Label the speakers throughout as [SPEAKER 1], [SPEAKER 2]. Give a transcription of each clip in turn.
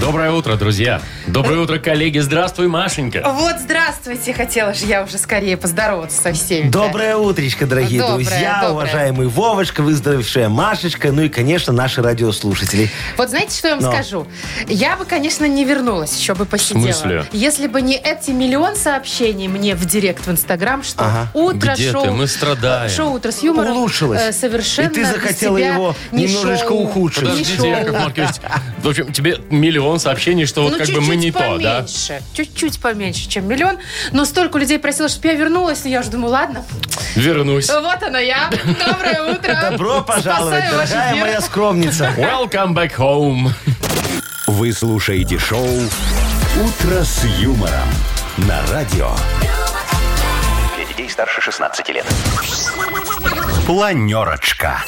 [SPEAKER 1] Доброе утро, друзья. Доброе утро, коллеги. Здравствуй, Машенька.
[SPEAKER 2] Вот здравствуйте, хотела же я уже скорее поздороваться со всеми.
[SPEAKER 3] Доброе утречко, дорогие
[SPEAKER 2] Доброе,
[SPEAKER 3] друзья,
[SPEAKER 2] доброе.
[SPEAKER 3] уважаемый Вовочка, выздоровевшая Машечка, ну и, конечно, наши радиослушатели.
[SPEAKER 2] Вот знаете, что я вам
[SPEAKER 3] Но.
[SPEAKER 2] скажу? Я бы, конечно, не вернулась, еще бы посидела.
[SPEAKER 1] смысле?
[SPEAKER 2] Если бы не эти миллион сообщений мне в директ в Инстаграм, что утро
[SPEAKER 1] Где
[SPEAKER 2] шоу...
[SPEAKER 1] ты? Мы страдаем.
[SPEAKER 2] Шоу «Утро с юмором»
[SPEAKER 3] Улучшилось.
[SPEAKER 2] э, совершенно
[SPEAKER 3] И ты захотела
[SPEAKER 2] без тебя
[SPEAKER 3] его
[SPEAKER 2] не
[SPEAKER 3] немножечко
[SPEAKER 2] шоу,
[SPEAKER 3] ухудшить.
[SPEAKER 2] не шоу.
[SPEAKER 1] Подождите, Яков Маркович. В общем, тебе миллион сообщений, что вот
[SPEAKER 2] ну,
[SPEAKER 1] как бы
[SPEAKER 2] чуть-чуть
[SPEAKER 1] мы не то, да?
[SPEAKER 2] поменьше, Чуть-чуть поменьше, чем миллион. Но столько людей просило, чтобы я вернулась, и я уже думаю, ладно.
[SPEAKER 1] Вернусь.
[SPEAKER 2] Вот она я. Доброе утро.
[SPEAKER 3] Добро пожаловать,
[SPEAKER 2] Спасаю ваш
[SPEAKER 3] дорогая
[SPEAKER 2] эфир.
[SPEAKER 3] моя скромница.
[SPEAKER 1] Welcome back home.
[SPEAKER 4] Вы слушаете шоу «Утро с юмором» на радио. Для детей старше 16 лет. Планерочка.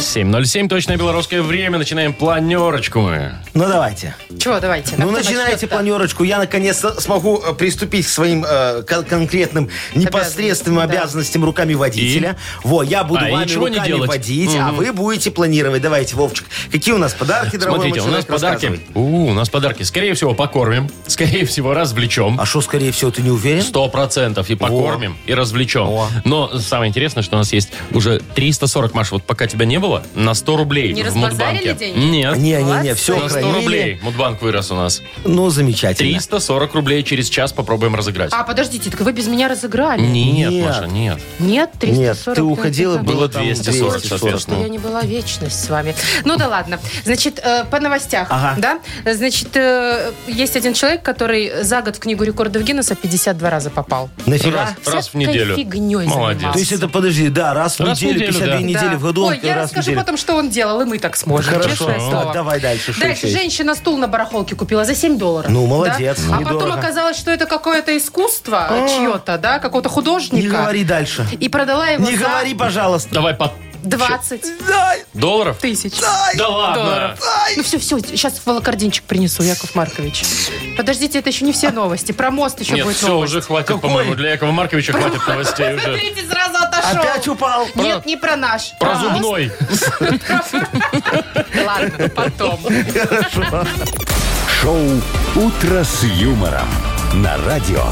[SPEAKER 1] 7.07, точное белорусское время. Начинаем планерочку. мы.
[SPEAKER 3] Ну, давайте.
[SPEAKER 2] Чего, давайте.
[SPEAKER 3] Ну,
[SPEAKER 2] кто
[SPEAKER 3] начинайте
[SPEAKER 2] начнет-то?
[SPEAKER 3] планерочку. Я, наконец-то, смогу э, приступить к своим э, кон- конкретным непосредственным
[SPEAKER 2] Обязанностям, да.
[SPEAKER 3] обязанностям руками водителя. Во, я буду
[SPEAKER 1] А, и
[SPEAKER 3] вами
[SPEAKER 1] ничего не
[SPEAKER 3] руками
[SPEAKER 1] делать.
[SPEAKER 3] водить, а вы будете планировать. Давайте, Вовчик, какие у нас подарки, дорогой мой
[SPEAKER 1] Смотрите, у нас
[SPEAKER 3] человек,
[SPEAKER 1] подарки.
[SPEAKER 3] рассказывай.
[SPEAKER 1] У, у нас подарки. Скорее всего, покормим. Скорее всего, развлечем.
[SPEAKER 3] А что, скорее всего, ты не уверен?
[SPEAKER 1] Сто процентов. И покормим, и развлечем.
[SPEAKER 3] Во.
[SPEAKER 1] Но самое интересное, что у нас есть уже 340, Маша, вот пока тебя не было, на 100 рублей
[SPEAKER 2] Не
[SPEAKER 1] в Мудбанке.
[SPEAKER 2] разбазарили деньги?
[SPEAKER 1] Нет.
[SPEAKER 3] Не-не-не, все
[SPEAKER 1] На 100
[SPEAKER 3] хранили.
[SPEAKER 1] рублей. Мудбанк вырос у нас.
[SPEAKER 3] Ну, замечательно.
[SPEAKER 1] 340 рублей через час попробуем разыграть.
[SPEAKER 2] А, подождите, так вы без меня разыграли.
[SPEAKER 1] Нет,
[SPEAKER 3] Нет.
[SPEAKER 1] Маша, нет.
[SPEAKER 2] Нет, 340.
[SPEAKER 3] Нет, ты уходила, ну.
[SPEAKER 2] это как?
[SPEAKER 1] Было
[SPEAKER 3] там
[SPEAKER 1] 240,
[SPEAKER 3] 240,
[SPEAKER 1] соответственно.
[SPEAKER 2] Я не была вечность с вами. Ну да ладно. Значит, э, по новостях,
[SPEAKER 3] Ага.
[SPEAKER 2] да? Значит, э, есть один человек, который за год в книгу рекордов Гиннесса 52 раза попал.
[SPEAKER 3] Нафига?
[SPEAKER 1] Раз, раз в
[SPEAKER 2] Всякой
[SPEAKER 1] неделю.
[SPEAKER 2] фигнёй
[SPEAKER 1] Молодец.
[SPEAKER 2] занимался.
[SPEAKER 3] То есть это, подожди, да, раз в
[SPEAKER 1] Раз в
[SPEAKER 3] неделю,
[SPEAKER 1] неделю,
[SPEAKER 3] 52
[SPEAKER 1] да.
[SPEAKER 3] недели
[SPEAKER 2] Да.
[SPEAKER 3] в году. он
[SPEAKER 2] Ой, я
[SPEAKER 3] раз в
[SPEAKER 2] расскажу
[SPEAKER 3] неделю.
[SPEAKER 2] потом, что он делал, и мы так сможем.
[SPEAKER 3] Хорошо,
[SPEAKER 1] Ну,
[SPEAKER 2] честное слово.
[SPEAKER 3] А, давай дальше. что
[SPEAKER 2] Дальше
[SPEAKER 3] еще есть?
[SPEAKER 2] женщина стул на барахолке купила за 7 долларов.
[SPEAKER 3] Ну, молодец,
[SPEAKER 2] Да? А потом
[SPEAKER 3] недорого. А?
[SPEAKER 2] оказалось, что это какое-то искусство чье-то, да, какого-то художника.
[SPEAKER 3] Не говори дальше.
[SPEAKER 2] И продала его
[SPEAKER 3] Не
[SPEAKER 2] за
[SPEAKER 3] говори, пожалуйста.
[SPEAKER 1] Давай по
[SPEAKER 2] 20
[SPEAKER 3] Дай,
[SPEAKER 1] долларов?
[SPEAKER 2] тысяч.
[SPEAKER 1] Да ладно.
[SPEAKER 2] Долларов. Ну все, все, сейчас волокординчик принесу, Яков Маркович. Подождите, это еще не все новости. Про мост еще
[SPEAKER 1] Нет,
[SPEAKER 2] будет
[SPEAKER 1] все,
[SPEAKER 2] новость.
[SPEAKER 1] уже хватит, по-моему, для Якова Марковича хватит новостей уже.
[SPEAKER 2] Смотрите, сразу отошел.
[SPEAKER 3] Опять упал.
[SPEAKER 2] Нет, не про наш.
[SPEAKER 1] Про
[SPEAKER 2] мост.
[SPEAKER 1] зубной.
[SPEAKER 2] Ладно, потом.
[SPEAKER 4] Шоу «Утро с юмором» на радио.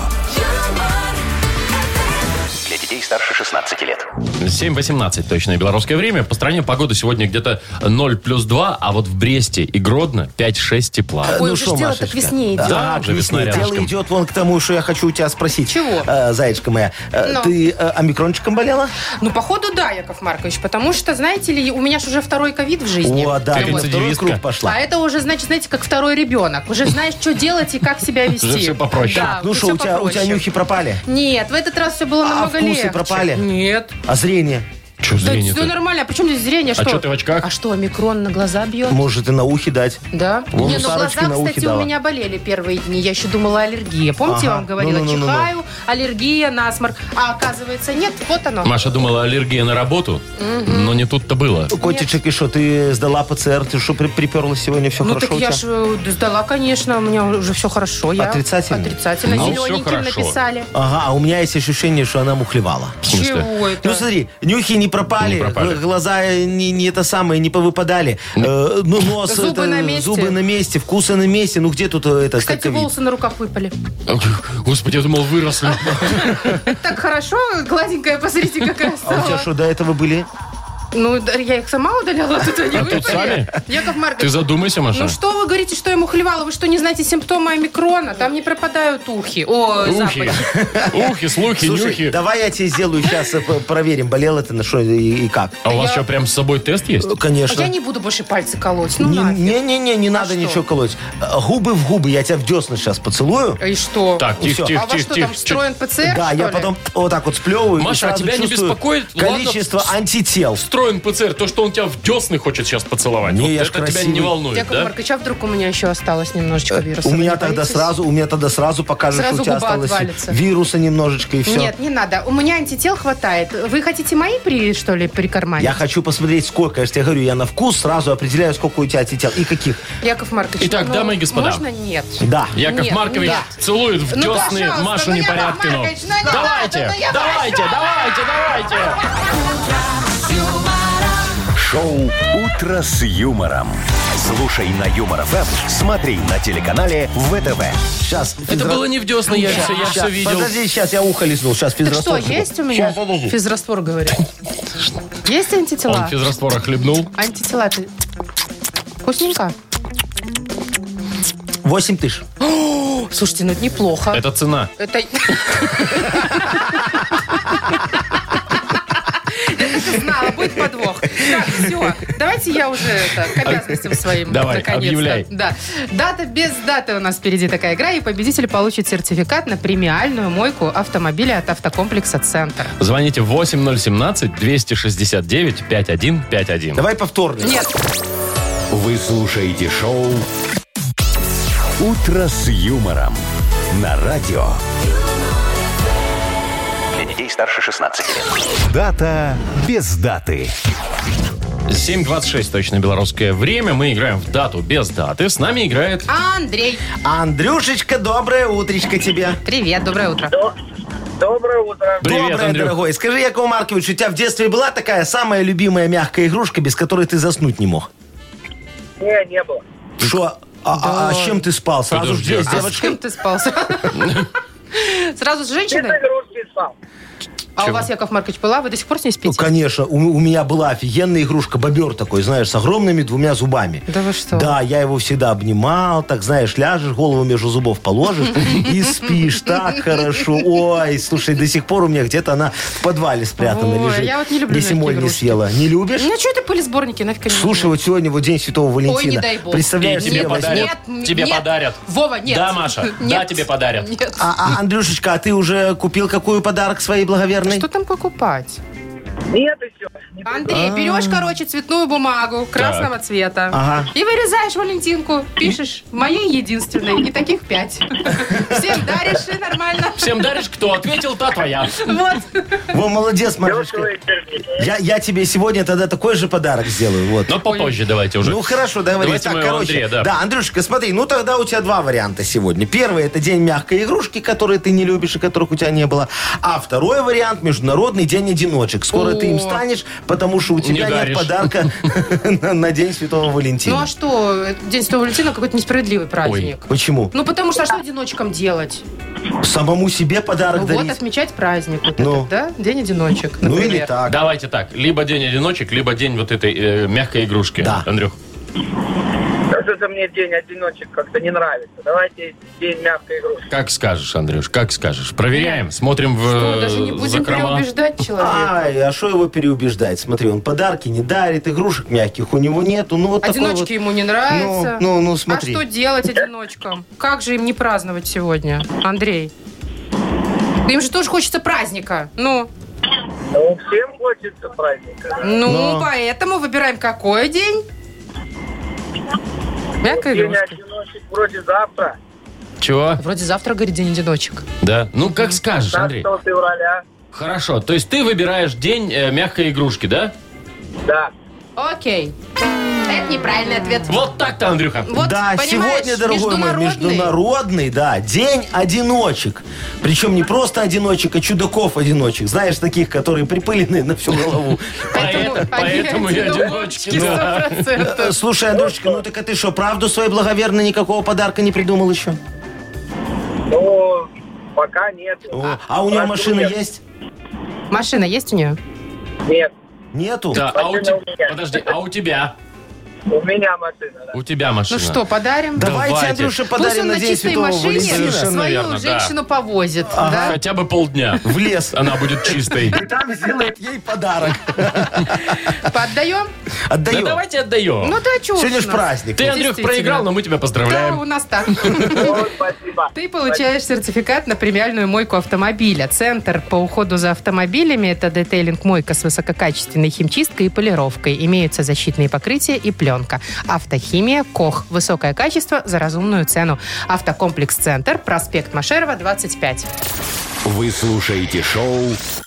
[SPEAKER 4] Для детей старше 16 лет.
[SPEAKER 1] 7.18 точное белорусское время. По стране погода сегодня где-то 0 плюс 2, а вот в Бресте и Гродно 5-6 тепла.
[SPEAKER 2] Ой, уже
[SPEAKER 3] Ну что,
[SPEAKER 2] ж дело
[SPEAKER 3] Машечка?
[SPEAKER 2] так весне идет.
[SPEAKER 1] Ну Да,
[SPEAKER 3] Да,
[SPEAKER 1] уже весна
[SPEAKER 3] отлично. Дело
[SPEAKER 1] рядышком.
[SPEAKER 3] идет вон к тому, что я хочу у тебя спросить.
[SPEAKER 2] Чего?
[SPEAKER 3] Э, Зайчка моя, э,
[SPEAKER 2] Ну.
[SPEAKER 3] ты э, омикрончиком болела?
[SPEAKER 2] Ну, походу, да, Яков Маркович, потому что, знаете ли, у меня же уже второй ковид в жизни.
[SPEAKER 3] О, да,
[SPEAKER 1] Ты
[SPEAKER 3] думаю, второй
[SPEAKER 1] рецидивистка.
[SPEAKER 3] круг пошла.
[SPEAKER 2] А это уже, значит, знаете, как второй ребенок. Уже знаешь, что делать и как себя вести.
[SPEAKER 1] Уже всё попроще.
[SPEAKER 2] Да,
[SPEAKER 1] Так,
[SPEAKER 3] Ну
[SPEAKER 2] уже
[SPEAKER 3] что,
[SPEAKER 2] всё
[SPEAKER 3] у тебя, у тебя
[SPEAKER 2] попроще.
[SPEAKER 3] нюхи пропали?
[SPEAKER 2] Нет, в этот раз все было
[SPEAKER 3] А
[SPEAKER 2] намного
[SPEAKER 3] вкусы
[SPEAKER 2] легче.
[SPEAKER 3] пропали?
[SPEAKER 2] Нет.
[SPEAKER 3] А зрение?
[SPEAKER 1] Че
[SPEAKER 2] Да,
[SPEAKER 1] зрение
[SPEAKER 2] все нормально. А при чем здесь зрение? Что?
[SPEAKER 1] чё ты в очках?
[SPEAKER 2] А что, микрон на глаза бьет?
[SPEAKER 3] Может, и на ухе дать?
[SPEAKER 2] Да.
[SPEAKER 3] Вон
[SPEAKER 2] Не, ну глаза,
[SPEAKER 3] Сарочке на ухе
[SPEAKER 2] кстати,
[SPEAKER 3] дала.
[SPEAKER 2] у меня болели первые дни. Я еще думала аллергия. Помните, я
[SPEAKER 3] Ага.
[SPEAKER 2] вам говорила,
[SPEAKER 3] Ну-ну-ну-ну-ну.
[SPEAKER 2] чихаю, аллергия, насморк. А оказывается, нет, вот оно.
[SPEAKER 1] Маша думала аллергия на работу, но не тут-то было.
[SPEAKER 3] Котичек, и что, ты сдала ПЦР? Ты что, при- приперлась сегодня? Все
[SPEAKER 2] Ну
[SPEAKER 3] хорошо
[SPEAKER 2] так
[SPEAKER 3] у
[SPEAKER 2] я
[SPEAKER 3] тебя?
[SPEAKER 2] же э, сдала, конечно, у меня уже все хорошо. Я
[SPEAKER 3] Отрицательно?
[SPEAKER 2] Отрицательно.
[SPEAKER 1] Ну, всё
[SPEAKER 2] Зелененьким
[SPEAKER 1] хорошо.
[SPEAKER 2] написали.
[SPEAKER 3] Ага, а у меня есть ощущение, что она мухлевала.
[SPEAKER 1] В смысле?
[SPEAKER 2] Чего это?
[SPEAKER 3] Ну смотри, нюхи не пропали,
[SPEAKER 1] Не пропали.
[SPEAKER 3] г- глаза э, не, не это самое, не повыпадали, Э, ну нос,
[SPEAKER 2] Зубы
[SPEAKER 3] это,
[SPEAKER 2] на месте.
[SPEAKER 3] зубы на месте, вкусы на месте, ну где тут э, это?
[SPEAKER 2] Кстати,
[SPEAKER 3] как-то вид?
[SPEAKER 2] волосы на руках выпали.
[SPEAKER 1] Господи, я думал, выросли.
[SPEAKER 2] Так хорошо, гладенькая, посмотрите, какая
[SPEAKER 3] А у тебя
[SPEAKER 2] стала.
[SPEAKER 3] что, до этого были?
[SPEAKER 2] Ну, да, я их сама удаляла, а тут они выпали.
[SPEAKER 1] сами?
[SPEAKER 2] Яков
[SPEAKER 1] Ты
[SPEAKER 2] Маркович,
[SPEAKER 1] задумайся,
[SPEAKER 2] ну
[SPEAKER 3] а?
[SPEAKER 1] Маша.
[SPEAKER 2] что вы говорите, что ему хлевало? Вы что, не знаете симптомы омикрона? Там не пропадают ухи. О,
[SPEAKER 1] Ухи,
[SPEAKER 2] запахи.
[SPEAKER 1] ухи, слухи,
[SPEAKER 3] Слушай,
[SPEAKER 1] нюхи.
[SPEAKER 3] давай я тебе сделаю сейчас, проверим, болела ты на что и, и как.
[SPEAKER 1] А у вас
[SPEAKER 2] я-
[SPEAKER 1] что, прям с собой тест есть?
[SPEAKER 3] Э,
[SPEAKER 2] А
[SPEAKER 3] Конечно.
[SPEAKER 2] я не буду больше пальцы колоть. Ну, нафиг.
[SPEAKER 3] Не-не-не, не надо
[SPEAKER 2] что?
[SPEAKER 3] ничего колоть. Э, Губы в губы, я тебя в десны сейчас поцелую.
[SPEAKER 2] И что?
[SPEAKER 1] Так, тихо,
[SPEAKER 3] всё.
[SPEAKER 2] а
[SPEAKER 1] тихо,
[SPEAKER 2] у вас что,
[SPEAKER 1] тихо,
[SPEAKER 2] там
[SPEAKER 1] тихо.
[SPEAKER 2] встроен ПЦР,
[SPEAKER 3] да,
[SPEAKER 2] что
[SPEAKER 3] я
[SPEAKER 2] ли?
[SPEAKER 3] потом вот так вот сплевываю. и
[SPEAKER 1] Маша, а
[SPEAKER 3] сразу
[SPEAKER 1] тебя не
[SPEAKER 3] чувствую
[SPEAKER 1] беспокоит, ладно,
[SPEAKER 3] Количество
[SPEAKER 1] с-
[SPEAKER 3] антител.
[SPEAKER 1] устроен ПЦР, то, что он тебя в десны хочет сейчас поцеловать,
[SPEAKER 3] Не,
[SPEAKER 1] вот
[SPEAKER 3] я ж
[SPEAKER 1] это тебя
[SPEAKER 3] красивый.
[SPEAKER 1] не волнует,
[SPEAKER 2] Яков
[SPEAKER 1] да?
[SPEAKER 2] Маркович, а вдруг у меня еще осталось немножечко вируса?
[SPEAKER 3] У
[SPEAKER 2] Вы
[SPEAKER 3] меня
[SPEAKER 2] не
[SPEAKER 3] тогда
[SPEAKER 2] боитесь?
[SPEAKER 3] сразу, у меня тогда сразу покажешь,
[SPEAKER 2] Сразу
[SPEAKER 3] что у тебя
[SPEAKER 2] губа
[SPEAKER 3] осталось
[SPEAKER 2] отвалится.
[SPEAKER 3] вируса немножечко и все.
[SPEAKER 2] Нет, не надо. У меня антител хватает. Вы хотите мои при, что ли, прикарманить?
[SPEAKER 3] Я хочу посмотреть, сколько. Я же тебе говорю, я на вкус сразу определяю, сколько у тебя тел и каких.
[SPEAKER 2] Яков Маркович,
[SPEAKER 1] Итак,
[SPEAKER 2] ну,
[SPEAKER 1] дамы и господа.
[SPEAKER 2] Можно нет?
[SPEAKER 3] Да.
[SPEAKER 1] Яков
[SPEAKER 2] Нет,
[SPEAKER 1] Маркович
[SPEAKER 2] нет.
[SPEAKER 1] целует в
[SPEAKER 2] Ну,
[SPEAKER 1] десны
[SPEAKER 2] пожалуйста,
[SPEAKER 1] Машу
[SPEAKER 2] ну, Яков
[SPEAKER 1] Непорядкину.
[SPEAKER 2] Маркович, ну, не
[SPEAKER 1] давайте,
[SPEAKER 2] надо, ну, я
[SPEAKER 1] давайте, давайте, давайте.
[SPEAKER 4] Шоу «Утро с юмором». Слушай на Юмор ФМ, смотри на телеканале ВТВ.
[SPEAKER 3] Сейчас.
[SPEAKER 1] Это было не в десны, я, все, я все видел.
[SPEAKER 3] Подожди, сейчас я ухо лизнул. Сейчас
[SPEAKER 2] Так
[SPEAKER 3] физраствор.
[SPEAKER 2] что, есть у меня?
[SPEAKER 3] Сейчас, подожди.
[SPEAKER 2] Физраствор, говорит. Есть антитела?
[SPEAKER 1] Он физраствора хлебнул.
[SPEAKER 2] Антитела ты... Вкусненько?
[SPEAKER 3] 8 тысяч.
[SPEAKER 2] Слушайте, ну это неплохо.
[SPEAKER 1] Это цена.
[SPEAKER 2] Это... Я так и знала, будет подвох. Так, все, давайте я уже это, к обязанностям своим.
[SPEAKER 1] Давай,
[SPEAKER 2] наконец-то.
[SPEAKER 1] объявляй.
[SPEAKER 2] Да. Дата без даты у нас впереди такая игра, и победитель получит сертификат на премиальную мойку автомобиля от автокомплекса «Центр».
[SPEAKER 1] Звоните 8017-269-5151.
[SPEAKER 3] Давай повторно.
[SPEAKER 2] Нет,
[SPEAKER 4] Вы слушаете шоу «Утро с юмором» на радио.
[SPEAKER 5] Для детей старше 16 лет.
[SPEAKER 4] Дата без даты.
[SPEAKER 1] 7.26 точно белорусское время. Мы играем в дату без даты. С нами играет...
[SPEAKER 2] Андрей.
[SPEAKER 3] Андрюшечка, доброе утречко тебе.
[SPEAKER 2] Привет, доброе утро.
[SPEAKER 6] Доброе утро.
[SPEAKER 1] Привет,
[SPEAKER 3] Доброе,
[SPEAKER 1] Андрюх.
[SPEAKER 3] дорогой. Скажи, Яков Маркович, у тебя в детстве была такая самая любимая мягкая игрушка, без которой ты заснуть не мог?
[SPEAKER 6] Не, не было.
[SPEAKER 3] Что? А, а- а с чем ты спал? Сразу же
[SPEAKER 1] Подожди,
[SPEAKER 3] две с
[SPEAKER 1] а с
[SPEAKER 2] А с кем ты
[SPEAKER 3] девочкой?
[SPEAKER 2] спал? Сразу с
[SPEAKER 6] Без
[SPEAKER 2] женщиной?
[SPEAKER 6] игрушки спал.
[SPEAKER 2] А у вас, Яков Маркович, была? Вы до сих пор с ней
[SPEAKER 3] Ну,
[SPEAKER 2] спите?
[SPEAKER 3] конечно, у, у меня была офигенная игрушка, бобер такой, знаешь, с огромными двумя зубами.
[SPEAKER 2] Да вы что?
[SPEAKER 3] Да, я его всегда обнимал, так, знаешь, ляжешь, голову между зубов положишь и спишь так хорошо. Ой, слушай, до сих пор у меня где-то она в подвале спрятана
[SPEAKER 2] Ой,
[SPEAKER 3] лежит.
[SPEAKER 2] я вот не люблю
[SPEAKER 3] Если
[SPEAKER 2] мягкие
[SPEAKER 3] моль не
[SPEAKER 2] игрушки.
[SPEAKER 3] съела. Не любишь?
[SPEAKER 2] Ну, что это пылесборники? Нафиг они
[SPEAKER 3] Слушай,
[SPEAKER 2] нужны?
[SPEAKER 3] вот сегодня вот День Святого Валентина.
[SPEAKER 2] дай бог.
[SPEAKER 3] Представляешь,
[SPEAKER 1] И тебе
[SPEAKER 3] мне возьмет-
[SPEAKER 1] подарят. Тебе подарят.
[SPEAKER 2] Вова, нет.
[SPEAKER 1] Да, Маша, да, тебе подарят.
[SPEAKER 2] Нет.
[SPEAKER 3] А, а, Андрюшечка, а ты уже купил какой подарок своей благоверной?
[SPEAKER 2] Что там покупать?
[SPEAKER 6] Нет, и все.
[SPEAKER 1] А.
[SPEAKER 2] Андрей, берешь, короче, цветную бумагу красного цвета
[SPEAKER 3] Ага.
[SPEAKER 2] и вырезаешь Валентинку, пишешь «Моей единственной» и таких пять. Всем даришь и нормально.
[SPEAKER 1] Всем даришь, кто ответил, та твоя.
[SPEAKER 2] Вот.
[SPEAKER 3] Во, молодец, Машечка. Я, я тебе сегодня тогда такой же подарок сделаю. Вот.
[SPEAKER 1] Но попозже давайте Ну, уже.
[SPEAKER 3] Ну хорошо, договорились.
[SPEAKER 1] Давайте
[SPEAKER 3] Так,
[SPEAKER 1] мы у
[SPEAKER 3] короче,
[SPEAKER 1] Андрея, да.
[SPEAKER 3] Андрюшка, смотри, ну тогда у тебя два варианта сегодня. Первый это день мягкой игрушки, которые ты не любишь и которых у тебя не было. А второй вариант международный день одиночек. Скоро ты им станешь, потому что у тебя нет
[SPEAKER 1] даришь.
[SPEAKER 3] подарка на на день Святого
[SPEAKER 2] Ну а
[SPEAKER 3] Валентина.
[SPEAKER 2] что, День Святого Валентина какой-то несправедливый праздник.
[SPEAKER 3] Почему?
[SPEAKER 2] Ну потому что а что одиночкам делать?
[SPEAKER 3] Самому себе подарок
[SPEAKER 2] Ну, вот
[SPEAKER 3] дарить.
[SPEAKER 2] отмечать праздник вот
[SPEAKER 3] Ну.
[SPEAKER 2] этот, да? День одиночек,
[SPEAKER 3] Ну или
[SPEAKER 2] например.
[SPEAKER 3] так.
[SPEAKER 1] Давайте так. Либо день одиночек, либо день вот этой э, мягкой игрушки.
[SPEAKER 3] Да.
[SPEAKER 1] Андрюх.
[SPEAKER 6] Что-то мне день одиночек как-то не нравится. Давайте день мягкой игрушки.
[SPEAKER 1] Как скажешь, Андрюш, как скажешь. Проверяем, смотрим в
[SPEAKER 2] Ну, даже не
[SPEAKER 1] э,
[SPEAKER 2] будем
[SPEAKER 1] закрома.
[SPEAKER 2] переубеждать человека.
[SPEAKER 3] Ай, а что его переубеждать? Смотри, он подарки не дарит, игрушек мягких у него нету. Ну, вот такой
[SPEAKER 2] Одиночки ему не нравятся.
[SPEAKER 3] Ну, ну, ну, смотри.
[SPEAKER 2] А что делать одиночкам? Как же им не праздновать сегодня, Андрей? Им же тоже хочется праздника. Ну,
[SPEAKER 6] Ну, всем хочется праздника. да.
[SPEAKER 2] ну,
[SPEAKER 3] Но.
[SPEAKER 2] поэтому выбираем какой день? Мягкая
[SPEAKER 6] День
[SPEAKER 2] игрушка.
[SPEAKER 6] одиночек вроде завтра.
[SPEAKER 1] Чего?
[SPEAKER 2] Вроде завтра, говорит, день одиночек.
[SPEAKER 1] Да. Ну, как скажешь, Андрей.
[SPEAKER 6] 16 февраля.
[SPEAKER 1] Хорошо. То есть ты выбираешь день э, мягкой игрушки, да?
[SPEAKER 6] Да.
[SPEAKER 2] Окей. Это неправильный ответ.
[SPEAKER 1] Вот так-то, Андрюха.
[SPEAKER 2] Вот,
[SPEAKER 3] да,
[SPEAKER 2] понимаешь,
[SPEAKER 3] сегодня, дорогой мой, международный, да, день одиночек. Причем не просто одиночек, а чудаков-одиночек. Знаешь, таких, которые припылены на всю голову.
[SPEAKER 1] Поэтому- поэтому и одиночки, да.
[SPEAKER 3] Э, Слушай, Андрюшечка, ну так а ты что, правду своей благоверной никакого подарка не придумал еще?
[SPEAKER 6] Ну, пока нет.
[SPEAKER 3] О, А у нее
[SPEAKER 6] Правда,
[SPEAKER 3] машина
[SPEAKER 6] нет.
[SPEAKER 3] есть?
[SPEAKER 2] Машина есть у нее?
[SPEAKER 6] Нет.
[SPEAKER 3] Нету?
[SPEAKER 1] Да, а у
[SPEAKER 6] Машина
[SPEAKER 1] тебя...
[SPEAKER 6] у меня.
[SPEAKER 1] Подожди, а у а тебя?
[SPEAKER 6] У меня машина, да.
[SPEAKER 1] У тебя машина.
[SPEAKER 2] Ну что, подарим?
[SPEAKER 1] Да,
[SPEAKER 3] Давайте,
[SPEAKER 1] Давайте.
[SPEAKER 3] Андрюша,
[SPEAKER 2] Пусть
[SPEAKER 3] подарим
[SPEAKER 2] он
[SPEAKER 3] на
[SPEAKER 2] на
[SPEAKER 3] День
[SPEAKER 2] чистой
[SPEAKER 3] Святого
[SPEAKER 2] машине
[SPEAKER 3] Валентина
[SPEAKER 1] Совершенно
[SPEAKER 2] свою
[SPEAKER 1] верно, да.
[SPEAKER 2] женщину повозит. да?
[SPEAKER 1] Хотя бы полдня.
[SPEAKER 3] в лес.
[SPEAKER 1] Она будет чистой.
[SPEAKER 3] И там сделает ей подарок.
[SPEAKER 2] Поддаем?
[SPEAKER 1] Да
[SPEAKER 3] Отдаем.
[SPEAKER 1] давайте отдаем.
[SPEAKER 2] Ну да, чего
[SPEAKER 3] Сегодня
[SPEAKER 2] уж
[SPEAKER 3] ж
[SPEAKER 2] у нас.
[SPEAKER 3] праздник.
[SPEAKER 1] Ты, Андрюх,
[SPEAKER 2] действительно.
[SPEAKER 1] проиграл, но мы тебя
[SPEAKER 2] Да, у
[SPEAKER 1] поздравляем.
[SPEAKER 2] нас так.
[SPEAKER 6] Вот, спасибо.
[SPEAKER 2] Ты получаешь сертификат на премиальную мойку автомобиля. Центр по уходу за автомобилями – это детейлинг-мойка с высококачественной химчисткой и полировкой. Имеются защитные покрытия и пленка. Автохимия «Кох». Высокое качество за разумную цену. Автокомплекс «Центр», проспект Машерова, 25.
[SPEAKER 4] Вы слушаете шоу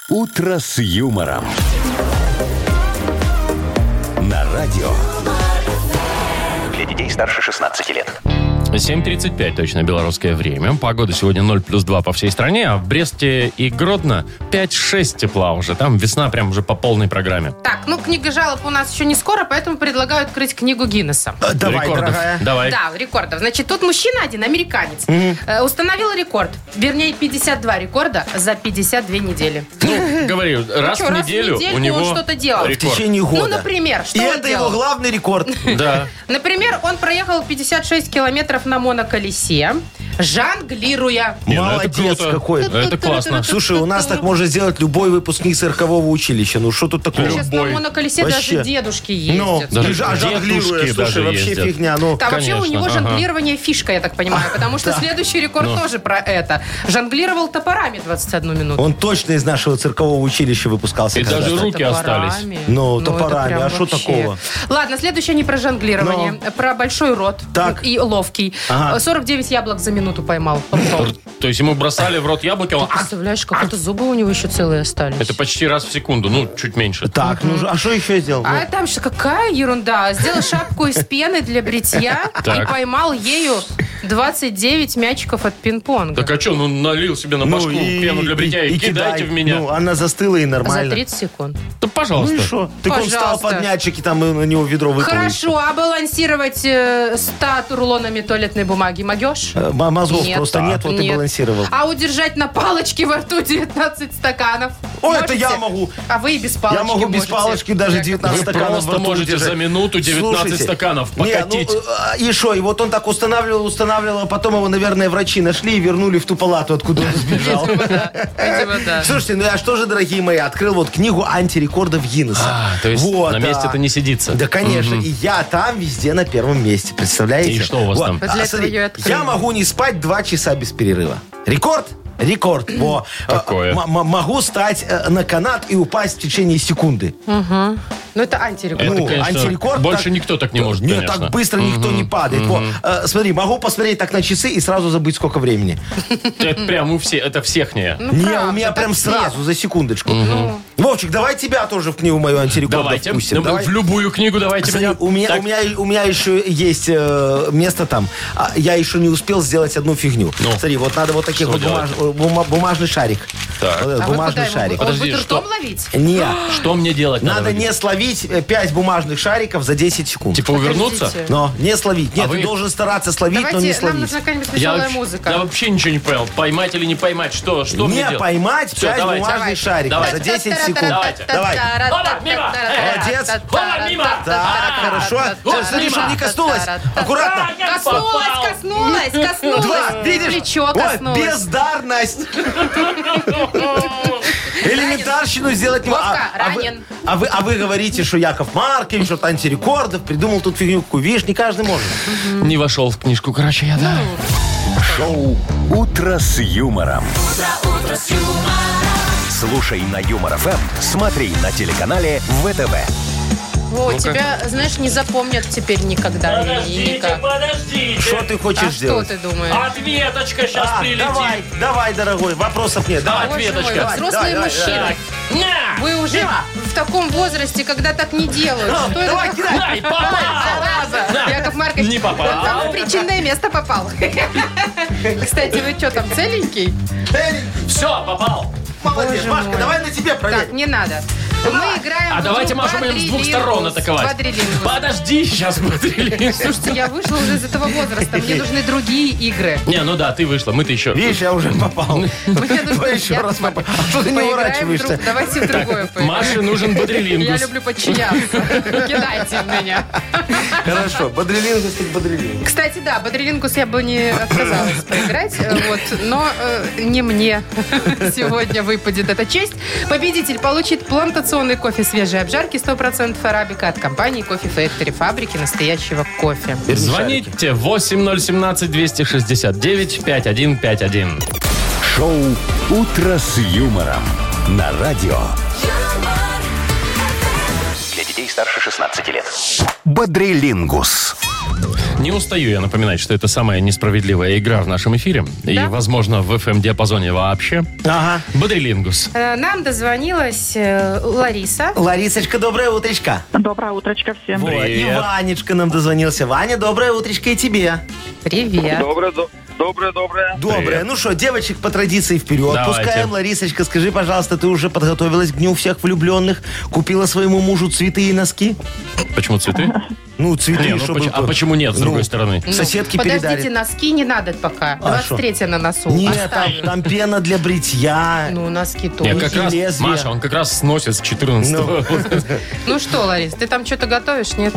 [SPEAKER 4] «Утро с юмором». На радио.
[SPEAKER 5] Для детей старше 16 лет.
[SPEAKER 1] 7.35 точно белорусское время. Погода сегодня 0 плюс 2 по всей стране, а в Бресте и Гродно 5-6 тепла уже. Там весна прям уже по полной программе.
[SPEAKER 2] Так, ну книга жалоб у нас еще не скоро, поэтому предлагаю открыть книгу Гиннесса.
[SPEAKER 3] Э, Давай,
[SPEAKER 1] Рекордов.
[SPEAKER 3] дорогая.
[SPEAKER 1] Давай.
[SPEAKER 2] Да, рекордов. Значит, тут мужчина один, американец, э, установил рекорд. Вернее, 52 рекорда за 52 недели.
[SPEAKER 1] Ну, говорю, раз
[SPEAKER 2] чё,
[SPEAKER 1] в
[SPEAKER 2] раз в
[SPEAKER 1] неделю
[SPEAKER 2] недельку
[SPEAKER 1] у
[SPEAKER 2] он
[SPEAKER 1] него
[SPEAKER 2] что-то делал.
[SPEAKER 3] В
[SPEAKER 1] рекорд.
[SPEAKER 3] течение года.
[SPEAKER 2] Ну, например, что
[SPEAKER 3] И
[SPEAKER 2] он
[SPEAKER 3] это
[SPEAKER 2] делал?
[SPEAKER 3] его главный рекорд.
[SPEAKER 1] Да.
[SPEAKER 2] Например, он проехал 56 километров на моноколесе, жонглируя.
[SPEAKER 1] Не, ну это
[SPEAKER 3] Молодец
[SPEAKER 1] круто.
[SPEAKER 3] какой.
[SPEAKER 1] Это Ну, классно.
[SPEAKER 3] Слушай, у нас так может сделать любой выпускник циркового училища. Ну что тут такого?
[SPEAKER 2] Сейчас на
[SPEAKER 1] любой.
[SPEAKER 2] моноколесе
[SPEAKER 3] Вообще.
[SPEAKER 2] даже дедушки
[SPEAKER 3] Ну,
[SPEAKER 2] ездят.
[SPEAKER 1] даже
[SPEAKER 3] и ж- а жонглируя,
[SPEAKER 1] дедушки даже
[SPEAKER 3] слушай, вообще
[SPEAKER 1] ездят.
[SPEAKER 3] фигня. Ну,
[SPEAKER 2] Там вообще у
[SPEAKER 1] конечно,
[SPEAKER 2] него
[SPEAKER 1] ага.
[SPEAKER 2] жонглирование фишка, я так понимаю, потому что следующий рекорд
[SPEAKER 3] Ну.
[SPEAKER 2] тоже про это. Жонглировал топорами 21 минуту.
[SPEAKER 3] он точно из нашего циркового училища выпускался.
[SPEAKER 1] И даже
[SPEAKER 3] когда-то.
[SPEAKER 1] руки остались.
[SPEAKER 3] Ну,
[SPEAKER 2] это
[SPEAKER 3] топорами,
[SPEAKER 2] прям
[SPEAKER 3] а шо
[SPEAKER 2] вообще.
[SPEAKER 3] такого? Ну.
[SPEAKER 2] Ладно, следующее не про жонглирование, про большой рот
[SPEAKER 3] Так.
[SPEAKER 2] и ловкий.
[SPEAKER 3] Ага.
[SPEAKER 2] 49 яблок за минуту поймал.
[SPEAKER 1] То есть ему бросали в рот яблоки, а он...
[SPEAKER 2] Представляешь, как это зубы у него еще целые остались.
[SPEAKER 1] Это почти раз в секунду, ну, чуть меньше.
[SPEAKER 3] Так, ну а что еще сделал?
[SPEAKER 2] А там же какая ерунда. Сделал шапку из пены для бритья и
[SPEAKER 1] Так.
[SPEAKER 2] поймал ею 29 мячиков от пинг-понга.
[SPEAKER 1] Так а что, ну налил себе на
[SPEAKER 3] Ну,
[SPEAKER 1] башку пену для бритья и, кидайте
[SPEAKER 3] кидай.
[SPEAKER 1] в меня.
[SPEAKER 3] Ну, она застыла и
[SPEAKER 2] За
[SPEAKER 3] нормально.
[SPEAKER 2] 30 секунд.
[SPEAKER 1] да
[SPEAKER 3] Ну
[SPEAKER 1] пожалуйста.
[SPEAKER 3] и что? Так он встал
[SPEAKER 2] Пожалуйста.
[SPEAKER 3] под мячик и там и на него ведро выколол.
[SPEAKER 2] Хорошо, а балансировать э, 100 рулонами туалетной бумаги могешь?
[SPEAKER 3] Э, м- Мозгов
[SPEAKER 2] Нет.
[SPEAKER 3] просто нет, вот и
[SPEAKER 2] Нет.
[SPEAKER 3] балансировал.
[SPEAKER 2] А удержать на палочке во рту 19 стаканов?
[SPEAKER 3] О, это я могу.
[SPEAKER 2] А вы и без палочки
[SPEAKER 3] Я могу без
[SPEAKER 2] можете.
[SPEAKER 3] палочки даже
[SPEAKER 2] Яков
[SPEAKER 3] 19
[SPEAKER 1] Вы
[SPEAKER 3] стаканов
[SPEAKER 1] просто
[SPEAKER 3] во рту
[SPEAKER 1] можете
[SPEAKER 3] держать.
[SPEAKER 1] за минуту 19
[SPEAKER 3] Слушайте,
[SPEAKER 1] стаканов
[SPEAKER 3] не,
[SPEAKER 1] покатить.
[SPEAKER 3] ну, а, и что, и вот он так устанавливал, устанавливал, а потом его, наверное, врачи нашли и вернули в ту палату, откуда он сбежал.
[SPEAKER 2] Видимо, да.
[SPEAKER 3] Слушайте, ну я что же, дорогие мои, открыл вот книгу антирекордов Гиннесса.
[SPEAKER 1] А, то есть
[SPEAKER 3] Вот,
[SPEAKER 1] на месте это
[SPEAKER 3] а.
[SPEAKER 1] не сидится.
[SPEAKER 3] Да, конечно. И я там везде на первом месте, представляете? А,
[SPEAKER 1] И что у вас там?
[SPEAKER 2] Вот для этого ее и открыли.
[SPEAKER 3] я могу не спать два часа без перерыва. Рекорд? Рекорд. Во.
[SPEAKER 1] Такое.
[SPEAKER 3] Э, м- м- могу стать э, на канат и упасть в течение секунды.
[SPEAKER 2] Ну, это антирекорд.
[SPEAKER 1] Это,
[SPEAKER 3] ну,
[SPEAKER 1] конечно,
[SPEAKER 3] антирекорд
[SPEAKER 1] больше
[SPEAKER 3] так-
[SPEAKER 1] никто так не может,
[SPEAKER 3] Нет,
[SPEAKER 1] конечно.
[SPEAKER 3] так быстро никто не падает. Во. Э, смотри, могу посмотреть так на часы и сразу забыть, сколько времени.
[SPEAKER 1] Это прям у всех, это всех не.
[SPEAKER 2] Ну,
[SPEAKER 3] не,
[SPEAKER 2] правда,
[SPEAKER 3] у меня
[SPEAKER 2] так Ну.
[SPEAKER 3] прям
[SPEAKER 2] нет.
[SPEAKER 3] сразу, за секундочку. Вовчик, давай тебя тоже в книгу мою антирекордов
[SPEAKER 1] Давайте,
[SPEAKER 3] впустим.
[SPEAKER 1] ну,
[SPEAKER 3] Давай.
[SPEAKER 1] в любую книгу давайте
[SPEAKER 3] Смотри,
[SPEAKER 1] меня.
[SPEAKER 3] у, меня,
[SPEAKER 1] Так,
[SPEAKER 3] у, меня, у меня еще есть э, место там. А, я еще не успел сделать одну фигню.
[SPEAKER 1] Ну.
[SPEAKER 3] Смотри, вот надо вот таких
[SPEAKER 1] Что
[SPEAKER 3] вот бумаж- э, бума- бумажный шарик.
[SPEAKER 1] Так.
[SPEAKER 3] Вот этот
[SPEAKER 2] А вы куда
[SPEAKER 3] бумажный
[SPEAKER 2] его
[SPEAKER 3] шарик.
[SPEAKER 2] будете? Он
[SPEAKER 1] Подожди,
[SPEAKER 2] будет
[SPEAKER 1] что?
[SPEAKER 2] ртом ловить?
[SPEAKER 3] Не,
[SPEAKER 1] Что мне делать надо?
[SPEAKER 3] надо не словить 5 бумажных шариков за 10 секунд.
[SPEAKER 1] Типа увернуться?
[SPEAKER 2] Подождите.
[SPEAKER 3] Но не словить. Нет,
[SPEAKER 1] А вы-
[SPEAKER 3] ты должен стараться словить, но
[SPEAKER 2] Давайте,
[SPEAKER 3] не
[SPEAKER 2] нам
[SPEAKER 3] словить.
[SPEAKER 2] нужна какая-нибудь
[SPEAKER 1] Я
[SPEAKER 2] веселая
[SPEAKER 1] вообще,
[SPEAKER 2] музыка.
[SPEAKER 1] я вообще ничего не понял. Поймать или не поймать? Что, что мне
[SPEAKER 3] не
[SPEAKER 1] делать?
[SPEAKER 3] поймать
[SPEAKER 1] Всё,
[SPEAKER 3] 5
[SPEAKER 1] давайте.
[SPEAKER 3] бумажных
[SPEAKER 1] Давайте.
[SPEAKER 3] шариков
[SPEAKER 1] Давайте.
[SPEAKER 3] за 10 секунд.
[SPEAKER 1] Давайте.
[SPEAKER 3] Давай.
[SPEAKER 1] Вова, мимо! Э,
[SPEAKER 3] Молодец.
[SPEAKER 1] Вова, мимо!
[SPEAKER 3] Так, А, хорошо. Всё, Смотри, чтобы не коснулось. Аккуратно.
[SPEAKER 1] Я
[SPEAKER 2] Коснулась,
[SPEAKER 1] попал.
[SPEAKER 2] коснулась, коснулась.
[SPEAKER 3] Два, видишь?
[SPEAKER 2] Плечо коснулась.
[SPEAKER 3] Ой, бездарность. Элементарщину сделать не
[SPEAKER 2] Вовка,
[SPEAKER 3] а- а вы-
[SPEAKER 2] ранен.
[SPEAKER 3] А вы, а вы говорите, что Яков Маркович, что антирекордов, придумал тут фигню какую. Видишь, не каждый может.
[SPEAKER 1] Не вошел в книжку, короче, я да.
[SPEAKER 2] Ну,
[SPEAKER 4] Шоу «Утро с юмором». Слушай на Юмор ФМ, смотри на телеканале ВТВ.
[SPEAKER 2] О, тебя, знаешь, не запомнят теперь никогда. и никак.
[SPEAKER 1] подождите.
[SPEAKER 3] Что ты хочешь
[SPEAKER 2] А что
[SPEAKER 3] сделать?
[SPEAKER 2] ты думаешь?
[SPEAKER 1] Ответочка сейчас
[SPEAKER 3] А, давай, давай, дорогой, вопросов нет. Давай.
[SPEAKER 2] Боже
[SPEAKER 1] ответочка.
[SPEAKER 2] мой,
[SPEAKER 1] Давай,
[SPEAKER 2] взрослые
[SPEAKER 3] давай,
[SPEAKER 2] мужчины. Вы уже в таком возрасте, когда так не делают. Что это
[SPEAKER 3] Давай,
[SPEAKER 2] такое?
[SPEAKER 3] кидай.
[SPEAKER 1] Ай, попал!
[SPEAKER 2] Зараза! Яков Маркович,
[SPEAKER 1] Не попал.
[SPEAKER 2] он там в причинное место попал. Кстати, вы что там, целенький?
[SPEAKER 3] Эй,
[SPEAKER 1] Все, попал.
[SPEAKER 3] Молодец,
[SPEAKER 2] Боже
[SPEAKER 3] Машка,
[SPEAKER 2] мой.
[SPEAKER 3] давай на тебе проверь.
[SPEAKER 2] Так, не надо. Мы играем
[SPEAKER 1] А
[SPEAKER 2] в
[SPEAKER 1] давайте,
[SPEAKER 2] игру
[SPEAKER 1] Маша, будем с двух
[SPEAKER 2] «Квадрилингус».
[SPEAKER 1] сторон атаковать.
[SPEAKER 2] «Квадрилингус».
[SPEAKER 1] Подожди, сейчас квадрилингус.
[SPEAKER 2] Слушайте, я вышла уже из этого возраста. Мне нужны другие игры.
[SPEAKER 1] Не, ну да, ты вышла, мы-то еще.
[SPEAKER 3] Видишь, я уже попал.
[SPEAKER 2] Мне нужно
[SPEAKER 3] Еще
[SPEAKER 2] Ну, я-
[SPEAKER 3] раз попал. А что ты не
[SPEAKER 2] Поиграем
[SPEAKER 3] уворачиваешься?
[SPEAKER 2] друг- Давайте в другое поиграем.
[SPEAKER 1] Маше нужен
[SPEAKER 2] Я
[SPEAKER 1] бодрилингус.
[SPEAKER 2] люблю подчиняться. Кидайте в меня.
[SPEAKER 3] Хорошо, бодрелингус так бодрелингус.
[SPEAKER 2] Кстати, да, бодрилингус я бы не отказалась поиграть, э, вот, но э, не мне сегодня выпадет эта честь. Победитель получит плантационный кофе свежей обжарки 100% арабика от компании Кофе Factory, фабрики настоящего кофе.
[SPEAKER 1] Звоните 8017-269-5151.
[SPEAKER 4] Шоу «Утро с юмором» на радио
[SPEAKER 7] юмор,
[SPEAKER 5] Для детей старше 16 лет.
[SPEAKER 4] «Бодрилингус».
[SPEAKER 1] Не устаю я напоминать, что это самая несправедливая игра в нашем эфире. И,
[SPEAKER 2] Да?
[SPEAKER 1] возможно, в FM-диапазоне вообще.
[SPEAKER 3] Ага.
[SPEAKER 1] Бодрилингус.
[SPEAKER 2] Э, Нам дозвонилась э, Лариса.
[SPEAKER 3] Ларисочка, доброе утречко.
[SPEAKER 8] Доброе утречко всем.
[SPEAKER 1] Вот.
[SPEAKER 3] И
[SPEAKER 1] Привет.
[SPEAKER 3] Ванечка нам дозвонился. Ваня, доброе утречко и тебе.
[SPEAKER 2] Привет.
[SPEAKER 6] Доброе, до- доброе, доброе.
[SPEAKER 3] Доброе.
[SPEAKER 1] Привет.
[SPEAKER 3] Ну что, девочек по традиции вперед.
[SPEAKER 1] Давайте.
[SPEAKER 3] Пускаем, Ларисочка, скажи, пожалуйста, ты уже подготовилась к дню всех влюбленных? Купила своему мужу цветы и носки?
[SPEAKER 1] Почему цветы?
[SPEAKER 3] Ну, цветы,
[SPEAKER 1] Не, ну
[SPEAKER 3] чтобы...
[SPEAKER 1] поч- а почему нет, с
[SPEAKER 3] Ну,
[SPEAKER 1] другой стороны?
[SPEAKER 2] Ну,
[SPEAKER 3] Соседки
[SPEAKER 2] Подождите,
[SPEAKER 3] передали.
[SPEAKER 2] носки не надо пока.
[SPEAKER 3] А шо?
[SPEAKER 2] 23 на носу.
[SPEAKER 3] Нет, там,
[SPEAKER 2] Оставим.
[SPEAKER 3] там пена для бритья.
[SPEAKER 2] Ну, носки тоже.
[SPEAKER 1] Я как
[SPEAKER 3] и
[SPEAKER 1] раз,
[SPEAKER 3] лезвие.
[SPEAKER 1] Маша, он как раз сносит с 14
[SPEAKER 2] Ну что, Ларис, ты там что-то готовишь, нет?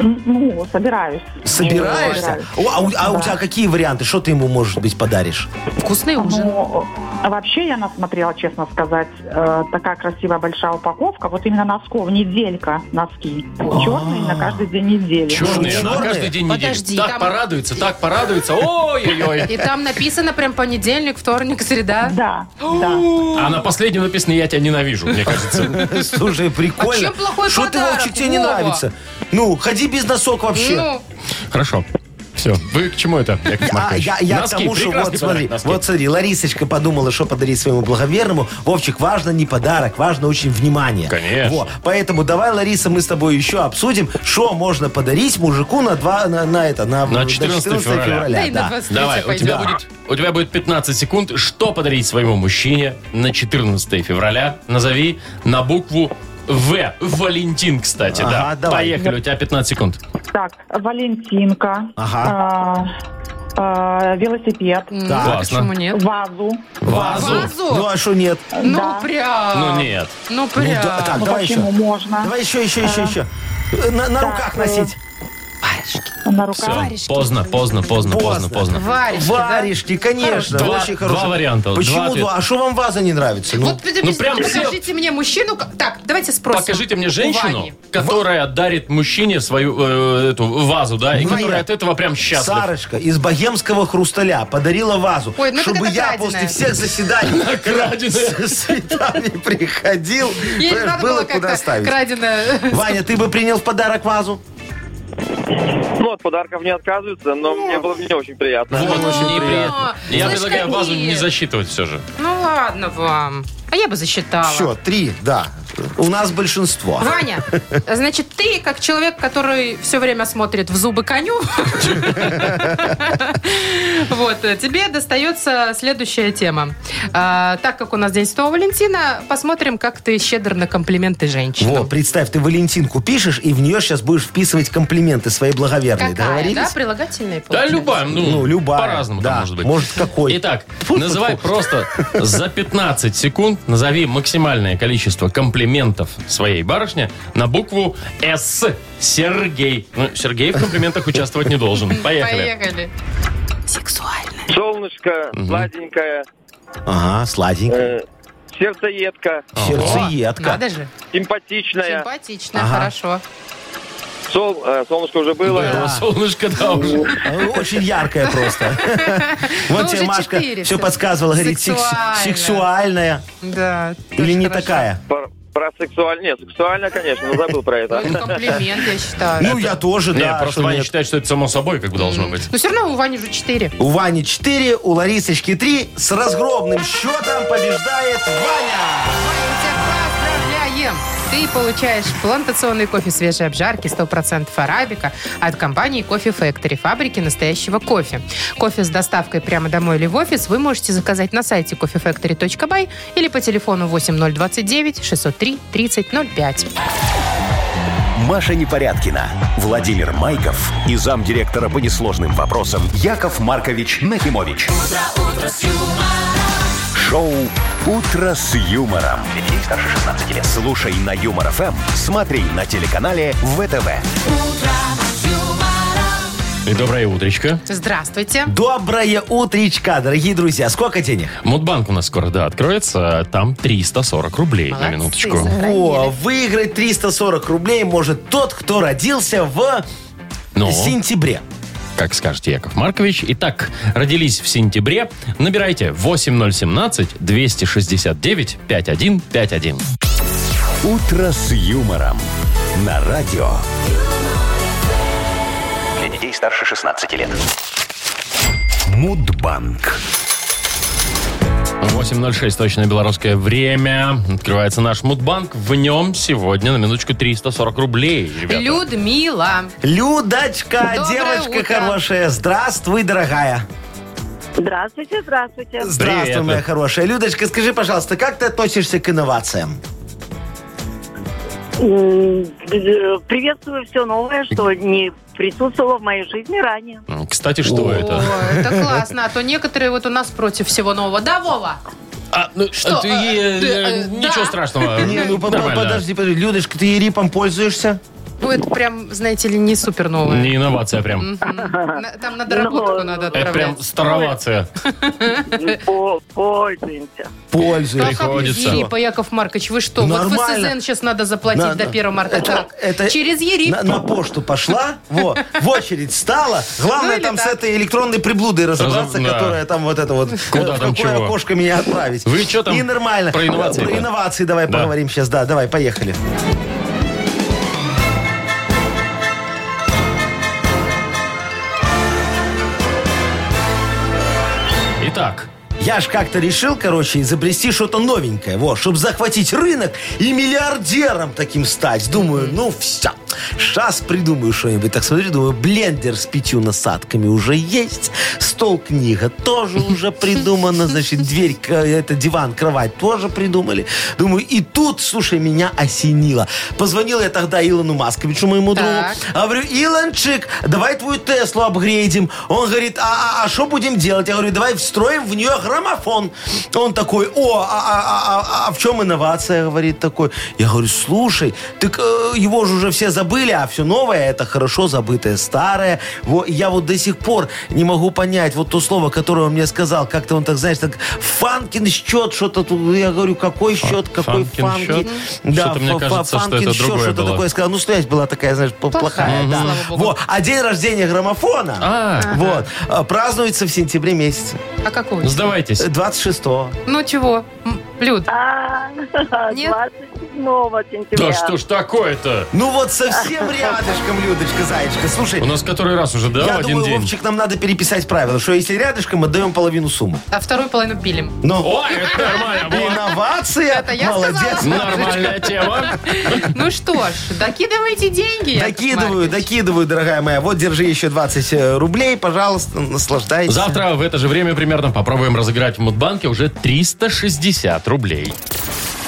[SPEAKER 8] Ну, собираюсь.
[SPEAKER 3] Собираешься?
[SPEAKER 8] Собираюсь.
[SPEAKER 3] О, а у, а у
[SPEAKER 8] Да.
[SPEAKER 3] тебя какие варианты? Что ты ему, может быть, подаришь?
[SPEAKER 2] Вкусный ужин.
[SPEAKER 8] Ну, э, вообще я насмотрела, честно сказать, э, такая красивая большая упаковка. Вот именно носков, неделька носки.
[SPEAKER 3] А.
[SPEAKER 8] Черные на каждый день недели.
[SPEAKER 1] Черные, она
[SPEAKER 3] Чёрные?
[SPEAKER 1] каждый день недели.
[SPEAKER 2] Подожди,
[SPEAKER 1] так
[SPEAKER 2] там-
[SPEAKER 1] порадуется, так порадуется. Ой-ой-ой.
[SPEAKER 2] И там написано прям понедельник, вторник, среда.
[SPEAKER 8] Да, да.
[SPEAKER 1] А на последнем написано «Я тебя ненавижу», мне кажется.
[SPEAKER 3] Слушай, прикольно.
[SPEAKER 2] А чем плохой
[SPEAKER 3] Что ты,
[SPEAKER 2] подарок,
[SPEAKER 3] Вовчик, тебе не
[SPEAKER 2] Вова?
[SPEAKER 3] нравится? Ну, ходи без носок вообще.
[SPEAKER 2] Ну,
[SPEAKER 1] Хорошо. Все. Вы к чему это, Яков
[SPEAKER 3] А,
[SPEAKER 1] Маркович?
[SPEAKER 3] я, я
[SPEAKER 1] Носки,
[SPEAKER 3] к тому, что
[SPEAKER 1] прекрасный
[SPEAKER 3] вот смотри,
[SPEAKER 1] подарок, носки.
[SPEAKER 3] вот смотри, Ларисочка подумала, что подарить своему благоверному. Вовчик, важно не подарок, важно очень внимание.
[SPEAKER 1] Конечно.
[SPEAKER 3] Во, поэтому давай, Лариса, мы с тобой еще обсудим, что можно подарить мужику на два, на, на это, на,
[SPEAKER 1] На
[SPEAKER 3] на
[SPEAKER 1] 14 февраля.
[SPEAKER 2] да, и на
[SPEAKER 3] да.
[SPEAKER 2] 23
[SPEAKER 1] Давай, у тебя,
[SPEAKER 2] пойдем.
[SPEAKER 1] будет, у тебя будет 15 секунд. Что подарить своему мужчине на 14 февраля? Назови на букву В. Валентин, кстати, да.
[SPEAKER 3] Ага, давай.
[SPEAKER 1] Поехали, у тебя 15 секунд.
[SPEAKER 8] Так, Валентинка,
[SPEAKER 3] Ага.
[SPEAKER 8] а, а, велосипед,
[SPEAKER 2] Ну,
[SPEAKER 3] Так.
[SPEAKER 1] Классно.
[SPEAKER 2] Почему нет?
[SPEAKER 8] вазу.
[SPEAKER 1] Вазу.
[SPEAKER 2] Вазу?
[SPEAKER 3] Ну, а что нет?
[SPEAKER 2] Ну,
[SPEAKER 8] Да.
[SPEAKER 2] прям.
[SPEAKER 1] Ну нет.
[SPEAKER 2] Ну,
[SPEAKER 3] Ну,
[SPEAKER 2] прям.
[SPEAKER 3] да- так,
[SPEAKER 8] Ну,
[SPEAKER 3] давай еще.
[SPEAKER 8] почему можно?
[SPEAKER 3] Давай еще, еще, еще, еще. Э, На, на
[SPEAKER 8] Так,
[SPEAKER 3] руках
[SPEAKER 8] э,
[SPEAKER 3] носить.
[SPEAKER 8] На
[SPEAKER 1] Все,
[SPEAKER 8] руках.
[SPEAKER 1] поздно, поздно, поздно, поздно,
[SPEAKER 3] Поздно.
[SPEAKER 1] поздно.
[SPEAKER 2] Варежки, да?
[SPEAKER 3] Варежки, конечно.
[SPEAKER 1] Два-
[SPEAKER 3] очень
[SPEAKER 1] два
[SPEAKER 3] хорошие.
[SPEAKER 1] варианта, два
[SPEAKER 3] Почему
[SPEAKER 1] ответа.
[SPEAKER 3] два? А что вам ваза не нравится? Ну,
[SPEAKER 2] Вот подождите,
[SPEAKER 1] Ну, прям все.
[SPEAKER 2] покажите мне мужчину. ко- Так, давайте спросим.
[SPEAKER 1] Покажите мне
[SPEAKER 2] у
[SPEAKER 1] женщину,
[SPEAKER 2] Вани.
[SPEAKER 1] которая дарит мужчине свою э, эту вазу, да, и
[SPEAKER 3] Моя.
[SPEAKER 1] которая от этого прям счастлива.
[SPEAKER 3] Сарочка из богемского хрусталя подарила вазу,
[SPEAKER 2] Ой, ну так
[SPEAKER 3] чтобы
[SPEAKER 2] это
[SPEAKER 3] я
[SPEAKER 2] краденое.
[SPEAKER 3] после всех заседаний
[SPEAKER 1] Краденое.
[SPEAKER 3] с с цветами приходил,
[SPEAKER 2] Ей же
[SPEAKER 3] понимаешь,
[SPEAKER 2] надо
[SPEAKER 3] было
[SPEAKER 2] было
[SPEAKER 3] куда
[SPEAKER 2] как-то
[SPEAKER 3] ставить.
[SPEAKER 2] краденое.
[SPEAKER 3] Ваня, ты бы принял в подарок вазу?
[SPEAKER 6] Ну, от подарков не отказываются, но мне было не очень
[SPEAKER 3] Ну,
[SPEAKER 6] приятно.
[SPEAKER 1] Вот, неприятно. Я
[SPEAKER 2] Слышь,
[SPEAKER 1] предлагаю
[SPEAKER 2] какие.
[SPEAKER 1] вазу не засчитывать все же.
[SPEAKER 2] Ну ладно вам. А я бы засчитала.
[SPEAKER 3] Все, три, да. У нас большинство.
[SPEAKER 2] Ваня, значит, ты, как человек, который все время смотрит в зубы коню, вот, э, тебе достается следующая тема. А, Так как у нас День Святого Валентина, посмотрим, как ты щедр на комплименты женщин.
[SPEAKER 3] Во, представь, ты Валентинку пишешь, и в нее сейчас будешь вписывать комплименты своей благоверной.
[SPEAKER 2] Какая, да,
[SPEAKER 3] Договорились?
[SPEAKER 2] прилагательные
[SPEAKER 1] Да,
[SPEAKER 2] получается?
[SPEAKER 1] любая, ну,
[SPEAKER 3] Ну, любая.
[SPEAKER 1] По-разному там
[SPEAKER 3] да.
[SPEAKER 1] может быть.
[SPEAKER 3] Может, какой.
[SPEAKER 1] Итак,
[SPEAKER 3] Фу, фу,
[SPEAKER 1] называй
[SPEAKER 3] фу.
[SPEAKER 1] просто за 15 секунд, назови максимальное количество комплиментов своей барышне на букву «С». Сергей. Ну, Сергей в комплиментах участвовать не должен. Поехали.
[SPEAKER 2] Поехали.
[SPEAKER 6] Солнышко, сладенькое,
[SPEAKER 3] Ага, сладенько.
[SPEAKER 6] э, сердцеедка,
[SPEAKER 3] Сердцеедка.
[SPEAKER 2] Надо же.
[SPEAKER 6] симпатичная.
[SPEAKER 2] Симпатично,
[SPEAKER 3] Ага.
[SPEAKER 2] хорошо.
[SPEAKER 6] Сол, э, солнышко уже было.
[SPEAKER 1] Было солнышко, да, уже.
[SPEAKER 3] Э, Очень яркая просто.
[SPEAKER 2] Ну,
[SPEAKER 3] Вот тебе
[SPEAKER 2] уже
[SPEAKER 3] Машка
[SPEAKER 2] четыре
[SPEAKER 3] все
[SPEAKER 2] всё.
[SPEAKER 3] подсказывала. Говорит, секс-
[SPEAKER 2] Сексуальная.
[SPEAKER 3] сексуальная.
[SPEAKER 2] Да. тоже
[SPEAKER 3] Или не
[SPEAKER 2] хорошо.
[SPEAKER 3] такая.
[SPEAKER 6] Про, про сексуаль- Нет, сексуально, конечно, но забыл про
[SPEAKER 2] Ну,
[SPEAKER 6] это.
[SPEAKER 2] это комплимент, я считаю.
[SPEAKER 3] Ну, я тоже,
[SPEAKER 1] Не,
[SPEAKER 3] да.
[SPEAKER 1] просто
[SPEAKER 3] что
[SPEAKER 1] Ваня
[SPEAKER 3] нет.
[SPEAKER 1] считает, что это само собой как бы должно быть.
[SPEAKER 2] Но все Ну, равно у Вани же 4.
[SPEAKER 3] У Вани 4, у Ларисочки 3. С разгромным счетом побеждает Ваня.
[SPEAKER 2] Поздравляем! ты получаешь плантационный кофе свежей обжарки 100% арабика от компании Кофе Factory, фабрики настоящего кофе. Кофе с доставкой прямо домой или в офис вы можете заказать на сайте coffeefactory.by или по телефону 8029 603 3005.
[SPEAKER 4] Маша Непорядкина, Владимир Майков и замдиректора по несложным вопросам Яков Маркович Нахимович. Шоу Утро с юмором. Детей старше 16 лет. Слушай на юмор ФМ, смотри на телеканале ВТВ.
[SPEAKER 1] И доброе утречко.
[SPEAKER 2] Здравствуйте.
[SPEAKER 3] Доброе утречка, дорогие друзья. Сколько денег?
[SPEAKER 1] Мудбанк у нас скоро, да, откроется. Там 340 рублей на
[SPEAKER 2] Молодцы,
[SPEAKER 1] минуточку.
[SPEAKER 2] сохранили.
[SPEAKER 3] О, выиграть 340 рублей может тот, кто родился в
[SPEAKER 1] Ну,
[SPEAKER 3] сентябре.
[SPEAKER 1] как скажете, Яков Маркович. Итак, родились в сентябре. Набирайте 8017-269-5151.
[SPEAKER 4] Утро с юмором. На радио.
[SPEAKER 5] Для детей старше 16 лет.
[SPEAKER 4] Мудбанк.
[SPEAKER 1] 8.06, точное белорусское время. Открывается наш Мудбанк. В нем сегодня, на минуточку, 340 рублей, ребята.
[SPEAKER 2] Людмила.
[SPEAKER 3] Людочка,
[SPEAKER 2] Доброе
[SPEAKER 3] девочка
[SPEAKER 2] утро.
[SPEAKER 3] хорошая, здравствуй, дорогая.
[SPEAKER 7] Здравствуйте, здравствуйте.
[SPEAKER 3] Здравствуй,
[SPEAKER 1] Привет.
[SPEAKER 3] моя хорошая. Людочка, скажи, пожалуйста, как ты относишься к инновациям?
[SPEAKER 7] М, э, Приветствую все новое, что не присутствовало в моей жизни ранее.
[SPEAKER 1] Кстати, что это?
[SPEAKER 2] Ой, это классно. А то некоторые вот у нас против всего нового. Да, Вова?
[SPEAKER 1] А, ну,
[SPEAKER 2] Что?
[SPEAKER 1] а ты, э,
[SPEAKER 2] А, ты, э,
[SPEAKER 1] ничего
[SPEAKER 2] да.
[SPEAKER 1] страшного.
[SPEAKER 3] Не, ну по- по-
[SPEAKER 1] Нормально.
[SPEAKER 3] подожди, подожди. Людочка, ты рипом пользуешься?
[SPEAKER 2] Будет Ну, прям, знаете ли, не супер новое.
[SPEAKER 1] Не инновация прям.
[SPEAKER 2] На- Там на доработку
[SPEAKER 7] Ну,
[SPEAKER 2] надо
[SPEAKER 1] Это прям
[SPEAKER 2] отправлять.
[SPEAKER 1] старовация.
[SPEAKER 7] По- Пользуемся.
[SPEAKER 3] Пользуюсь.
[SPEAKER 2] Как
[SPEAKER 1] приходится.
[SPEAKER 2] Ерипа, Яков Маркович, вы что? Вот
[SPEAKER 3] Нормально.
[SPEAKER 2] ФСЗН сейчас надо заплатить
[SPEAKER 3] На-
[SPEAKER 2] до 1 марта.
[SPEAKER 3] это-
[SPEAKER 2] Так,
[SPEAKER 3] это-
[SPEAKER 2] Через Ерип.
[SPEAKER 3] На, на пошту пошла, во, в очередь стала. Главное
[SPEAKER 2] Ну или
[SPEAKER 3] там с
[SPEAKER 2] так.
[SPEAKER 3] этой электронной приблудой разобраться,
[SPEAKER 1] да.
[SPEAKER 3] которая там вот это вот, э,
[SPEAKER 1] Куда
[SPEAKER 3] в
[SPEAKER 1] там,
[SPEAKER 3] какое
[SPEAKER 1] чего?
[SPEAKER 3] окошко меня отправить.
[SPEAKER 1] Вы чё там
[SPEAKER 3] И нормально.
[SPEAKER 1] про инновации-то?
[SPEAKER 3] Про инновации давай
[SPEAKER 1] Да.
[SPEAKER 3] поговорим сейчас, да, давай, поехали.
[SPEAKER 1] Итак,
[SPEAKER 3] Я ж как-то решил, короче, изобрести что-то новенькое, вот, чтобы захватить рынок и миллиардером таким стать. Думаю, ну все, сейчас придумаю что-нибудь. Так смотрю, думаю, блендер с пятью насадками уже есть, стол книга тоже уже придумана, значит, дверь, к- это диван, кровать тоже придумали. Думаю, и тут, слушай, меня осенило. Позвонил я тогда Илону Масковичу, моему
[SPEAKER 2] Так.
[SPEAKER 3] другу, а говорю, Илончик, давай твою Теслу апгрейдим. Он говорит, а что будем делать? Я говорю, давай встроим в нее граммофон. Он такой, о, а, а- а- а- а в чем инновация, говорит такой. Я говорю, слушай, так э, его же уже все забыли, а все новое, это хорошо забытое старое. Во, я вот до сих пор не могу понять вот то слово, которое он мне сказал. Как-то он так, знаешь, так, фанкин счет, что-то тут. Я говорю, какой счет, какой
[SPEAKER 1] фанкин
[SPEAKER 3] фанки.
[SPEAKER 1] счет? Что-то мне
[SPEAKER 3] фа- фа-
[SPEAKER 1] кажется, что
[SPEAKER 3] фанкин
[SPEAKER 1] это
[SPEAKER 3] счет,
[SPEAKER 1] другое
[SPEAKER 3] что-то
[SPEAKER 1] было.
[SPEAKER 3] такое сказал. Ну, связь была такая, знаешь, п-
[SPEAKER 2] Плохая,
[SPEAKER 3] плохая. да.
[SPEAKER 2] слава богу.
[SPEAKER 3] Во, а день рождения граммофона
[SPEAKER 1] А.
[SPEAKER 3] вот, а, празднуется в сентябре месяце,
[SPEAKER 2] А какой?
[SPEAKER 1] сдавайтесь.
[SPEAKER 3] э, 26-го.
[SPEAKER 2] Ну чего? М, Люд,
[SPEAKER 7] А, 27 сентября.
[SPEAKER 1] Да что ж такое-то?
[SPEAKER 3] Ну вот совсем рядышком, Людочка, зайчка. Слушай,
[SPEAKER 1] У нас который раз уже, Ну, да,
[SPEAKER 3] я
[SPEAKER 1] в один
[SPEAKER 3] думаю,
[SPEAKER 1] день?
[SPEAKER 3] Вовчик, нам надо переписать правила, что если рядышком, отдаем половину суммы.
[SPEAKER 2] а вторую половину пилим.
[SPEAKER 3] Но
[SPEAKER 1] Ой, это нормально.
[SPEAKER 3] инновация,
[SPEAKER 2] Это я
[SPEAKER 3] молодец.
[SPEAKER 1] вот. Нормальная тема.
[SPEAKER 2] Ну что ж, докидывайте деньги. Яков
[SPEAKER 3] Докидываю,
[SPEAKER 2] Маркович.
[SPEAKER 3] докидываю, дорогая моя. Вот, держи еще 20 э, рублей, пожалуйста, наслаждайся.
[SPEAKER 1] Завтра в это же время примерно попробуем разыграть в Мудбанке уже 360 рублей.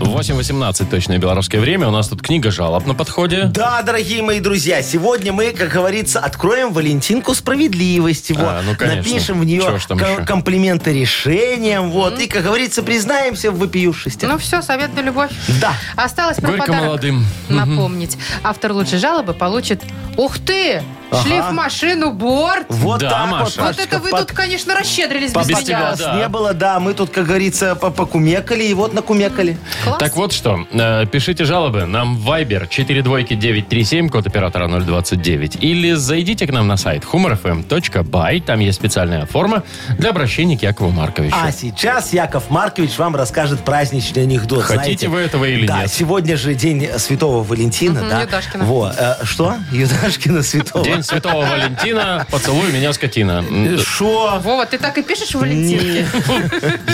[SPEAKER 1] 8.18 точное белорусское время. У нас тут книга жалоб на подходе.
[SPEAKER 3] Да, дорогие мои друзья, сегодня мы, как говорится, откроем Валентинку справедливости. Вот.
[SPEAKER 1] А, ну, конечно.
[SPEAKER 3] Напишем в нее
[SPEAKER 1] Чего ж там
[SPEAKER 3] ком-
[SPEAKER 1] еще?
[SPEAKER 3] комплименты решениям. Вот. И, как говорится, признаемся в вопиюшисти.
[SPEAKER 2] Ну все, совет да любовь.
[SPEAKER 3] Да.
[SPEAKER 2] Осталось про
[SPEAKER 1] Горько
[SPEAKER 2] подарок
[SPEAKER 1] молодым.
[SPEAKER 2] напомнить. Автор лучшей жалобы получит... Ух ты! Шлиф машину, борт!
[SPEAKER 3] Вот
[SPEAKER 1] Да,
[SPEAKER 3] так
[SPEAKER 1] Маша.
[SPEAKER 3] вот.
[SPEAKER 2] Вот это вы тут, конечно, расщедрились без
[SPEAKER 1] Без тебя,
[SPEAKER 2] меня.
[SPEAKER 3] Нас
[SPEAKER 1] да.
[SPEAKER 3] не было, да. Мы тут, как говорится, по- покумекали, и вот накумекали.
[SPEAKER 2] Класс.
[SPEAKER 1] Так вот что, э, пишите жалобы нам в Viber 42937, код оператора 029. Или зайдите к нам на сайт humorfm.by, там есть специальная форма для обращения к Якову Марковичу.
[SPEAKER 3] А сейчас Яков Маркович вам расскажет праздничный анекдот.
[SPEAKER 1] Хотите
[SPEAKER 3] знаете.
[SPEAKER 1] вы этого или
[SPEAKER 3] Да,
[SPEAKER 1] нет?
[SPEAKER 3] сегодня же день Святого Валентина,
[SPEAKER 2] Мгм,
[SPEAKER 3] да.
[SPEAKER 2] Юдашкина.
[SPEAKER 3] Во, э, что? Юда- Яшкина святого.
[SPEAKER 1] День Святого Валентина, поцелуй меня, скотина. М,
[SPEAKER 3] Шо?
[SPEAKER 2] Вова, ты так и пишешь Валентинке?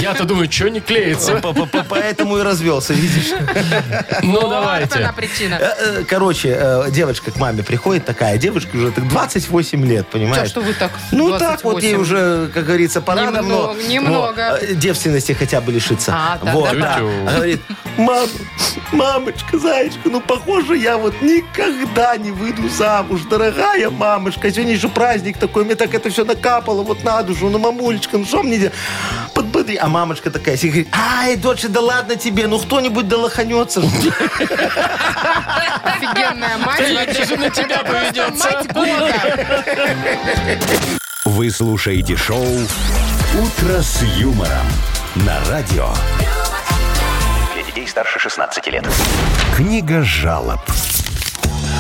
[SPEAKER 1] Я-то думаю, что не клеится.
[SPEAKER 3] По- по- по- Поэтому и развелся, видишь?
[SPEAKER 1] Ну,
[SPEAKER 2] Вот она
[SPEAKER 1] давайте.
[SPEAKER 3] Э,
[SPEAKER 2] причина.
[SPEAKER 3] э, Короче, э, девочка к маме приходит такая, девушка уже так 28 лет, понимаешь?
[SPEAKER 2] Чё, что вы так
[SPEAKER 3] Ну так вот
[SPEAKER 2] 28?
[SPEAKER 3] ей уже, как говорится, пора
[SPEAKER 2] Немного,
[SPEAKER 3] давно
[SPEAKER 2] немного.
[SPEAKER 3] э, девственности хотя бы лишиться.
[SPEAKER 2] А, так,
[SPEAKER 3] вот,
[SPEAKER 2] да,
[SPEAKER 3] да.
[SPEAKER 1] так.
[SPEAKER 3] Она Говорит, мама, мамочка, зайчка, ну похоже, я вот никогда не выйду замуж, дорогая мамочка. Сегодня еще праздник такой, мне так это все накапало вот на душу, ну мамулечка, ну что мне делать? Подбодри. А мамочка такая сидит, говорит, ай, доча, да ладно тебе, ну кто-нибудь долоханется.
[SPEAKER 2] Офигенная мать.
[SPEAKER 1] Это же на тебя поведется.
[SPEAKER 2] Мать года.
[SPEAKER 4] Вы слушаете шоу «Утро с юмором» на радио.
[SPEAKER 5] Для детей старше 16 лет.
[SPEAKER 4] Книга жалоб.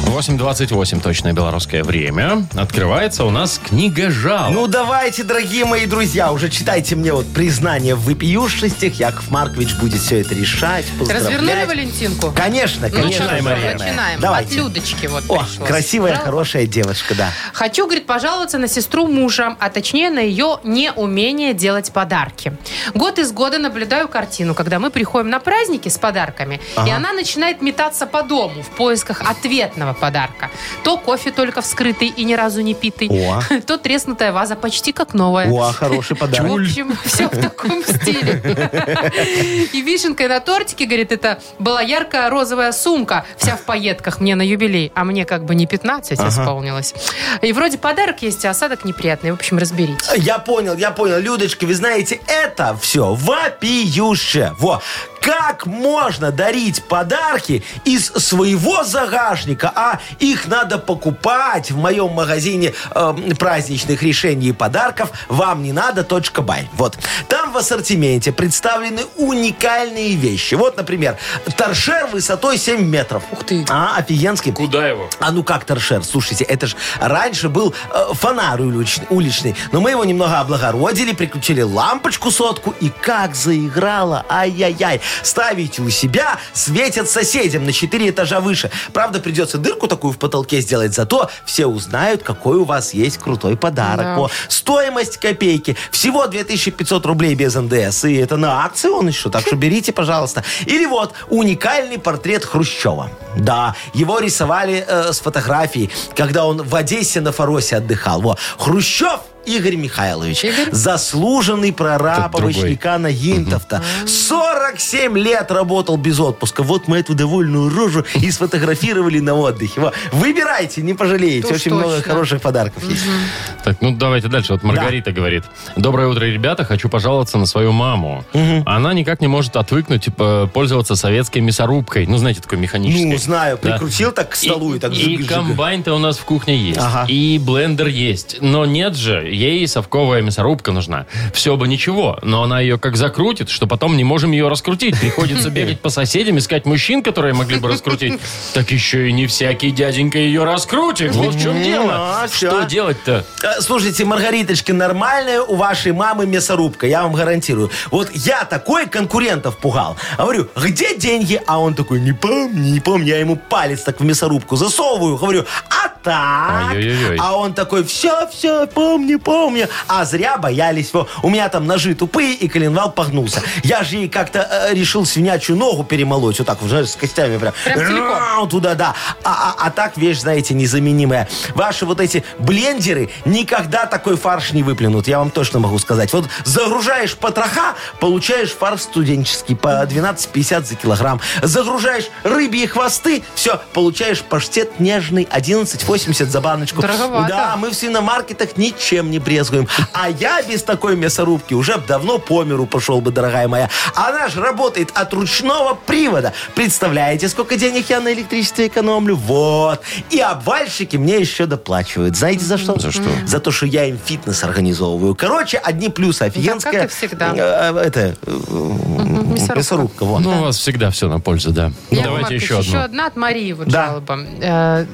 [SPEAKER 1] 8.28 точное белорусское время. Открывается у нас книга жалоб.
[SPEAKER 3] Ну давайте, дорогие мои друзья, уже читайте мне вот признание в выпиюшестях. Яков Маркович будет все это решать, поздравлять.
[SPEAKER 2] Развернули Валентинку?
[SPEAKER 3] Конечно,
[SPEAKER 2] Ну
[SPEAKER 3] конечно.
[SPEAKER 1] Начинай,
[SPEAKER 2] что,
[SPEAKER 1] Мария.
[SPEAKER 2] Начинаем. От
[SPEAKER 3] Давайте.
[SPEAKER 2] Людочки вот
[SPEAKER 3] О,
[SPEAKER 2] пришло.
[SPEAKER 3] красивая,
[SPEAKER 2] Да?
[SPEAKER 3] хорошая девочка, да.
[SPEAKER 2] Хочу, говорит, пожаловаться на сестру мужа, а точнее на ее неумение делать подарки. Год из года наблюдаю картину, когда мы приходим на праздники с подарками, и она начинает метаться по дому в поисках ответного подарка. То кофе только вскрытый и ни разу не питый,
[SPEAKER 3] О.
[SPEAKER 2] то треснутая ваза почти как новая.
[SPEAKER 3] О, хороший
[SPEAKER 2] В
[SPEAKER 3] подарок.
[SPEAKER 2] общем, все в таком стиле. И вишенкой на тортике, говорит, это была яркая розовая сумка, вся в пайетках, мне на юбилей, а мне как бы не 15 исполнилось. И вроде подарок есть, а осадок неприятный. В общем, разберитесь.
[SPEAKER 3] Я понял, я понял. Людочка, вы знаете, это все вопиюще. Во. Как можно дарить подарки из своего загашника, а их надо покупать в моем магазине эм, праздничных решений и подарков «Вам не надо. .бай». Вот. Там в ассортименте представлены уникальные вещи. Вот, например, торшер высотой 7 метров.
[SPEAKER 2] Ух ты.
[SPEAKER 3] А, офигенский.
[SPEAKER 1] Куда его?
[SPEAKER 3] А ну как торшер? Слушайте, это ж раньше был э, фонарь улич- уличный. Но мы его немного облагородили, приключили лампочку сотку. И как заиграла, ай-яй-яй. Ставите у себя, светят соседям на 4 этажа выше. Правда, придется дырку такую в потолке сделать, зато все узнают, какой у вас есть крутой подарок.
[SPEAKER 2] Да.
[SPEAKER 3] Во. Стоимость копейки. Всего 2500 рублей без НДС. И это на акции он еще. Так что берите, пожалуйста. Или вот уникальный портрет Хрущева. Да, его рисовали э, с фотографии, когда он в Одессе на Фаросе отдыхал. Во. Хрущев Игорь Михайлович, заслуженный прораб
[SPEAKER 1] Тут другой.
[SPEAKER 3] овощника Нагинтов-то. 47 лет работал без отпуска. Вот мы эту довольную рожу и сфотографировали на отдыхе. Во. Выбирайте, не пожалеете.
[SPEAKER 2] Уж
[SPEAKER 3] Очень много
[SPEAKER 2] точно.
[SPEAKER 3] хороших подарков есть.
[SPEAKER 1] Так, ну давайте дальше. Вот Маргарита говорит. Доброе утро, ребята. Хочу пожаловаться на свою маму. Она никак не может отвыкнуть э, пользоваться советской мясорубкой. Ну, знаете, такой механической.
[SPEAKER 3] Ну, знаю,
[SPEAKER 1] Да.
[SPEAKER 3] прикрутил так к столу и, так
[SPEAKER 1] и
[SPEAKER 3] жиг-жиг.
[SPEAKER 1] комбайн-то у нас в кухне есть,
[SPEAKER 3] Ага.
[SPEAKER 1] и блендер есть. Но нет же, ей совковая мясорубка нужна. Все бы ничего, но она ее как закрутит, что потом не можем ее раскрутить. Приходится бегать по соседям, искать мужчин, которые могли бы раскрутить. Так еще и не всякий дяденька ее раскрутит. Вот в чем
[SPEAKER 3] Ну,
[SPEAKER 1] дело.
[SPEAKER 3] а,
[SPEAKER 1] Что
[SPEAKER 3] всё.
[SPEAKER 1] делать-то?
[SPEAKER 3] Э, Слушайте, Маргариточки, нормальная у вашей мамы мясорубка, я вам гарантирую. Вот я такой конкурентов пугал. А Говорю, где деньги? А он такой, не помню, не помню. Я ему палец так в мясорубку засовываю. Говорю, а так?
[SPEAKER 1] Ой-ой-ой.
[SPEAKER 3] А он такой, все, все, помню, помню. А зря боялись. Во, у меня там ножи тупые, и коленвал погнулся. Я же ей как-то э, решил свинячью ногу перемолоть. Вот так, вот, знаешь, с костями прям.
[SPEAKER 2] Прям целиком.
[SPEAKER 3] Ау, туда, да. А, а- а так вещь, знаете, незаменимая. Ваши вот эти блендеры никогда такой фарш не выплюнут, я вам точно могу сказать. Вот загружаешь потроха, получаешь фарш студенческий по 12,50 за килограмм. Загружаешь рыбьи хвосты, все, получаешь паштет нежный 11,80 за баночку.
[SPEAKER 2] Дороговато.
[SPEAKER 3] Да, мы в свиномаркетах ничем не брезгуем. А я без такой мясорубки уже б давно по миру пошел бы, дорогая моя. Она же работает от ручного привода. Представляете, сколько денег я на электричестве экономлю? Вот. И обвальщики мне еще доплачивают. Знаете, за что? За что? За то, что я им фитнес организовываю. Короче, одни плюсы. а Офигенская...
[SPEAKER 2] и всегда.
[SPEAKER 3] э, э, Это... э, Мясорубка. во.
[SPEAKER 1] Ну, у вас всегда все на пользу, да. Ну,
[SPEAKER 2] Яков
[SPEAKER 1] давайте
[SPEAKER 2] Маркович,
[SPEAKER 1] еще
[SPEAKER 2] еще
[SPEAKER 1] одну.
[SPEAKER 2] одна от Марии вот
[SPEAKER 3] Да.
[SPEAKER 2] жалоба. Э,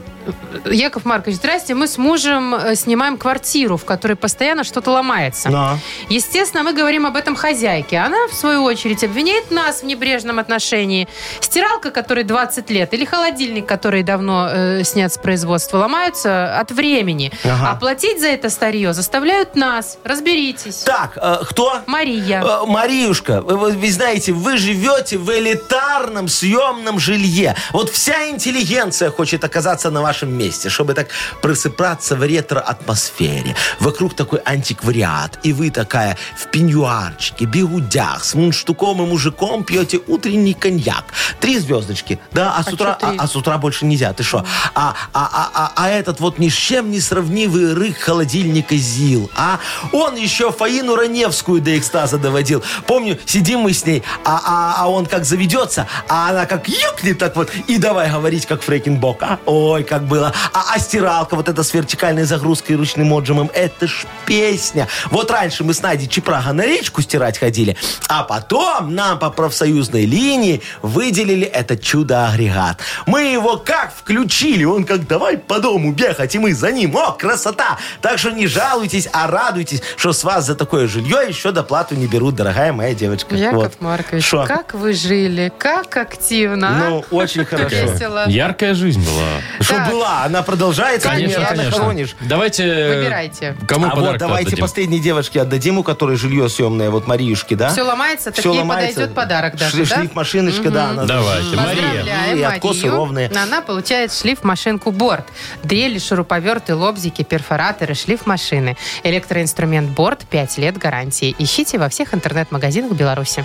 [SPEAKER 2] Яков Маркович, здрасте. Мы с мужем э, снимаем квартиру, в которой постоянно что-то ломается.
[SPEAKER 3] Да.
[SPEAKER 2] Естественно, мы говорим об этом хозяйке. Она, в свою очередь, обвиняет нас в небрежном отношении. Стиралка, которой 20 лет, или холодильник, который давно э, снят с производства, ломаются от времени.
[SPEAKER 3] Ага.
[SPEAKER 2] А платить за это старье заставляют нас. Разберитесь.
[SPEAKER 3] Так, э, кто?
[SPEAKER 2] Мария.
[SPEAKER 3] Э, Мариюшка, вы, вы- вы знаете, вы живете в элитарном съемном жилье. Вот вся интеллигенция хочет оказаться на вашем месте, чтобы так просыпаться в ретро-атмосфере. Вокруг такой антиквариат. И вы такая в пеньюарчике, бегудях, с мунштуком и мужиком пьете утренний коньяк. Три звездочки, да? А с,
[SPEAKER 2] А
[SPEAKER 3] утра,
[SPEAKER 2] чё три?
[SPEAKER 3] а- а с утра больше нельзя, ты что? А, а, а, а, а этот вот ни с чем не сравнивый рык холодильника ЗИЛ, а? Он еще Фаину Раневскую до экстаза доводил. Помню, сидим мы с ней, а, а, а он как заведется, а она как юкнет так вот, и давай говорить, как Фрекенбок. А? Ой, как было. А, а стиралка вот эта с вертикальной загрузкой и ручным отжимом, это ж песня. Вот раньше мы с Надей Чепрага на речку стирать ходили, а потом нам по профсоюзной линии выделили это чудо-агрегат. Мы его как включили, он как давай по дому бегать, и мы за ним. О, красота! Так что не жалуйтесь, а радуйтесь, что с вас за такое жилье еще доплату не берут, дорогая моя девочка.
[SPEAKER 2] Яков
[SPEAKER 3] Вот.
[SPEAKER 2] Маркович,
[SPEAKER 3] Шо?
[SPEAKER 2] как вы жили, как активно. а?
[SPEAKER 3] Ну, очень хорошо.
[SPEAKER 2] Весело.
[SPEAKER 1] Яркая жизнь была.
[SPEAKER 3] Что
[SPEAKER 2] Так.
[SPEAKER 3] была, она продолжается, а
[SPEAKER 1] Конечно,
[SPEAKER 3] рано
[SPEAKER 1] конечно.
[SPEAKER 3] хоронишь.
[SPEAKER 1] Давайте... э,
[SPEAKER 2] Выбирайте.
[SPEAKER 1] Кому
[SPEAKER 3] А вот
[SPEAKER 1] подарок
[SPEAKER 3] давайте
[SPEAKER 1] отдадим?
[SPEAKER 3] последней девочке отдадим, у которой жилье съемное, вот Мариюшке, да?
[SPEAKER 2] Все ломается, так
[SPEAKER 3] Всё
[SPEAKER 2] ей
[SPEAKER 3] ломается.
[SPEAKER 2] подойдет подарок даже,
[SPEAKER 3] Шли-
[SPEAKER 2] да?
[SPEAKER 3] Шлиф-машиночка, да. она- Ну
[SPEAKER 1] Давайте, Мария.
[SPEAKER 3] И
[SPEAKER 2] Поздравляем
[SPEAKER 3] откосы
[SPEAKER 2] Марию.
[SPEAKER 3] ровные.
[SPEAKER 2] Она получает шлиф-машинку «Борт». Дрели, шуруповерты, лобзики, перфораторы, шлиф-машины. Электроинструмент «Борт» 5 лет гарантии. Ищите во всех интернет-магазинах Беларуси.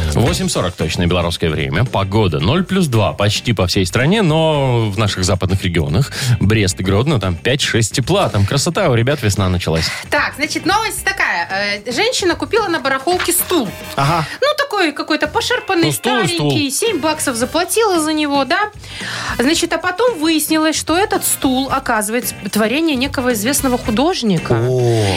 [SPEAKER 1] 8.40 точное белорусское время. Погода 0 плюс 2 почти по всей стране, но в наших западных регионах, Брест и Гродно, там 5-6 тепла. Там красота, у ребят весна началась.
[SPEAKER 2] Так, значит, новость такая. Э, Женщина купила на барахолке стул.
[SPEAKER 3] Ага.
[SPEAKER 2] Ну, такой какой-то пошарпанный,
[SPEAKER 1] Ну, стул и
[SPEAKER 2] старенький. 7 баксов заплатила за него, да? Значит, а потом выяснилось, что этот стул, оказывается, творение некого известного художника.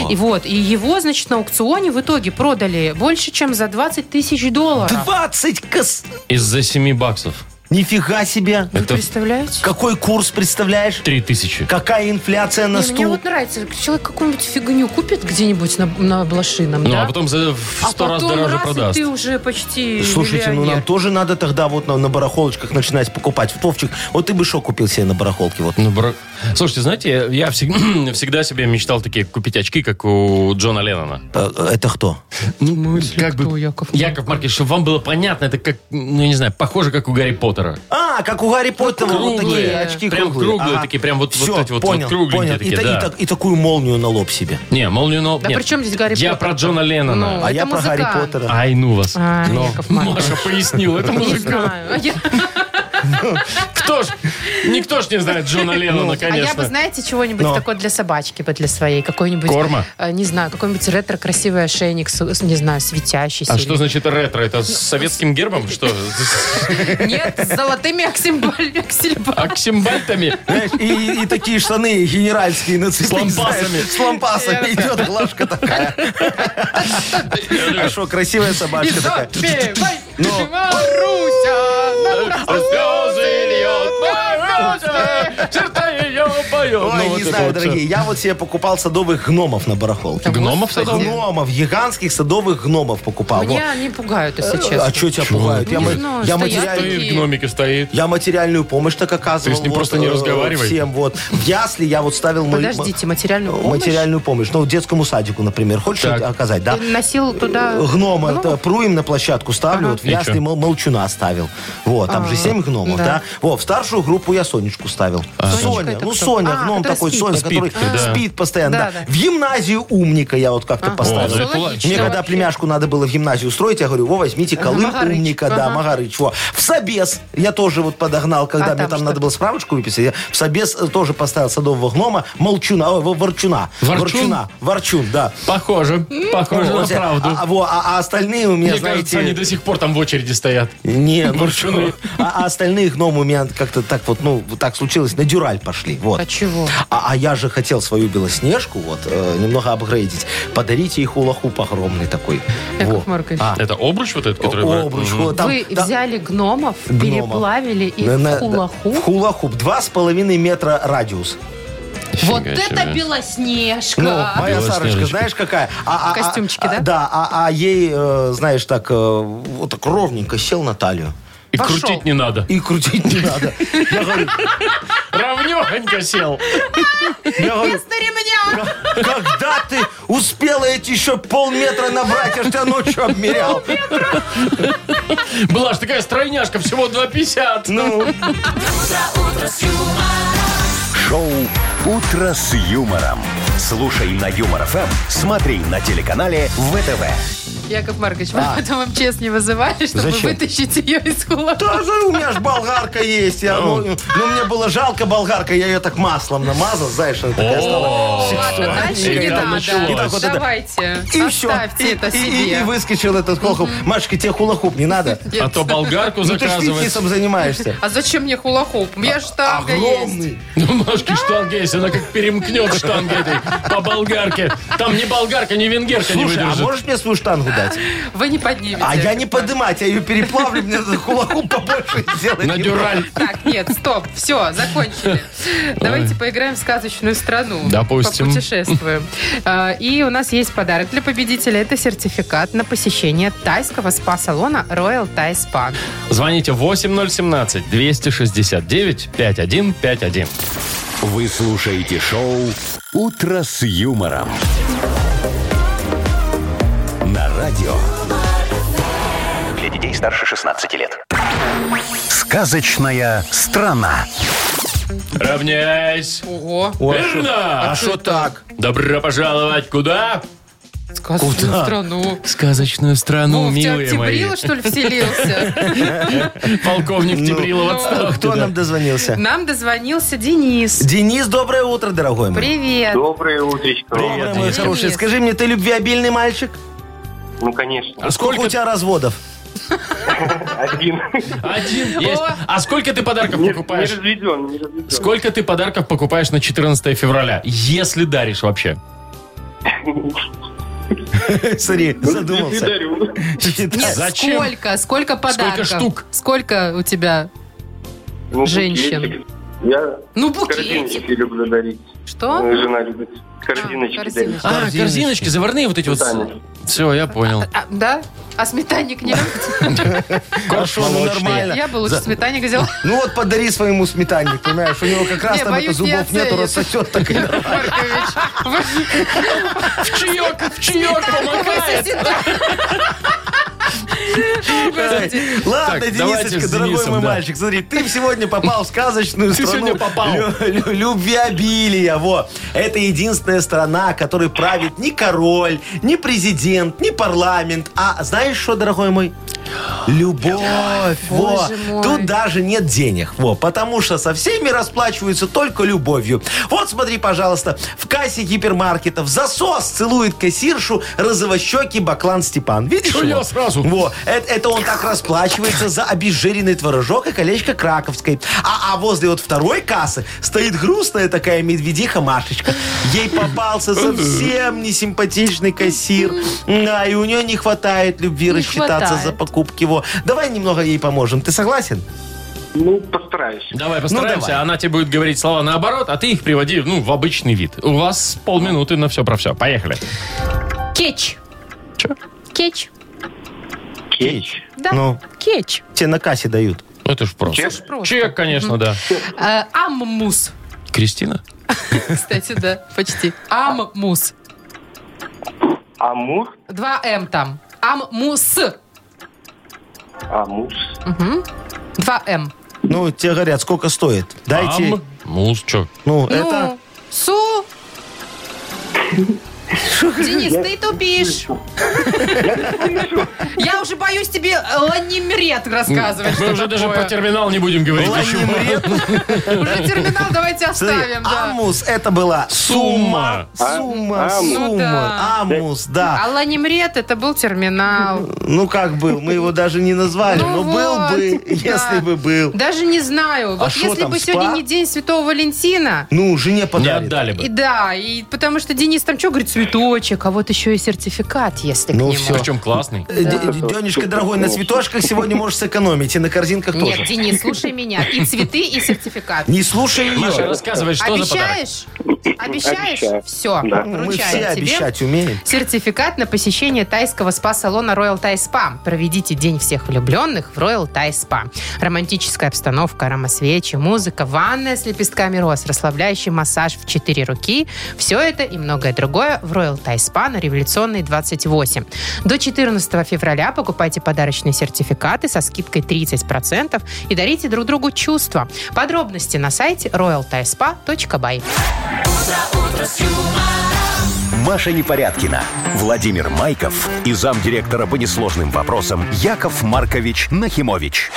[SPEAKER 2] И вот, и его, значит, на аукционе в итоге продали больше, чем за 20 тысяч долларов.
[SPEAKER 3] 20 кос...
[SPEAKER 1] Из-за 7 баксов.
[SPEAKER 3] Нифига себе.
[SPEAKER 2] Вы
[SPEAKER 1] Это
[SPEAKER 2] представляете?
[SPEAKER 3] Какой курс, представляешь?
[SPEAKER 1] 3 тысячи.
[SPEAKER 3] Какая инфляция на
[SPEAKER 2] Не, ну, мне
[SPEAKER 3] стул?
[SPEAKER 2] вот нравится, человек какую-нибудь фигню купит где-нибудь на, на блошином,
[SPEAKER 1] Ну,
[SPEAKER 2] да?
[SPEAKER 1] а потом за в
[SPEAKER 2] А
[SPEAKER 1] 100 раз
[SPEAKER 2] потом
[SPEAKER 1] дороже
[SPEAKER 2] раз,
[SPEAKER 1] продаст.
[SPEAKER 2] и ты уже почти
[SPEAKER 3] Слушайте, ну нам
[SPEAKER 2] миллионер.
[SPEAKER 3] тоже надо тогда вот на, на барахолочках начинать покупать. Вовчик, вот ты бы что купил себе на барахолке? Вот. э,
[SPEAKER 1] Ну, бро- Слушайте, знаете, я, я всег- всегда себе мечтал такие купить очки, как у Джона Леннона.
[SPEAKER 3] Э, Это кто?
[SPEAKER 1] Ну, мы как
[SPEAKER 2] Кто, Яков?
[SPEAKER 1] Яков Маркович, чтобы вам было понятно, это как, ну, я не знаю, похоже, как у Гарри Поттера.
[SPEAKER 3] А, как у Гарри Поттера, вот
[SPEAKER 1] круглые.
[SPEAKER 3] такие очки
[SPEAKER 1] Прям
[SPEAKER 3] круглые.
[SPEAKER 1] круглые такие, прям вот- вот
[SPEAKER 3] Всё,
[SPEAKER 1] эти вот- вот
[SPEAKER 3] понял,
[SPEAKER 1] кругленькие
[SPEAKER 3] понял.
[SPEAKER 1] такие,
[SPEAKER 3] и, та- и
[SPEAKER 1] да.
[SPEAKER 3] так- и такую молнию на лоб себе.
[SPEAKER 1] Не, молнию но...
[SPEAKER 2] Да
[SPEAKER 1] нет.
[SPEAKER 2] при чем здесь Гарри
[SPEAKER 1] Я
[SPEAKER 2] Поттер?
[SPEAKER 1] про Джона Леннона.
[SPEAKER 2] Ну,
[SPEAKER 3] А
[SPEAKER 2] Это
[SPEAKER 3] я про Гарри
[SPEAKER 2] музыкант.
[SPEAKER 3] Поттера.
[SPEAKER 1] Ай, ну вас.
[SPEAKER 2] А,
[SPEAKER 1] Ну,
[SPEAKER 2] Яков Маркович.
[SPEAKER 1] Маша пояснил, это
[SPEAKER 2] Не
[SPEAKER 1] мужик.
[SPEAKER 2] знаю. А я-
[SPEAKER 1] Кто ж, никто ж не знает Джона
[SPEAKER 3] Ну,
[SPEAKER 1] Леннона,
[SPEAKER 2] А я бы,
[SPEAKER 1] конечно.
[SPEAKER 2] знаете, чего-нибудь
[SPEAKER 3] Но.
[SPEAKER 2] такое для собачки, бы для своей, какой-нибудь...
[SPEAKER 1] Корма?
[SPEAKER 2] э, не знаю, какой-нибудь ретро-красивый ошейник, с- с, не знаю, светящийся.
[SPEAKER 1] А
[SPEAKER 2] или-
[SPEAKER 1] что значит ретро? Это с советским гербом? Что? С
[SPEAKER 2] Нет, с золотыми аксимбалями.
[SPEAKER 1] А аксимбальтами?
[SPEAKER 3] Знаешь, и, и такие штаны генеральские на цветы,
[SPEAKER 1] С лампасами.
[SPEAKER 3] знаешь, С лампасами идет глажка такая. Хорошо, красивая собачка такая.
[SPEAKER 1] Слезы льет, мороза, сердце ее поет. Ну,
[SPEAKER 3] Ой,
[SPEAKER 1] вот
[SPEAKER 3] не
[SPEAKER 1] это
[SPEAKER 3] знаю,
[SPEAKER 1] вот всё.
[SPEAKER 3] дорогие, я вот себе покупал садовых гномов на барахолке.
[SPEAKER 1] Гномов садовых?
[SPEAKER 3] Гномов, гигантских садовых гномов покупал.
[SPEAKER 2] Меня
[SPEAKER 3] А Вот.
[SPEAKER 2] они пугают, если
[SPEAKER 3] А
[SPEAKER 2] честно.
[SPEAKER 3] что тебя пугает? Я
[SPEAKER 2] не
[SPEAKER 3] ма-
[SPEAKER 2] знаю,
[SPEAKER 3] я
[SPEAKER 2] стоят
[SPEAKER 3] материальную-
[SPEAKER 1] Стоит Ну в гномике, стоит.
[SPEAKER 3] Я материальную помощь так оказывал.
[SPEAKER 1] Ты с ним
[SPEAKER 3] вот,
[SPEAKER 1] просто не
[SPEAKER 3] э,
[SPEAKER 1] разговаривай.
[SPEAKER 3] Всем вот. В ясли я вот ставил... мой-
[SPEAKER 2] Подождите, материальную помощь?
[SPEAKER 3] Материальную помощь. Ну, детскому садику, например. Хочешь
[SPEAKER 1] Так.
[SPEAKER 3] оказать, да?
[SPEAKER 2] Ты носил туда...
[SPEAKER 3] Гнома,
[SPEAKER 2] гномов?
[SPEAKER 3] Э, это пру им на площадку ставлю,
[SPEAKER 2] Ага. А,
[SPEAKER 3] вот в
[SPEAKER 1] И чё?
[SPEAKER 3] ясли мол- молчуна ставил. Вот, там же семь гномов,
[SPEAKER 2] да.
[SPEAKER 3] да. Во, в старшую группу я Сонечку ставил.
[SPEAKER 2] Сонечка
[SPEAKER 3] Соня,
[SPEAKER 2] это
[SPEAKER 3] ну
[SPEAKER 2] кто?
[SPEAKER 3] Соня,
[SPEAKER 2] А,
[SPEAKER 3] гном
[SPEAKER 2] которая
[SPEAKER 3] такой,
[SPEAKER 2] спит.
[SPEAKER 3] Соня,
[SPEAKER 1] А. Спит,
[SPEAKER 3] который
[SPEAKER 1] да.
[SPEAKER 3] спит постоянно,
[SPEAKER 2] Да,
[SPEAKER 3] да.
[SPEAKER 2] да.
[SPEAKER 3] В гимназию умника я вот как-то
[SPEAKER 1] О,
[SPEAKER 3] поставил.
[SPEAKER 1] это логично
[SPEAKER 3] ну Мне
[SPEAKER 2] А
[SPEAKER 3] когда племяшку надо было в гимназию устроить, я говорю, во, возьмите колым
[SPEAKER 2] Магарыч.
[SPEAKER 3] умника, да,
[SPEAKER 2] Ага.
[SPEAKER 3] Магарыч, во. В собес я тоже вот подогнал, когда
[SPEAKER 2] А
[SPEAKER 3] мне
[SPEAKER 2] там
[SPEAKER 3] там
[SPEAKER 2] что?
[SPEAKER 3] надо было справочку выписать, я в собес э, тоже поставил садового гнома, молчуна, о, во- ворчуна.
[SPEAKER 1] Ворчун?
[SPEAKER 3] Ворчуна, ворчун, да.
[SPEAKER 1] Похоже, похоже
[SPEAKER 3] Вот,
[SPEAKER 1] на
[SPEAKER 3] э,
[SPEAKER 1] правду.
[SPEAKER 3] А, а во, а- а остальные у меня,
[SPEAKER 1] Мне
[SPEAKER 3] знаете...
[SPEAKER 1] кажется, они до сих пор там в очереди стоят.
[SPEAKER 3] Не, ну
[SPEAKER 1] Ворчуны.
[SPEAKER 3] что? А а остальные гномы у меня как-то так вот, ну, вот так случилось, на дюраль пошли. Вот.
[SPEAKER 2] А чё? чего?
[SPEAKER 3] А, а я же хотел свою белоснежку вот э, немного апгрейдить. Подарите ей хулахуп огромный такой.
[SPEAKER 2] Яков
[SPEAKER 3] Во.
[SPEAKER 2] Маркович.
[SPEAKER 3] А,
[SPEAKER 1] Это обруч вот этот, который... вы-
[SPEAKER 3] Обруч,
[SPEAKER 1] Мгм.
[SPEAKER 3] вот там,
[SPEAKER 2] Вы
[SPEAKER 3] да.
[SPEAKER 2] взяли гномов, переплавили их
[SPEAKER 3] На- на-
[SPEAKER 2] в хулаху.
[SPEAKER 3] В хулахуп. Два с половиной метра радиус.
[SPEAKER 2] Вот
[SPEAKER 1] Нифига
[SPEAKER 2] это
[SPEAKER 1] себе.
[SPEAKER 2] белоснежка!
[SPEAKER 3] Ну, моя
[SPEAKER 1] Белоснежечка.
[SPEAKER 3] Сарочка, знаешь, какая? А, а,
[SPEAKER 2] В костюмчике,
[SPEAKER 3] а,
[SPEAKER 2] да?
[SPEAKER 3] Да, а, а ей, э, знаешь, так, э, вот так ровненько сел на талию.
[SPEAKER 1] И
[SPEAKER 2] Пошел.
[SPEAKER 1] крутить не надо.
[SPEAKER 3] И крутить не надо. Я говорю,
[SPEAKER 1] Равнёхонько сел.
[SPEAKER 3] я говорю,
[SPEAKER 2] Без ремня!
[SPEAKER 3] когда ты успела эти еще полметра набрать, я ж тебя ночью обмерял.
[SPEAKER 1] Была ж такая стройняшка, всего 2,50.
[SPEAKER 3] Ну,
[SPEAKER 4] Шоу «Утро с юмором». Слушай на Юмор ФМ, смотри на телеканале ВТВ.
[SPEAKER 2] Яков Маркович, вы потом МЧС не вызывали, чтобы
[SPEAKER 3] А. Зачем?
[SPEAKER 2] вытащить ее из хулаху?
[SPEAKER 3] тоже у меня ж болгарка есть. Я, ну, ну, мне было жалко болгарка, я ее так маслом намазал, знаешь, она такая стала.
[SPEAKER 2] Ладно, дальше
[SPEAKER 1] И
[SPEAKER 2] не
[SPEAKER 1] там
[SPEAKER 2] надо.
[SPEAKER 1] началось.
[SPEAKER 3] И так вот это-
[SPEAKER 2] Давайте,
[SPEAKER 3] И все.
[SPEAKER 2] оставьте это
[SPEAKER 3] и, и- и
[SPEAKER 2] себе.
[SPEAKER 3] выскочил этот хулахуп. Машка, тебе хулахуп не надо?
[SPEAKER 1] А то болгарку
[SPEAKER 3] Ну ты ж
[SPEAKER 1] заказывает.
[SPEAKER 3] фитнесом занимаешься.
[SPEAKER 2] А зачем мне хулахуп? У меня штанга есть.
[SPEAKER 3] Огромный.
[SPEAKER 1] Ну, Машки штанги есть, она как перемкнет штангой этой по болгарке. Там ни болгарка, ни венгерка не
[SPEAKER 3] Слушай, а
[SPEAKER 1] выдержит.
[SPEAKER 3] можешь мне свою штангу
[SPEAKER 2] А,
[SPEAKER 3] дать?
[SPEAKER 2] Вы не поднимете.
[SPEAKER 3] А я
[SPEAKER 2] Яков
[SPEAKER 3] не
[SPEAKER 2] Маркович.
[SPEAKER 3] подымать, я ее переплавлю, мне этот хулахуп побольше сделать.
[SPEAKER 1] На дюраль.
[SPEAKER 2] Так, нет, стоп, все, закончили. Давайте поиграем в сказочную страну.
[SPEAKER 1] Допустим.
[SPEAKER 2] Попутешествуем. А, И у нас есть подарок для победителя. Это сертификат на посещение тайского спа-салона Royal Thai Spa.
[SPEAKER 1] Звоните 8017-269-5151.
[SPEAKER 4] Вы слушаете шоу «Утро с юмором». На радио
[SPEAKER 5] Для детей старше 16 лет.
[SPEAKER 4] «Сказочная страна».
[SPEAKER 1] Равняйсь.
[SPEAKER 2] Ого,
[SPEAKER 3] Ой,
[SPEAKER 1] Верно.
[SPEAKER 3] А что так?
[SPEAKER 1] Добро пожаловать куда?
[SPEAKER 2] сказочную
[SPEAKER 3] Куда?
[SPEAKER 2] страну.
[SPEAKER 1] Сказочную страну,
[SPEAKER 2] Ну, в тебя
[SPEAKER 1] милые мои.
[SPEAKER 2] Тибрил, что ли, вселился?
[SPEAKER 1] Полковник Тибрилов
[SPEAKER 2] ну,
[SPEAKER 1] отстал.
[SPEAKER 3] а Кто нам дозвонился?
[SPEAKER 2] Нам дозвонился Денис.
[SPEAKER 3] Денис, доброе утро, дорогой мой.
[SPEAKER 2] Привет.
[SPEAKER 9] Доброе утречко.
[SPEAKER 1] Привет,
[SPEAKER 3] Доброе, мой
[SPEAKER 1] Денис.
[SPEAKER 3] хороший.
[SPEAKER 2] Денис.
[SPEAKER 3] Скажи мне, ты любвеобильный мальчик?
[SPEAKER 9] Ну, конечно.
[SPEAKER 1] А
[SPEAKER 3] Сколько у
[SPEAKER 1] сколько?
[SPEAKER 3] тебя разводов?
[SPEAKER 9] Один.
[SPEAKER 1] Один есть.
[SPEAKER 2] О.
[SPEAKER 1] А сколько ты подарков
[SPEAKER 9] Не, не
[SPEAKER 1] покупаешь?
[SPEAKER 9] разведен, не разведен.
[SPEAKER 1] Сколько ты подарков покупаешь на 14 февраля? Если даришь вообще.
[SPEAKER 3] Смотри,
[SPEAKER 9] Не
[SPEAKER 3] задумался.
[SPEAKER 9] дарю. Ну,
[SPEAKER 2] Нет,
[SPEAKER 1] Зачем?
[SPEAKER 2] сколько? Сколько подарков?
[SPEAKER 1] штук?
[SPEAKER 2] Сколько у тебя?
[SPEAKER 9] Ну,
[SPEAKER 2] Женщин.
[SPEAKER 9] букетик. Я
[SPEAKER 2] Ну, букетик.
[SPEAKER 9] корзиночки люблю дарить.
[SPEAKER 2] Что?
[SPEAKER 9] Э, Жена любит
[SPEAKER 2] А,
[SPEAKER 9] корзиночки дарить.
[SPEAKER 2] корзиночки.
[SPEAKER 1] А, корзиночки. заварные вот эти вот.
[SPEAKER 9] Сметанник.
[SPEAKER 1] Все, я понял.
[SPEAKER 2] А, да? А сметанник не любите?
[SPEAKER 3] Хорошо, ну нормально.
[SPEAKER 2] Я бы лучше сметанник взяла.
[SPEAKER 3] Ну вот подари своему сметанник, понимаешь? У него как раз
[SPEAKER 2] Не,
[SPEAKER 3] там это
[SPEAKER 2] боюсь, не
[SPEAKER 3] зубов нету,
[SPEAKER 2] оценит.
[SPEAKER 3] рассосет так и
[SPEAKER 2] Яков Маркович. Вы-
[SPEAKER 1] В чаек, в чаек
[SPEAKER 2] вы
[SPEAKER 1] помогает.
[SPEAKER 2] сосед- Господи.
[SPEAKER 3] Ладно,
[SPEAKER 1] Так, давайте
[SPEAKER 3] Денисочка,
[SPEAKER 1] с
[SPEAKER 3] дорогой
[SPEAKER 1] Денисом,
[SPEAKER 3] мой
[SPEAKER 1] да.
[SPEAKER 3] мальчик, смотри, ты сегодня попал в сказочную
[SPEAKER 1] Ты
[SPEAKER 3] страну.
[SPEAKER 1] сегодня попал.
[SPEAKER 3] лю- лю- любвеобилия, во. Это единственная страна, которой правит не король, не президент, не парламент, а знаешь что, дорогой мой? Любовь, во.
[SPEAKER 2] Боже мой.
[SPEAKER 3] Тут даже нет денег, во, потому что со всеми расплачиваются только любовью. Вот смотри, пожалуйста, в кассе гипермаркетов засос целует кассиршу розовощекий Баклан Степан. Видишь
[SPEAKER 1] Чё
[SPEAKER 3] его?
[SPEAKER 1] я сразу?
[SPEAKER 3] Во, это, это он так расплачивается за обезжиренный творожок и колечко краковской. А, а возле вот второй кассы стоит грустная такая медведиха Машечка. Ей попался совсем несимпатичный кассир. Да, и у нее не хватает любви рассчитаться за
[SPEAKER 2] хватает.
[SPEAKER 3] покупки его. Давай немного ей поможем. Ты согласен?
[SPEAKER 9] Ну, постараюсь.
[SPEAKER 1] Давай постараемся,
[SPEAKER 3] давай.
[SPEAKER 1] она тебе будет говорить слова наоборот, а ты их приводи ну, в обычный вид. У вас полминуты на все про все. Поехали.
[SPEAKER 2] Кетч.
[SPEAKER 1] Чё?
[SPEAKER 2] Кетч.
[SPEAKER 9] Кетч.
[SPEAKER 2] Да.
[SPEAKER 3] Ну,
[SPEAKER 2] Кетч.
[SPEAKER 3] тебе на кассе дают.
[SPEAKER 1] Ну, это ж просто.
[SPEAKER 9] Чек?
[SPEAKER 2] Просто.
[SPEAKER 1] Чек, конечно, да.
[SPEAKER 2] Э, Аммус.
[SPEAKER 1] Кристина?
[SPEAKER 2] Кстати, да, почти. Аммус.
[SPEAKER 9] Амур.
[SPEAKER 2] Два М там. Аммус.
[SPEAKER 9] Амус.
[SPEAKER 2] Два М.
[SPEAKER 3] Ну, тебе говорят, сколько стоит. Дайте.
[SPEAKER 1] Ам. Мус, чё?
[SPEAKER 2] Ну,
[SPEAKER 3] Ну, это...
[SPEAKER 2] Су. Денис, ты тупишь. Я уже боюсь тебе ланимрет рассказывать,
[SPEAKER 1] Мы
[SPEAKER 2] что
[SPEAKER 1] уже даже про
[SPEAKER 2] такое.
[SPEAKER 1] терминал не будем говорить. еще.
[SPEAKER 3] Ланимрет.
[SPEAKER 2] Уже терминал давайте
[SPEAKER 3] Смотри,
[SPEAKER 2] оставим, да.
[SPEAKER 3] Амус, это была
[SPEAKER 1] Сумма.
[SPEAKER 3] сумма. Сумма,
[SPEAKER 9] А- Амус.
[SPEAKER 2] Ну да.
[SPEAKER 3] сумма. Амус, да.
[SPEAKER 2] А ланимрет это был терминал.
[SPEAKER 3] Ну как был, мы его даже не назвали, но
[SPEAKER 2] Ну
[SPEAKER 3] был
[SPEAKER 2] вот,
[SPEAKER 3] бы,
[SPEAKER 2] да.
[SPEAKER 3] если бы был.
[SPEAKER 2] Даже не знаю. Вот
[SPEAKER 3] шо
[SPEAKER 2] если
[SPEAKER 3] А там,
[SPEAKER 2] бы сегодня
[SPEAKER 3] спа?
[SPEAKER 2] не день Святого Валентина,
[SPEAKER 3] Ну, жене
[SPEAKER 1] Не
[SPEAKER 3] подарит.
[SPEAKER 1] отдали
[SPEAKER 2] и
[SPEAKER 1] бы.
[SPEAKER 2] да, и потому что Денис там что говорит, цветочек, а вот еще и сертификат, если к
[SPEAKER 3] Ну,
[SPEAKER 2] нему.
[SPEAKER 3] всё.
[SPEAKER 1] Причем классный.
[SPEAKER 3] Э, Д- Денечка, дорогой, на цветочках сегодня можешь сэкономить, и на корзинках
[SPEAKER 2] Нет,
[SPEAKER 3] тоже.
[SPEAKER 2] Денис, слушай меня. И цветы, и сертификат.
[SPEAKER 3] Не слушай
[SPEAKER 1] Маша,
[SPEAKER 3] ее.
[SPEAKER 1] рассказывай, что за подарок.
[SPEAKER 2] Обещаешь? Обещаешь?
[SPEAKER 9] Обещаю.
[SPEAKER 2] Все,
[SPEAKER 9] Да.
[SPEAKER 3] Мы
[SPEAKER 2] вручаем
[SPEAKER 3] все
[SPEAKER 2] тебе.
[SPEAKER 3] обещать умеем.
[SPEAKER 2] Сертификат на посещение тайского спа-салона Royal Thai Spa. Проведите день всех влюбленных в Royal Thai Spa. Романтическая обстановка, аромасвечи, музыка, ванная с лепестками роз, расслабляющий массаж в 4 руки. Все это и многое другое в Royal Thai Spa на Революционной 28. До 14 февраля покупайте подарочные сертификаты со скидкой 30% и дарите друг другу чувства. Подробности на сайте royalthaispa.by.
[SPEAKER 4] Маша Непорядкина, Владимир Майков и замдиректора по несложным вопросам Яков Маркович Нахимович.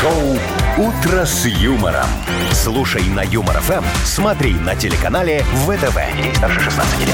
[SPEAKER 4] Шоу «Утро с юмором». Слушай на Юмор ФМ, смотри на телеканале ВТВ. Ей старше 16 лет.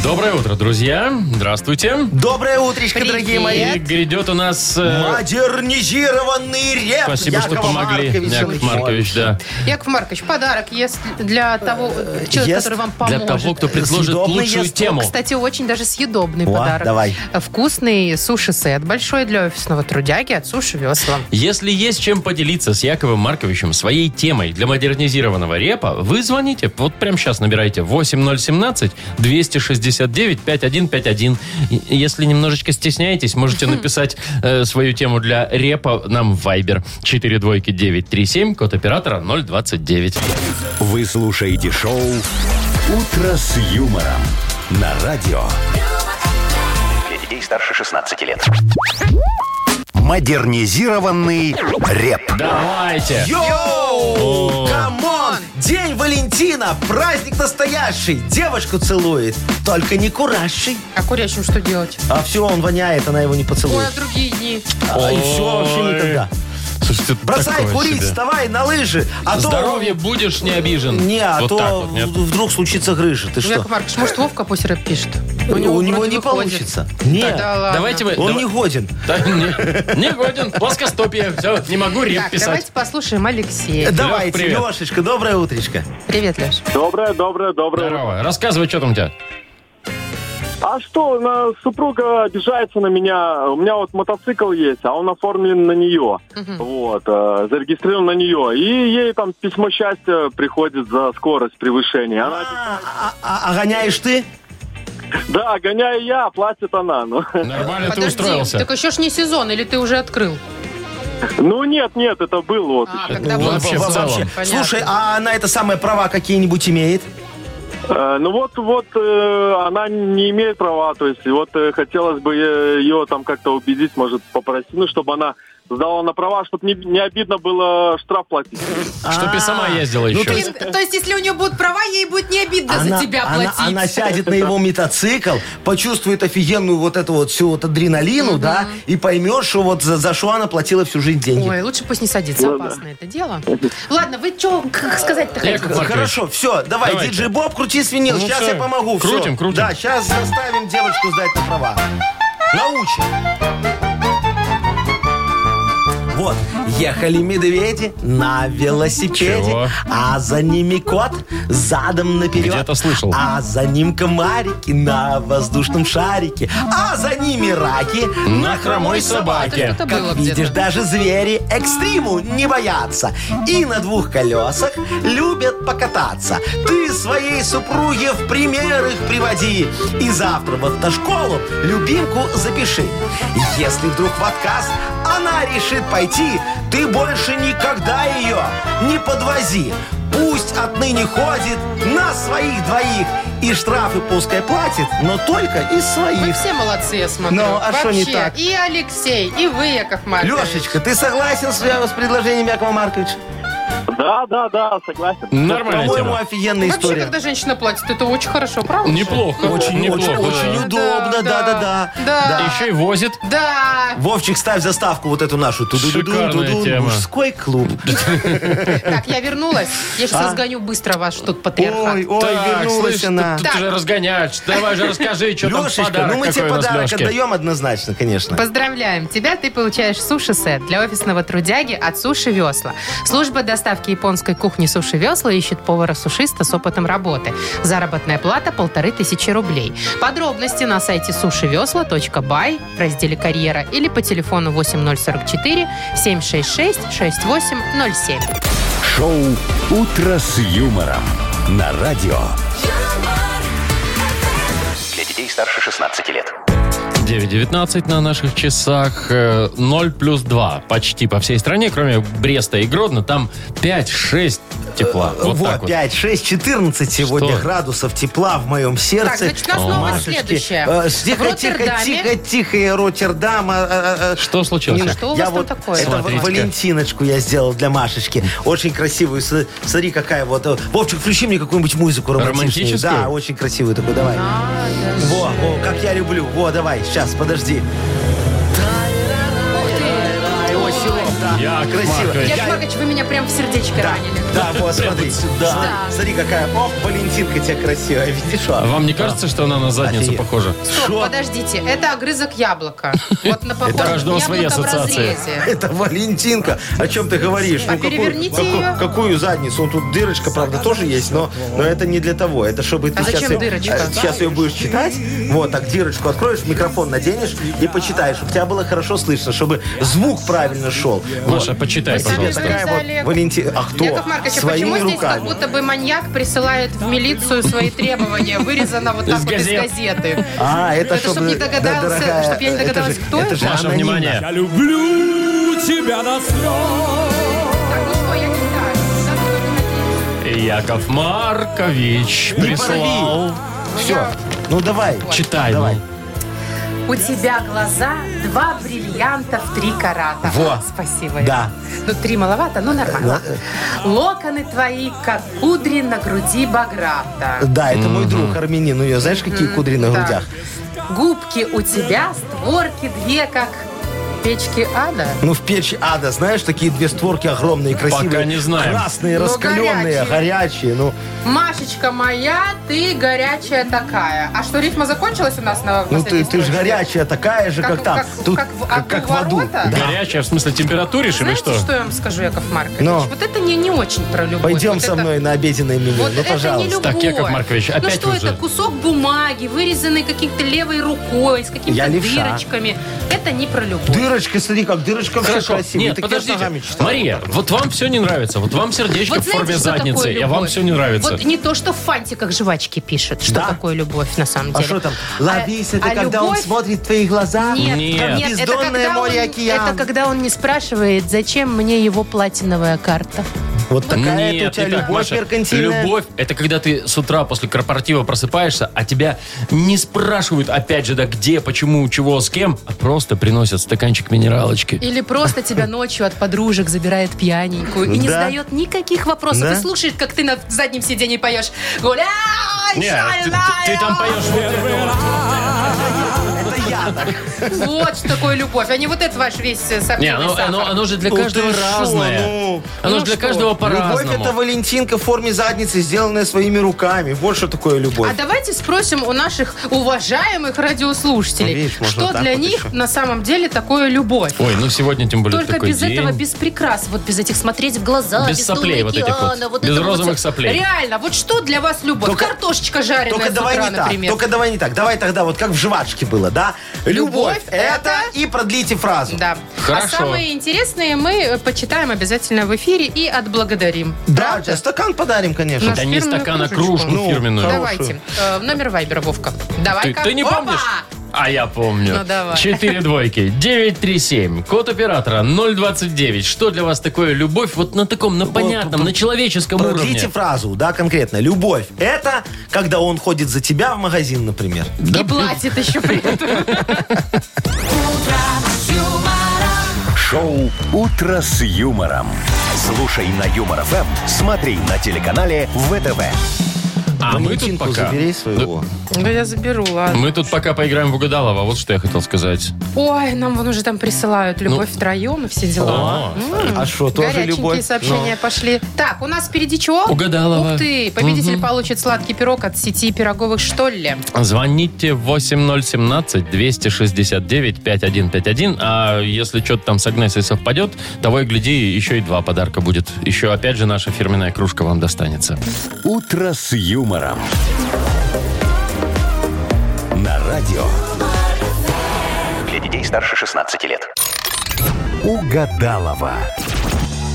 [SPEAKER 1] Доброе утро, друзья. Здравствуйте.
[SPEAKER 3] Доброе утречко,
[SPEAKER 2] Привет.
[SPEAKER 3] дорогие мои.
[SPEAKER 1] И грядет у нас... э,
[SPEAKER 3] Модернизированный реп
[SPEAKER 1] Спасибо, что
[SPEAKER 3] Якова
[SPEAKER 1] помогли,
[SPEAKER 3] Марковича.
[SPEAKER 1] Яков Маркович, да.
[SPEAKER 2] Яков Маркович, подарок если для того э, человека,
[SPEAKER 3] ест
[SPEAKER 2] который вам
[SPEAKER 1] Для
[SPEAKER 2] поможет.
[SPEAKER 1] того, кто предложит
[SPEAKER 3] Съедобный
[SPEAKER 1] лучшую
[SPEAKER 3] ест.
[SPEAKER 1] тему.
[SPEAKER 2] Кстати, очень даже съедобный
[SPEAKER 3] О,
[SPEAKER 2] подарок.
[SPEAKER 3] давай.
[SPEAKER 2] Вкусный суши-сет большой для офисного трудяги от Суши Весла.
[SPEAKER 1] Если есть чем поделиться с Яковым Марковичем своей темой для модернизированного репа, вы звоните, вот прямо сейчас набирайте 8017-269-5151. И- Если немножечко стесняетесь, можете написать э, свою тему для репа нам в Viber 42937, код оператора 029.
[SPEAKER 4] Вы слушаете шоу «Утро с юмором» на радио
[SPEAKER 5] Для детей старше 16 лет.
[SPEAKER 4] «Модернизированный реп».
[SPEAKER 1] Давайте!
[SPEAKER 3] Йоу! Камон! День Валентина! Праздник настоящий! Девочку целует, только не кураши.
[SPEAKER 2] А курящим что делать?
[SPEAKER 3] А все, он воняет, она его не
[SPEAKER 2] Ой, а
[SPEAKER 3] поцелует.
[SPEAKER 2] другие дни.
[SPEAKER 3] А, и все, вообще никогда.
[SPEAKER 1] Слушайте,
[SPEAKER 3] Бросай
[SPEAKER 1] такое
[SPEAKER 3] курить,
[SPEAKER 1] себе.
[SPEAKER 3] вставай на лыжи, а то...
[SPEAKER 1] Здоровье будешь не обижен.
[SPEAKER 3] Не, а
[SPEAKER 1] Вот
[SPEAKER 3] то
[SPEAKER 1] так вот, нет?
[SPEAKER 3] в- вдруг случится грыжа. Ты что?
[SPEAKER 2] Яков Маркович, может, Вовка пусть рэп пишет?
[SPEAKER 3] У него,
[SPEAKER 2] вроде
[SPEAKER 3] не
[SPEAKER 2] выходит.
[SPEAKER 3] получится. Э, Нет,
[SPEAKER 2] Да ладно.
[SPEAKER 1] Давайте мы...
[SPEAKER 3] он
[SPEAKER 1] давай-
[SPEAKER 3] не годен.
[SPEAKER 1] Да, не, не годен, плоскостопие, все, не могу реп
[SPEAKER 2] Так,
[SPEAKER 1] писать.
[SPEAKER 2] давайте послушаем Алексея.
[SPEAKER 3] Давайте,
[SPEAKER 1] привет.
[SPEAKER 3] Лешечка, доброе утречко.
[SPEAKER 2] Привет, Леш.
[SPEAKER 9] Доброе, доброе, доброе.
[SPEAKER 1] Здорово. Рассказывай, что там у тебя.
[SPEAKER 9] А что, на супруга обижается на меня. У меня вот мотоцикл есть, а он оформлен на нее. Вот, э, зарегистрирован на нее. И ей там письмо счастья приходит за скорость превышения. Она,
[SPEAKER 3] А, а- а- а гоняешь ты?
[SPEAKER 9] да, гоняю я, а платит она. Ну,
[SPEAKER 1] Нормально ты устроился.
[SPEAKER 2] так еще ж не сезон, или ты уже открыл?
[SPEAKER 9] ну нет, нет, это был вот.
[SPEAKER 2] А,
[SPEAKER 9] еще.
[SPEAKER 2] когда
[SPEAKER 1] Ну,
[SPEAKER 2] был
[SPEAKER 1] вообще,
[SPEAKER 2] сезон.
[SPEAKER 1] в целом.
[SPEAKER 2] Понятно.
[SPEAKER 3] Слушай, а она это самое права какие-нибудь имеет?
[SPEAKER 9] Э, ну вот, вот э, она не имеет права, то есть вот э, хотелось бы э, ее там как-то убедить, может попросить, ну чтобы она сдала на права, чтобы не, не обидно было штраф платить.
[SPEAKER 1] Чтоб и сама ездила
[SPEAKER 3] Ну,
[SPEAKER 1] еще.
[SPEAKER 3] ты-
[SPEAKER 2] Блин, то есть, если у нее будут права, ей будет не обидно за тебя
[SPEAKER 3] она-
[SPEAKER 2] платить.
[SPEAKER 3] она сядет на его мотоцикл, почувствует офигенную вот эту вот всю вот адреналину, да, и поймет, что вот за, за что она платила всю жизнь деньги.
[SPEAKER 2] Ой, лучше пусть не садится,
[SPEAKER 3] Ну
[SPEAKER 2] опасно это дело. Ладно, вы что сказать-то
[SPEAKER 1] Яков
[SPEAKER 2] хотите?
[SPEAKER 1] Маркович.
[SPEAKER 3] Хорошо, все, давай,
[SPEAKER 1] Давайте.
[SPEAKER 3] диджей Боб, крути свинил,
[SPEAKER 1] Ну,
[SPEAKER 3] сейчас
[SPEAKER 1] всё.
[SPEAKER 3] я помогу. всё.
[SPEAKER 1] Крутим, крутим.
[SPEAKER 3] Да, сейчас заставим девочку сдать на права. Научим. Вот, ехали медведи на велосипеде,
[SPEAKER 1] Чего?
[SPEAKER 3] а за ними кот задом наперед.
[SPEAKER 1] Где-то слышал.
[SPEAKER 3] А за ним комарики на воздушном шарике, а за ними раки на хромой собаке.
[SPEAKER 2] Это что-то было
[SPEAKER 3] Как видишь,
[SPEAKER 2] где-то.
[SPEAKER 3] даже звери экстриму не боятся. И на двух колесах любят покататься. Ты своей супруге в пример их приводи. И завтра в автошколу любимку запиши. Если вдруг в отказ она решит пойти, ты больше никогда ее не подвози. Пусть отныне ходит на своих двоих. И штрафы пускай платит, но только из
[SPEAKER 2] Вы
[SPEAKER 3] своих.
[SPEAKER 2] все молодцы, я смотрю.
[SPEAKER 3] Ну, а что не
[SPEAKER 2] Вообще.
[SPEAKER 3] так?
[SPEAKER 2] И Алексей, и вы, Яков Маркович.
[SPEAKER 3] Лешечка, ты согласен с, с предложением Якова Марковича?
[SPEAKER 9] Да, да, да, согласен.
[SPEAKER 1] Нормальная
[SPEAKER 3] По-моему,
[SPEAKER 1] тема.
[SPEAKER 3] офигенная
[SPEAKER 2] Вообще,
[SPEAKER 3] история.
[SPEAKER 2] когда женщина платит, это очень хорошо, правда?
[SPEAKER 1] Неплохо.
[SPEAKER 3] Очень, очень,
[SPEAKER 1] неплохо.
[SPEAKER 3] очень
[SPEAKER 1] да.
[SPEAKER 3] удобно, да-да-да.
[SPEAKER 2] Да.
[SPEAKER 1] Еще и возит.
[SPEAKER 2] Да.
[SPEAKER 3] Вовчик, ставь заставку вот эту нашу.
[SPEAKER 1] Шикарная
[SPEAKER 3] Ту-ду-ду-ду-ду.
[SPEAKER 1] тема.
[SPEAKER 3] Мужской клуб.
[SPEAKER 2] Так, я вернулась. Я сейчас
[SPEAKER 3] А?
[SPEAKER 2] сгоню быстро ваш тут
[SPEAKER 3] Ой,
[SPEAKER 2] патриархат.
[SPEAKER 3] ой,
[SPEAKER 1] Так,
[SPEAKER 3] вернулась
[SPEAKER 1] слышь,
[SPEAKER 3] она.
[SPEAKER 1] Ты, ты же разгоняешь. Давай же расскажи, что там в
[SPEAKER 3] Лешечка,
[SPEAKER 1] подарок
[SPEAKER 3] ну мы тебе
[SPEAKER 1] какой у нас
[SPEAKER 3] подарок
[SPEAKER 1] Лёшке.
[SPEAKER 3] отдаем однозначно, конечно.
[SPEAKER 2] Поздравляем тебя, ты получаешь суши-сет для офисного трудяги от Суши Весла. Служба доставки японской кухни Суши Весла ищет повара-сушиста с опытом работы. Заработная плата полторы тысячи рублей. Подробности на сайте сушивесла.бай в разделе «Карьера» или по телефону 8044 766 6807.
[SPEAKER 4] Шоу «Утро с юмором» на радио.
[SPEAKER 5] Для детей старше 16 лет.
[SPEAKER 1] 9.19 на наших часах. э, 0 плюс 2 почти по всей стране, кроме Бреста и Гродно. Там 5-6 тепла. Вот, так
[SPEAKER 3] Вот,
[SPEAKER 1] вот.
[SPEAKER 3] 5, 6, 14 сегодня градусов тепла в моем сердце.
[SPEAKER 2] Так, значит, у нас новость
[SPEAKER 3] Машечки,
[SPEAKER 2] следующая.
[SPEAKER 3] э,
[SPEAKER 2] В
[SPEAKER 3] Тихо, тихо,
[SPEAKER 2] Роттердаме-
[SPEAKER 3] тихо, тихо, Роттердам. а, а, а,
[SPEAKER 1] Что случилось?
[SPEAKER 3] Не,
[SPEAKER 1] Яков?
[SPEAKER 2] Что у
[SPEAKER 3] я
[SPEAKER 2] вас там
[SPEAKER 3] вот
[SPEAKER 2] такое?
[SPEAKER 3] Это
[SPEAKER 1] Смотрите-ка.
[SPEAKER 3] Валентиночку я сделал для Машечки. Очень красивую. С- Смотри, какая вот. э, Вовчик, включи мне какую-нибудь музыку романтичную.
[SPEAKER 1] Романтическую?
[SPEAKER 3] Да, очень красивую такую, давай. Во, о, как я люблю. Во, давай, сейчас, подожди. Ай, о, село, да,
[SPEAKER 1] Яков
[SPEAKER 3] красиво.
[SPEAKER 1] Маркович.
[SPEAKER 3] Я-
[SPEAKER 2] Яков Маркович, вы меня прям в сердечко ранили.
[SPEAKER 3] Да, вот, смотри. Да.
[SPEAKER 2] Да.
[SPEAKER 3] Смотри, какая. Ох, Валентинка тебя красивая. Видишь, а?
[SPEAKER 1] А Вам не кажется, что она на задницу
[SPEAKER 3] Офигеть.
[SPEAKER 1] похожа?
[SPEAKER 2] Стоп,
[SPEAKER 3] Шо?
[SPEAKER 2] подождите, это огрызок яблока. Вот на
[SPEAKER 1] Это у
[SPEAKER 2] похожем
[SPEAKER 1] каждого свои
[SPEAKER 2] яблоко в
[SPEAKER 1] ассоциации.
[SPEAKER 2] разрезе.
[SPEAKER 3] Это Валентинка. О чем ты говоришь? Ну,
[SPEAKER 2] А переверните
[SPEAKER 3] какую,
[SPEAKER 2] ее.
[SPEAKER 3] какую задницу? Ну, тут дырочка, правда, тоже есть, но, но это не для того. Это чтобы ты
[SPEAKER 2] А
[SPEAKER 3] сейчас,
[SPEAKER 2] зачем
[SPEAKER 3] ее,
[SPEAKER 2] дырочка?
[SPEAKER 3] э, сейчас ее будешь читать. Вот, так дырочку откроешь, микрофон наденешь и почитаешь, чтобы тебя было хорошо слышно, чтобы звук правильно шел.
[SPEAKER 1] Маша, почитай,
[SPEAKER 2] Вы сами
[SPEAKER 1] пожалуйста.
[SPEAKER 2] знаете.
[SPEAKER 3] Такая вот
[SPEAKER 2] Олег.
[SPEAKER 3] Валентин... А кто?
[SPEAKER 2] Яков Маркович, а
[SPEAKER 3] Своими
[SPEAKER 2] почему здесь
[SPEAKER 3] руками.
[SPEAKER 2] как будто бы маньяк присылает в милицию свои требования, вырезано вот так
[SPEAKER 1] Из
[SPEAKER 2] вот из
[SPEAKER 1] газет.
[SPEAKER 2] газеты?
[SPEAKER 3] А, это,
[SPEAKER 2] Это чтоб не
[SPEAKER 3] да,
[SPEAKER 2] догадался-
[SPEAKER 3] дорогая,
[SPEAKER 2] чтоб я не
[SPEAKER 3] это же-
[SPEAKER 2] догадалась, кто это?
[SPEAKER 3] же
[SPEAKER 1] Маша,
[SPEAKER 3] анонимно.
[SPEAKER 1] внимание.
[SPEAKER 10] Я люблю тебя до слез.
[SPEAKER 2] Так, ну что, я не так. Да, ну, не надеюсь.
[SPEAKER 1] Яков Маркович
[SPEAKER 3] Не
[SPEAKER 1] прислал.
[SPEAKER 3] Все, ну давай.
[SPEAKER 1] Читай,
[SPEAKER 3] Давай.
[SPEAKER 1] ну.
[SPEAKER 2] У тебя глаза два бриллианта в три карата.
[SPEAKER 3] Во.
[SPEAKER 2] Спасибо.
[SPEAKER 3] Да.
[SPEAKER 2] Ну, три маловато, но нормально. Локоны твои, как кудри на груди баграта.
[SPEAKER 3] Да, это мой друг армянин. У нее, знаешь, какие кудри на
[SPEAKER 2] Так.
[SPEAKER 3] грудях?
[SPEAKER 2] Губки у тебя, створки две, как печки ада.
[SPEAKER 3] Ну, в печи ада, знаешь, такие две створки огромные, красивые.
[SPEAKER 1] Пока не знаем.
[SPEAKER 3] Красные,
[SPEAKER 2] Но
[SPEAKER 3] раскаленные, горячие. Ну,
[SPEAKER 2] Машечка моя, ты горячая такая. А что, рифма закончилась у нас на
[SPEAKER 3] ну
[SPEAKER 2] последней
[SPEAKER 3] ты, ты же
[SPEAKER 2] строчке?
[SPEAKER 3] горячая такая же,
[SPEAKER 2] Как-
[SPEAKER 3] как, там.
[SPEAKER 2] как-
[SPEAKER 3] Тут,
[SPEAKER 2] как в-
[SPEAKER 3] как, как в аду.
[SPEAKER 2] ворота?
[SPEAKER 3] Да.
[SPEAKER 1] Горячая, в смысле температуре, или
[SPEAKER 2] Знаете,
[SPEAKER 1] что?
[SPEAKER 2] что я вам скажу, Яков Маркович?
[SPEAKER 3] Но.
[SPEAKER 2] Вот это не, не очень про любовь.
[SPEAKER 3] Пойдем
[SPEAKER 2] Вот
[SPEAKER 3] со
[SPEAKER 2] это-
[SPEAKER 3] мной на обеденное меню.
[SPEAKER 2] Вот
[SPEAKER 3] ну,
[SPEAKER 2] это не
[SPEAKER 3] пожалуйста.
[SPEAKER 2] любовь.
[SPEAKER 1] Так, Яков Маркович,
[SPEAKER 2] Ну
[SPEAKER 1] опять
[SPEAKER 2] что
[SPEAKER 1] вы же.
[SPEAKER 2] это? Кусок бумаги, вырезанный каким-то левой рукой, с
[SPEAKER 3] Я
[SPEAKER 2] какими-то
[SPEAKER 3] левша.
[SPEAKER 2] дырочками. Это не про любовь.
[SPEAKER 3] Дырочка, смотри, как дырочка вообще
[SPEAKER 1] Хорошо.
[SPEAKER 3] красивая.
[SPEAKER 1] Нет,
[SPEAKER 3] Так я ж ногами
[SPEAKER 1] подождите.
[SPEAKER 3] читал.
[SPEAKER 1] Мария, вот вам все не нравится. Вот вам сердечко
[SPEAKER 2] Вот
[SPEAKER 1] в
[SPEAKER 2] знаете,
[SPEAKER 1] форме
[SPEAKER 2] что такое
[SPEAKER 1] задницы, а
[SPEAKER 2] любовь?
[SPEAKER 1] вам все не нравится.
[SPEAKER 2] Вот не то, что в фантиках жвачки пишет, что
[SPEAKER 3] Да?
[SPEAKER 2] такое любовь на самом
[SPEAKER 3] А
[SPEAKER 2] деле.
[SPEAKER 3] что там?
[SPEAKER 2] А-
[SPEAKER 3] Ловись, это
[SPEAKER 2] а
[SPEAKER 3] когда он
[SPEAKER 2] любовь-
[SPEAKER 3] смотрит в твои глаза.
[SPEAKER 2] Нет,
[SPEAKER 1] Нет.
[SPEAKER 2] нет, это
[SPEAKER 3] Бездонное
[SPEAKER 2] когда
[SPEAKER 3] море,
[SPEAKER 2] он-
[SPEAKER 3] океан.
[SPEAKER 2] Это когда он не спрашивает, зачем мне его платиновая карта.
[SPEAKER 3] Вот такая это
[SPEAKER 1] Нет,
[SPEAKER 3] у тебя
[SPEAKER 1] не так,
[SPEAKER 3] любовь
[SPEAKER 1] Маша.
[SPEAKER 3] меркантильная.
[SPEAKER 1] Любовь – это когда ты с утра после корпоратива просыпаешься, а тебя не спрашивают, опять же, да где, почему, чего, с кем, а просто приносят стаканчик минералочки.
[SPEAKER 2] Или просто тебя ночью от подружек забирает пьяненькую и не
[SPEAKER 3] Да.
[SPEAKER 2] задает никаких вопросов.
[SPEAKER 3] Да.
[SPEAKER 2] И слушает, как ты на заднем сиденье поешь. Гуляй,
[SPEAKER 1] Не, ты, ты- ты там поешь. вот это вот.
[SPEAKER 3] Это я так.
[SPEAKER 2] Вот что такое любовь, а не вот это ваш весь э,
[SPEAKER 1] Не,
[SPEAKER 2] сахарный
[SPEAKER 1] оно,
[SPEAKER 2] сахар.
[SPEAKER 1] оно- оно же для
[SPEAKER 3] Ну ты
[SPEAKER 1] каждого
[SPEAKER 3] шо,
[SPEAKER 1] разное.
[SPEAKER 3] ну.
[SPEAKER 1] оно
[SPEAKER 2] Ну
[SPEAKER 1] же для
[SPEAKER 2] что?
[SPEAKER 1] каждого по-разному.
[SPEAKER 3] Любовь это Валентинка в форме задницы, сделанная своими руками. Вот что такое любовь.
[SPEAKER 2] А давайте спросим у наших уважаемых радиослушателей,
[SPEAKER 3] Ну, видишь, можно
[SPEAKER 2] что
[SPEAKER 3] так
[SPEAKER 2] для
[SPEAKER 3] вот
[SPEAKER 2] них
[SPEAKER 3] еще.
[SPEAKER 2] на самом деле такое любовь.
[SPEAKER 1] Ой, ну сегодня тем более
[SPEAKER 2] Только
[SPEAKER 1] такой
[SPEAKER 2] без
[SPEAKER 1] день.
[SPEAKER 2] этого, без прикрас, вот без этих смотреть в глаза,
[SPEAKER 1] Без
[SPEAKER 2] Дона
[SPEAKER 1] соплей вот этих вот,
[SPEAKER 2] Диана,
[SPEAKER 1] без
[SPEAKER 2] это
[SPEAKER 1] розовых
[SPEAKER 2] всё.
[SPEAKER 1] соплей.
[SPEAKER 2] Реально, вот что для вас любовь?
[SPEAKER 3] Только-
[SPEAKER 2] Картошечка жареная
[SPEAKER 3] Только
[SPEAKER 2] с
[SPEAKER 3] давай
[SPEAKER 2] утра,
[SPEAKER 3] не так.
[SPEAKER 2] например.
[SPEAKER 3] Только давай не так. Давай тогда вот как в жвачке было, да?
[SPEAKER 2] Любовь
[SPEAKER 3] Любовь это
[SPEAKER 2] это-
[SPEAKER 3] и продлите фразу.
[SPEAKER 2] Да.
[SPEAKER 1] Хорошо.
[SPEAKER 2] А самые интересные мы э, почитаем обязательно в эфире и отблагодарим.
[SPEAKER 3] Да,
[SPEAKER 2] Правда?
[SPEAKER 3] стакан подарим, конечно.
[SPEAKER 1] Да не
[SPEAKER 2] фирменную
[SPEAKER 1] стакан, а
[SPEAKER 2] кружечку.
[SPEAKER 1] кружку
[SPEAKER 3] Ну,
[SPEAKER 1] фирменную.
[SPEAKER 3] хорошо.
[SPEAKER 2] Давайте. Э, номер вайбера, Вовка.
[SPEAKER 1] Ты,
[SPEAKER 2] Давай
[SPEAKER 1] ты не помнишь? А я помню.
[SPEAKER 2] Ну, давай.
[SPEAKER 1] Четыре двойки, 937, код оператора 029. Что для вас такое любовь? Вот на таком, на понятном, на человеческом
[SPEAKER 3] Продлите
[SPEAKER 1] уровне.
[SPEAKER 3] фразу, да, конкретно. Любовь это когда он ходит за тебя в магазин, например.
[SPEAKER 2] И платит еще при этом.
[SPEAKER 4] Шоу Шоу «Утро с юмором». Слушай на Юмор ФМ, смотри на телеканале ВТВ.
[SPEAKER 1] А мы тут
[SPEAKER 3] Валентинку
[SPEAKER 1] пока...
[SPEAKER 3] забери своего.
[SPEAKER 2] Да я заберу,
[SPEAKER 1] Да,
[SPEAKER 2] ладно.
[SPEAKER 1] Мы тут пока поиграем в угадалово. Вот что я хотел сказать.
[SPEAKER 2] Ой, нам вон уже там присылают любовь втроем и все дела.
[SPEAKER 1] О,
[SPEAKER 3] Ну. А что, тоже
[SPEAKER 2] Горяченькие
[SPEAKER 3] любовь?
[SPEAKER 2] сообщения пошли. Так, у нас впереди чего?
[SPEAKER 1] Угадалова.
[SPEAKER 2] Ух ты, победитель получит сладкий пирог от сети пироговых «Что ли?».
[SPEAKER 1] Звоните 8017-269-5151. А если что-то там с Агнесой совпадет, того и гляди, еще и два подарка будет. Еще опять же наша фирменная кружка вам достанется.
[SPEAKER 4] «Утро с юмором». На радио
[SPEAKER 5] Для детей старше 16 лет.
[SPEAKER 4] «Угадалова».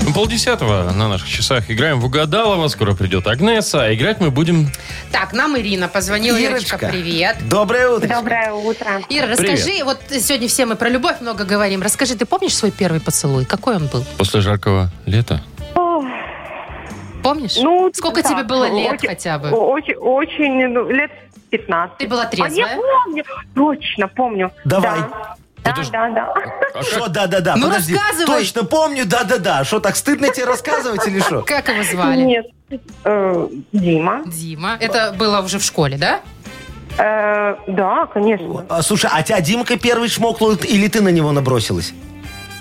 [SPEAKER 1] Ну, Полдесятого на наших часах играем в угадалово. Скоро придет Агнеса. А играть мы будем...
[SPEAKER 2] Так, нам Ирина позвонила. Ирочка,
[SPEAKER 3] Ирочка.
[SPEAKER 2] привет.
[SPEAKER 3] Доброе утро.
[SPEAKER 7] Доброе утро.
[SPEAKER 2] Ира, расскажи, вот сегодня все мы про любовь много говорим. Расскажи, ты помнишь свой первый поцелуй? Какой он был?
[SPEAKER 1] После жаркого лета.
[SPEAKER 2] Помнишь?
[SPEAKER 11] Ну,
[SPEAKER 2] Сколько
[SPEAKER 11] так,
[SPEAKER 2] тебе было лет
[SPEAKER 11] очень-
[SPEAKER 2] хотя бы?
[SPEAKER 11] Очень, очень, ну, лет 15.
[SPEAKER 2] Ты была трезвая?
[SPEAKER 11] А я помню, точно помню.
[SPEAKER 3] Давай.
[SPEAKER 11] Да, да, да, да.
[SPEAKER 1] А
[SPEAKER 3] Что, да-да-да,
[SPEAKER 2] Ну,
[SPEAKER 3] подожди.
[SPEAKER 2] рассказывай.
[SPEAKER 3] Точно помню, да-да-да. Что, так стыдно тебе рассказывать или что?
[SPEAKER 2] Как его звали?
[SPEAKER 11] Нет, э, Дима.
[SPEAKER 2] Дима. Это было уже в школе, да?
[SPEAKER 11] Э, да, конечно.
[SPEAKER 3] А, Слушай, а тебя Димка первый чмокнул или ты на него набросилась?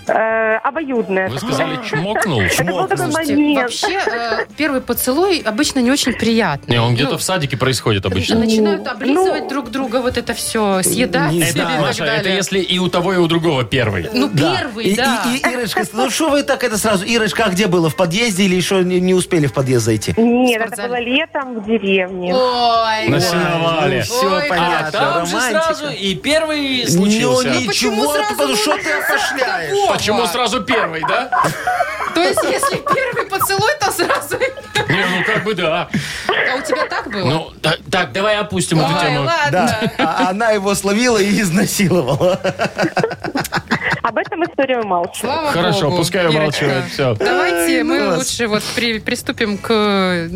[SPEAKER 11] Э, обоюдное.
[SPEAKER 1] Вы
[SPEAKER 11] такое.
[SPEAKER 1] сказали, чмокнул?
[SPEAKER 11] Это был такой
[SPEAKER 2] Слушайте,
[SPEAKER 11] момент.
[SPEAKER 2] вообще э, первый поцелуй обычно не очень приятный.
[SPEAKER 1] Не, он
[SPEAKER 2] Ну,
[SPEAKER 1] где-то в садике происходит обычно.
[SPEAKER 11] Ну,
[SPEAKER 2] Начинают облизывать друг друга вот это все, съедать
[SPEAKER 3] Ну, Не
[SPEAKER 2] и
[SPEAKER 1] Это,
[SPEAKER 3] знаю.
[SPEAKER 2] так
[SPEAKER 1] Маша, это
[SPEAKER 2] далее.
[SPEAKER 1] если и у того, и у другого первый.
[SPEAKER 2] Ну,
[SPEAKER 3] Да.
[SPEAKER 2] первый,
[SPEAKER 3] И-
[SPEAKER 2] да.
[SPEAKER 3] и- и- Ирочка, ну что вы так это сразу? Ирочка, а где было? В подъезде или еще не, не успели в подъезд зайти?
[SPEAKER 11] Нет, это
[SPEAKER 2] спортзале.
[SPEAKER 11] было летом в деревне.
[SPEAKER 2] Ой,
[SPEAKER 1] На
[SPEAKER 2] ой.
[SPEAKER 1] сеновале.
[SPEAKER 3] все
[SPEAKER 2] Ой,
[SPEAKER 3] понятно,
[SPEAKER 1] А там же
[SPEAKER 3] романтика.
[SPEAKER 1] сразу и а? первый
[SPEAKER 3] Ну,
[SPEAKER 1] случился.
[SPEAKER 2] почему
[SPEAKER 3] ничего, ты
[SPEAKER 2] сразу
[SPEAKER 3] потому- что
[SPEAKER 2] нужно
[SPEAKER 3] ты опошляешь?
[SPEAKER 2] того?
[SPEAKER 1] Почему сразу первый, да?
[SPEAKER 2] То есть, если первый поцелуй, то сразу...
[SPEAKER 1] Не, ну как бы да.
[SPEAKER 2] А у тебя так было?
[SPEAKER 1] Ну, э, та- так, давай опустим эту
[SPEAKER 2] Ой,
[SPEAKER 1] тему.
[SPEAKER 3] Да,
[SPEAKER 2] ладно.
[SPEAKER 3] а она его словила и изнасиловала.
[SPEAKER 11] Об этом история умалчивает.
[SPEAKER 2] Слава
[SPEAKER 1] Хорошо,
[SPEAKER 2] Богу,
[SPEAKER 1] пускай
[SPEAKER 2] Ирочка.
[SPEAKER 1] умалчивает. Все.
[SPEAKER 2] Давайте мы
[SPEAKER 3] класс.
[SPEAKER 2] лучше вот при- приступим к э,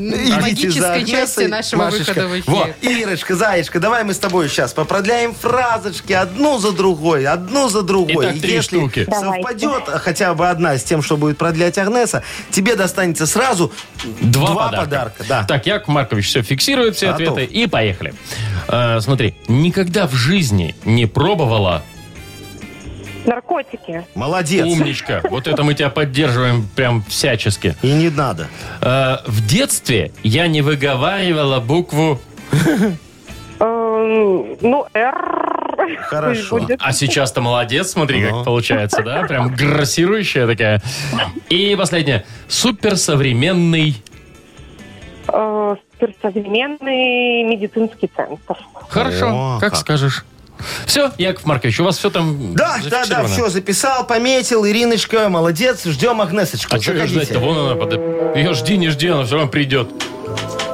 [SPEAKER 2] магической части
[SPEAKER 3] Агнесой,
[SPEAKER 2] нашего
[SPEAKER 3] Машечка.
[SPEAKER 2] выхода в эфир.
[SPEAKER 3] Вот, Ирочка, Заячка, давай мы с тобой сейчас попродляем фразочки одну за другой, одну за другой.
[SPEAKER 1] Итак, три
[SPEAKER 3] Если
[SPEAKER 1] штуки.
[SPEAKER 3] совпадет хотя бы одна с тем, что будет продлять Агнеса, тебе достанется сразу
[SPEAKER 1] Два, подарка.
[SPEAKER 3] подарка. Да.
[SPEAKER 1] Так, Яков Маркович все фиксирует, все
[SPEAKER 3] Готов.
[SPEAKER 1] ответы. И поехали. Э, смотри, никогда в жизни не пробовала
[SPEAKER 11] Наркотики.
[SPEAKER 3] Молодец.
[SPEAKER 1] умничка. Вот это мы тебя поддерживаем прям всячески.
[SPEAKER 3] И не надо.
[SPEAKER 1] Э, в детстве я не выговаривала букву
[SPEAKER 11] Эм, ну, Р.
[SPEAKER 3] Хорошо.
[SPEAKER 11] пусть будет.
[SPEAKER 1] А сейчас-то молодец, смотри, как
[SPEAKER 3] Ну.
[SPEAKER 1] получается, да? Прям грассирующая такая. И последнее. Суперсовременный.
[SPEAKER 11] Э, суперсовременный медицинский центр.
[SPEAKER 1] Хорошо,
[SPEAKER 3] О,
[SPEAKER 1] как
[SPEAKER 3] как.
[SPEAKER 1] скажешь. Все, Яков Маркович, у вас все там
[SPEAKER 3] Да, да, да,
[SPEAKER 1] зафиксировано?
[SPEAKER 3] все, записал, пометил. Ириночка, молодец, ждем Агнесочку.
[SPEAKER 1] А что ее
[SPEAKER 3] Заходите.
[SPEAKER 1] ждать-то? Вон она под... Ее жди, не жди, она все равно придет.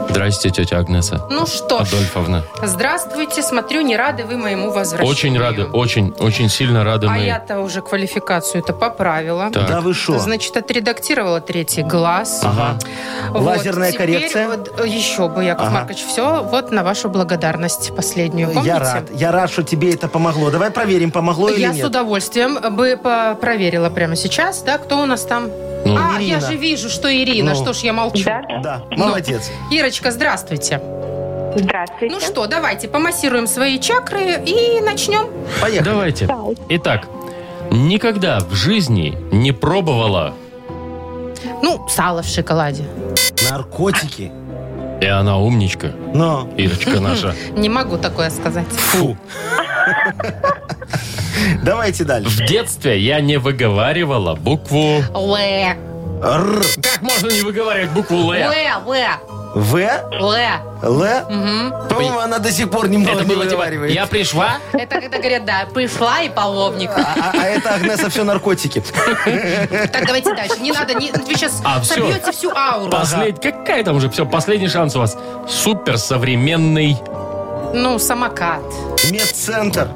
[SPEAKER 1] Здрасте, тетя Агнеса
[SPEAKER 2] Ну что ж,
[SPEAKER 1] Адольфовна.
[SPEAKER 2] здравствуйте. Смотрю, не рады вы моему возвращению.
[SPEAKER 1] Очень рада, очень, очень сильно рада
[SPEAKER 2] А
[SPEAKER 1] мы.
[SPEAKER 2] я-то уже квалификацию-то поправила.
[SPEAKER 1] Так.
[SPEAKER 3] Да вы шо?
[SPEAKER 2] Значит, отредактировала третий глаз.
[SPEAKER 1] Ага.
[SPEAKER 2] Вот,
[SPEAKER 3] Лазерная
[SPEAKER 2] теперь
[SPEAKER 3] коррекция?
[SPEAKER 2] вот, э, еще бы, Яков
[SPEAKER 3] Ага.
[SPEAKER 2] Маркович, все вот на вашу благодарность последнюю. Помните?
[SPEAKER 3] Я рад, я рад, что тебе это помогло. Давай проверим, помогло или
[SPEAKER 2] Я
[SPEAKER 3] нет.
[SPEAKER 2] с удовольствием бы по- проверила прямо сейчас, да, кто у нас там.
[SPEAKER 1] Ну.
[SPEAKER 2] а, я
[SPEAKER 3] Ирина.
[SPEAKER 2] же вижу, что Ирина,
[SPEAKER 3] Ну.
[SPEAKER 2] что ж я молчу.
[SPEAKER 11] Да?
[SPEAKER 3] Да,
[SPEAKER 2] Ну.
[SPEAKER 3] молодец.
[SPEAKER 2] Ирочка, здравствуйте.
[SPEAKER 11] Здравствуйте.
[SPEAKER 2] Ну что, давайте помассируем свои чакры и начнем.
[SPEAKER 3] Поехали.
[SPEAKER 1] Давайте.
[SPEAKER 11] Давай.
[SPEAKER 1] Итак, никогда в жизни не пробовала...
[SPEAKER 2] Ну, сало в шоколаде.
[SPEAKER 3] Наркотики.
[SPEAKER 1] И она умничка,
[SPEAKER 3] Но.
[SPEAKER 1] Ирочка наша.
[SPEAKER 2] Не могу такое сказать.
[SPEAKER 3] Фу. Давайте дальше.
[SPEAKER 1] В детстве я не выговаривала букву...
[SPEAKER 2] Лэ,
[SPEAKER 3] Р,
[SPEAKER 1] Как можно не выговаривать букву Л?
[SPEAKER 2] лэ, лэ,
[SPEAKER 3] В,
[SPEAKER 2] лэ.
[SPEAKER 3] Л.
[SPEAKER 2] Мгм.
[SPEAKER 3] По-моему, она до сих пор немного
[SPEAKER 1] Это
[SPEAKER 3] не
[SPEAKER 1] было типа,
[SPEAKER 3] выговаривает.
[SPEAKER 1] я пришла,
[SPEAKER 2] Это когда говорят, да, пришла и половник.
[SPEAKER 3] А, а это Агнеса все наркотики.
[SPEAKER 2] Так, давайте дальше. Не надо, не, вы сейчас
[SPEAKER 1] А, всё.
[SPEAKER 2] собьете всю ауру.
[SPEAKER 1] послед... какая там уже, все, последний шанс у вас. Суперсовременный
[SPEAKER 2] Ну, самокат.
[SPEAKER 3] Медцентр.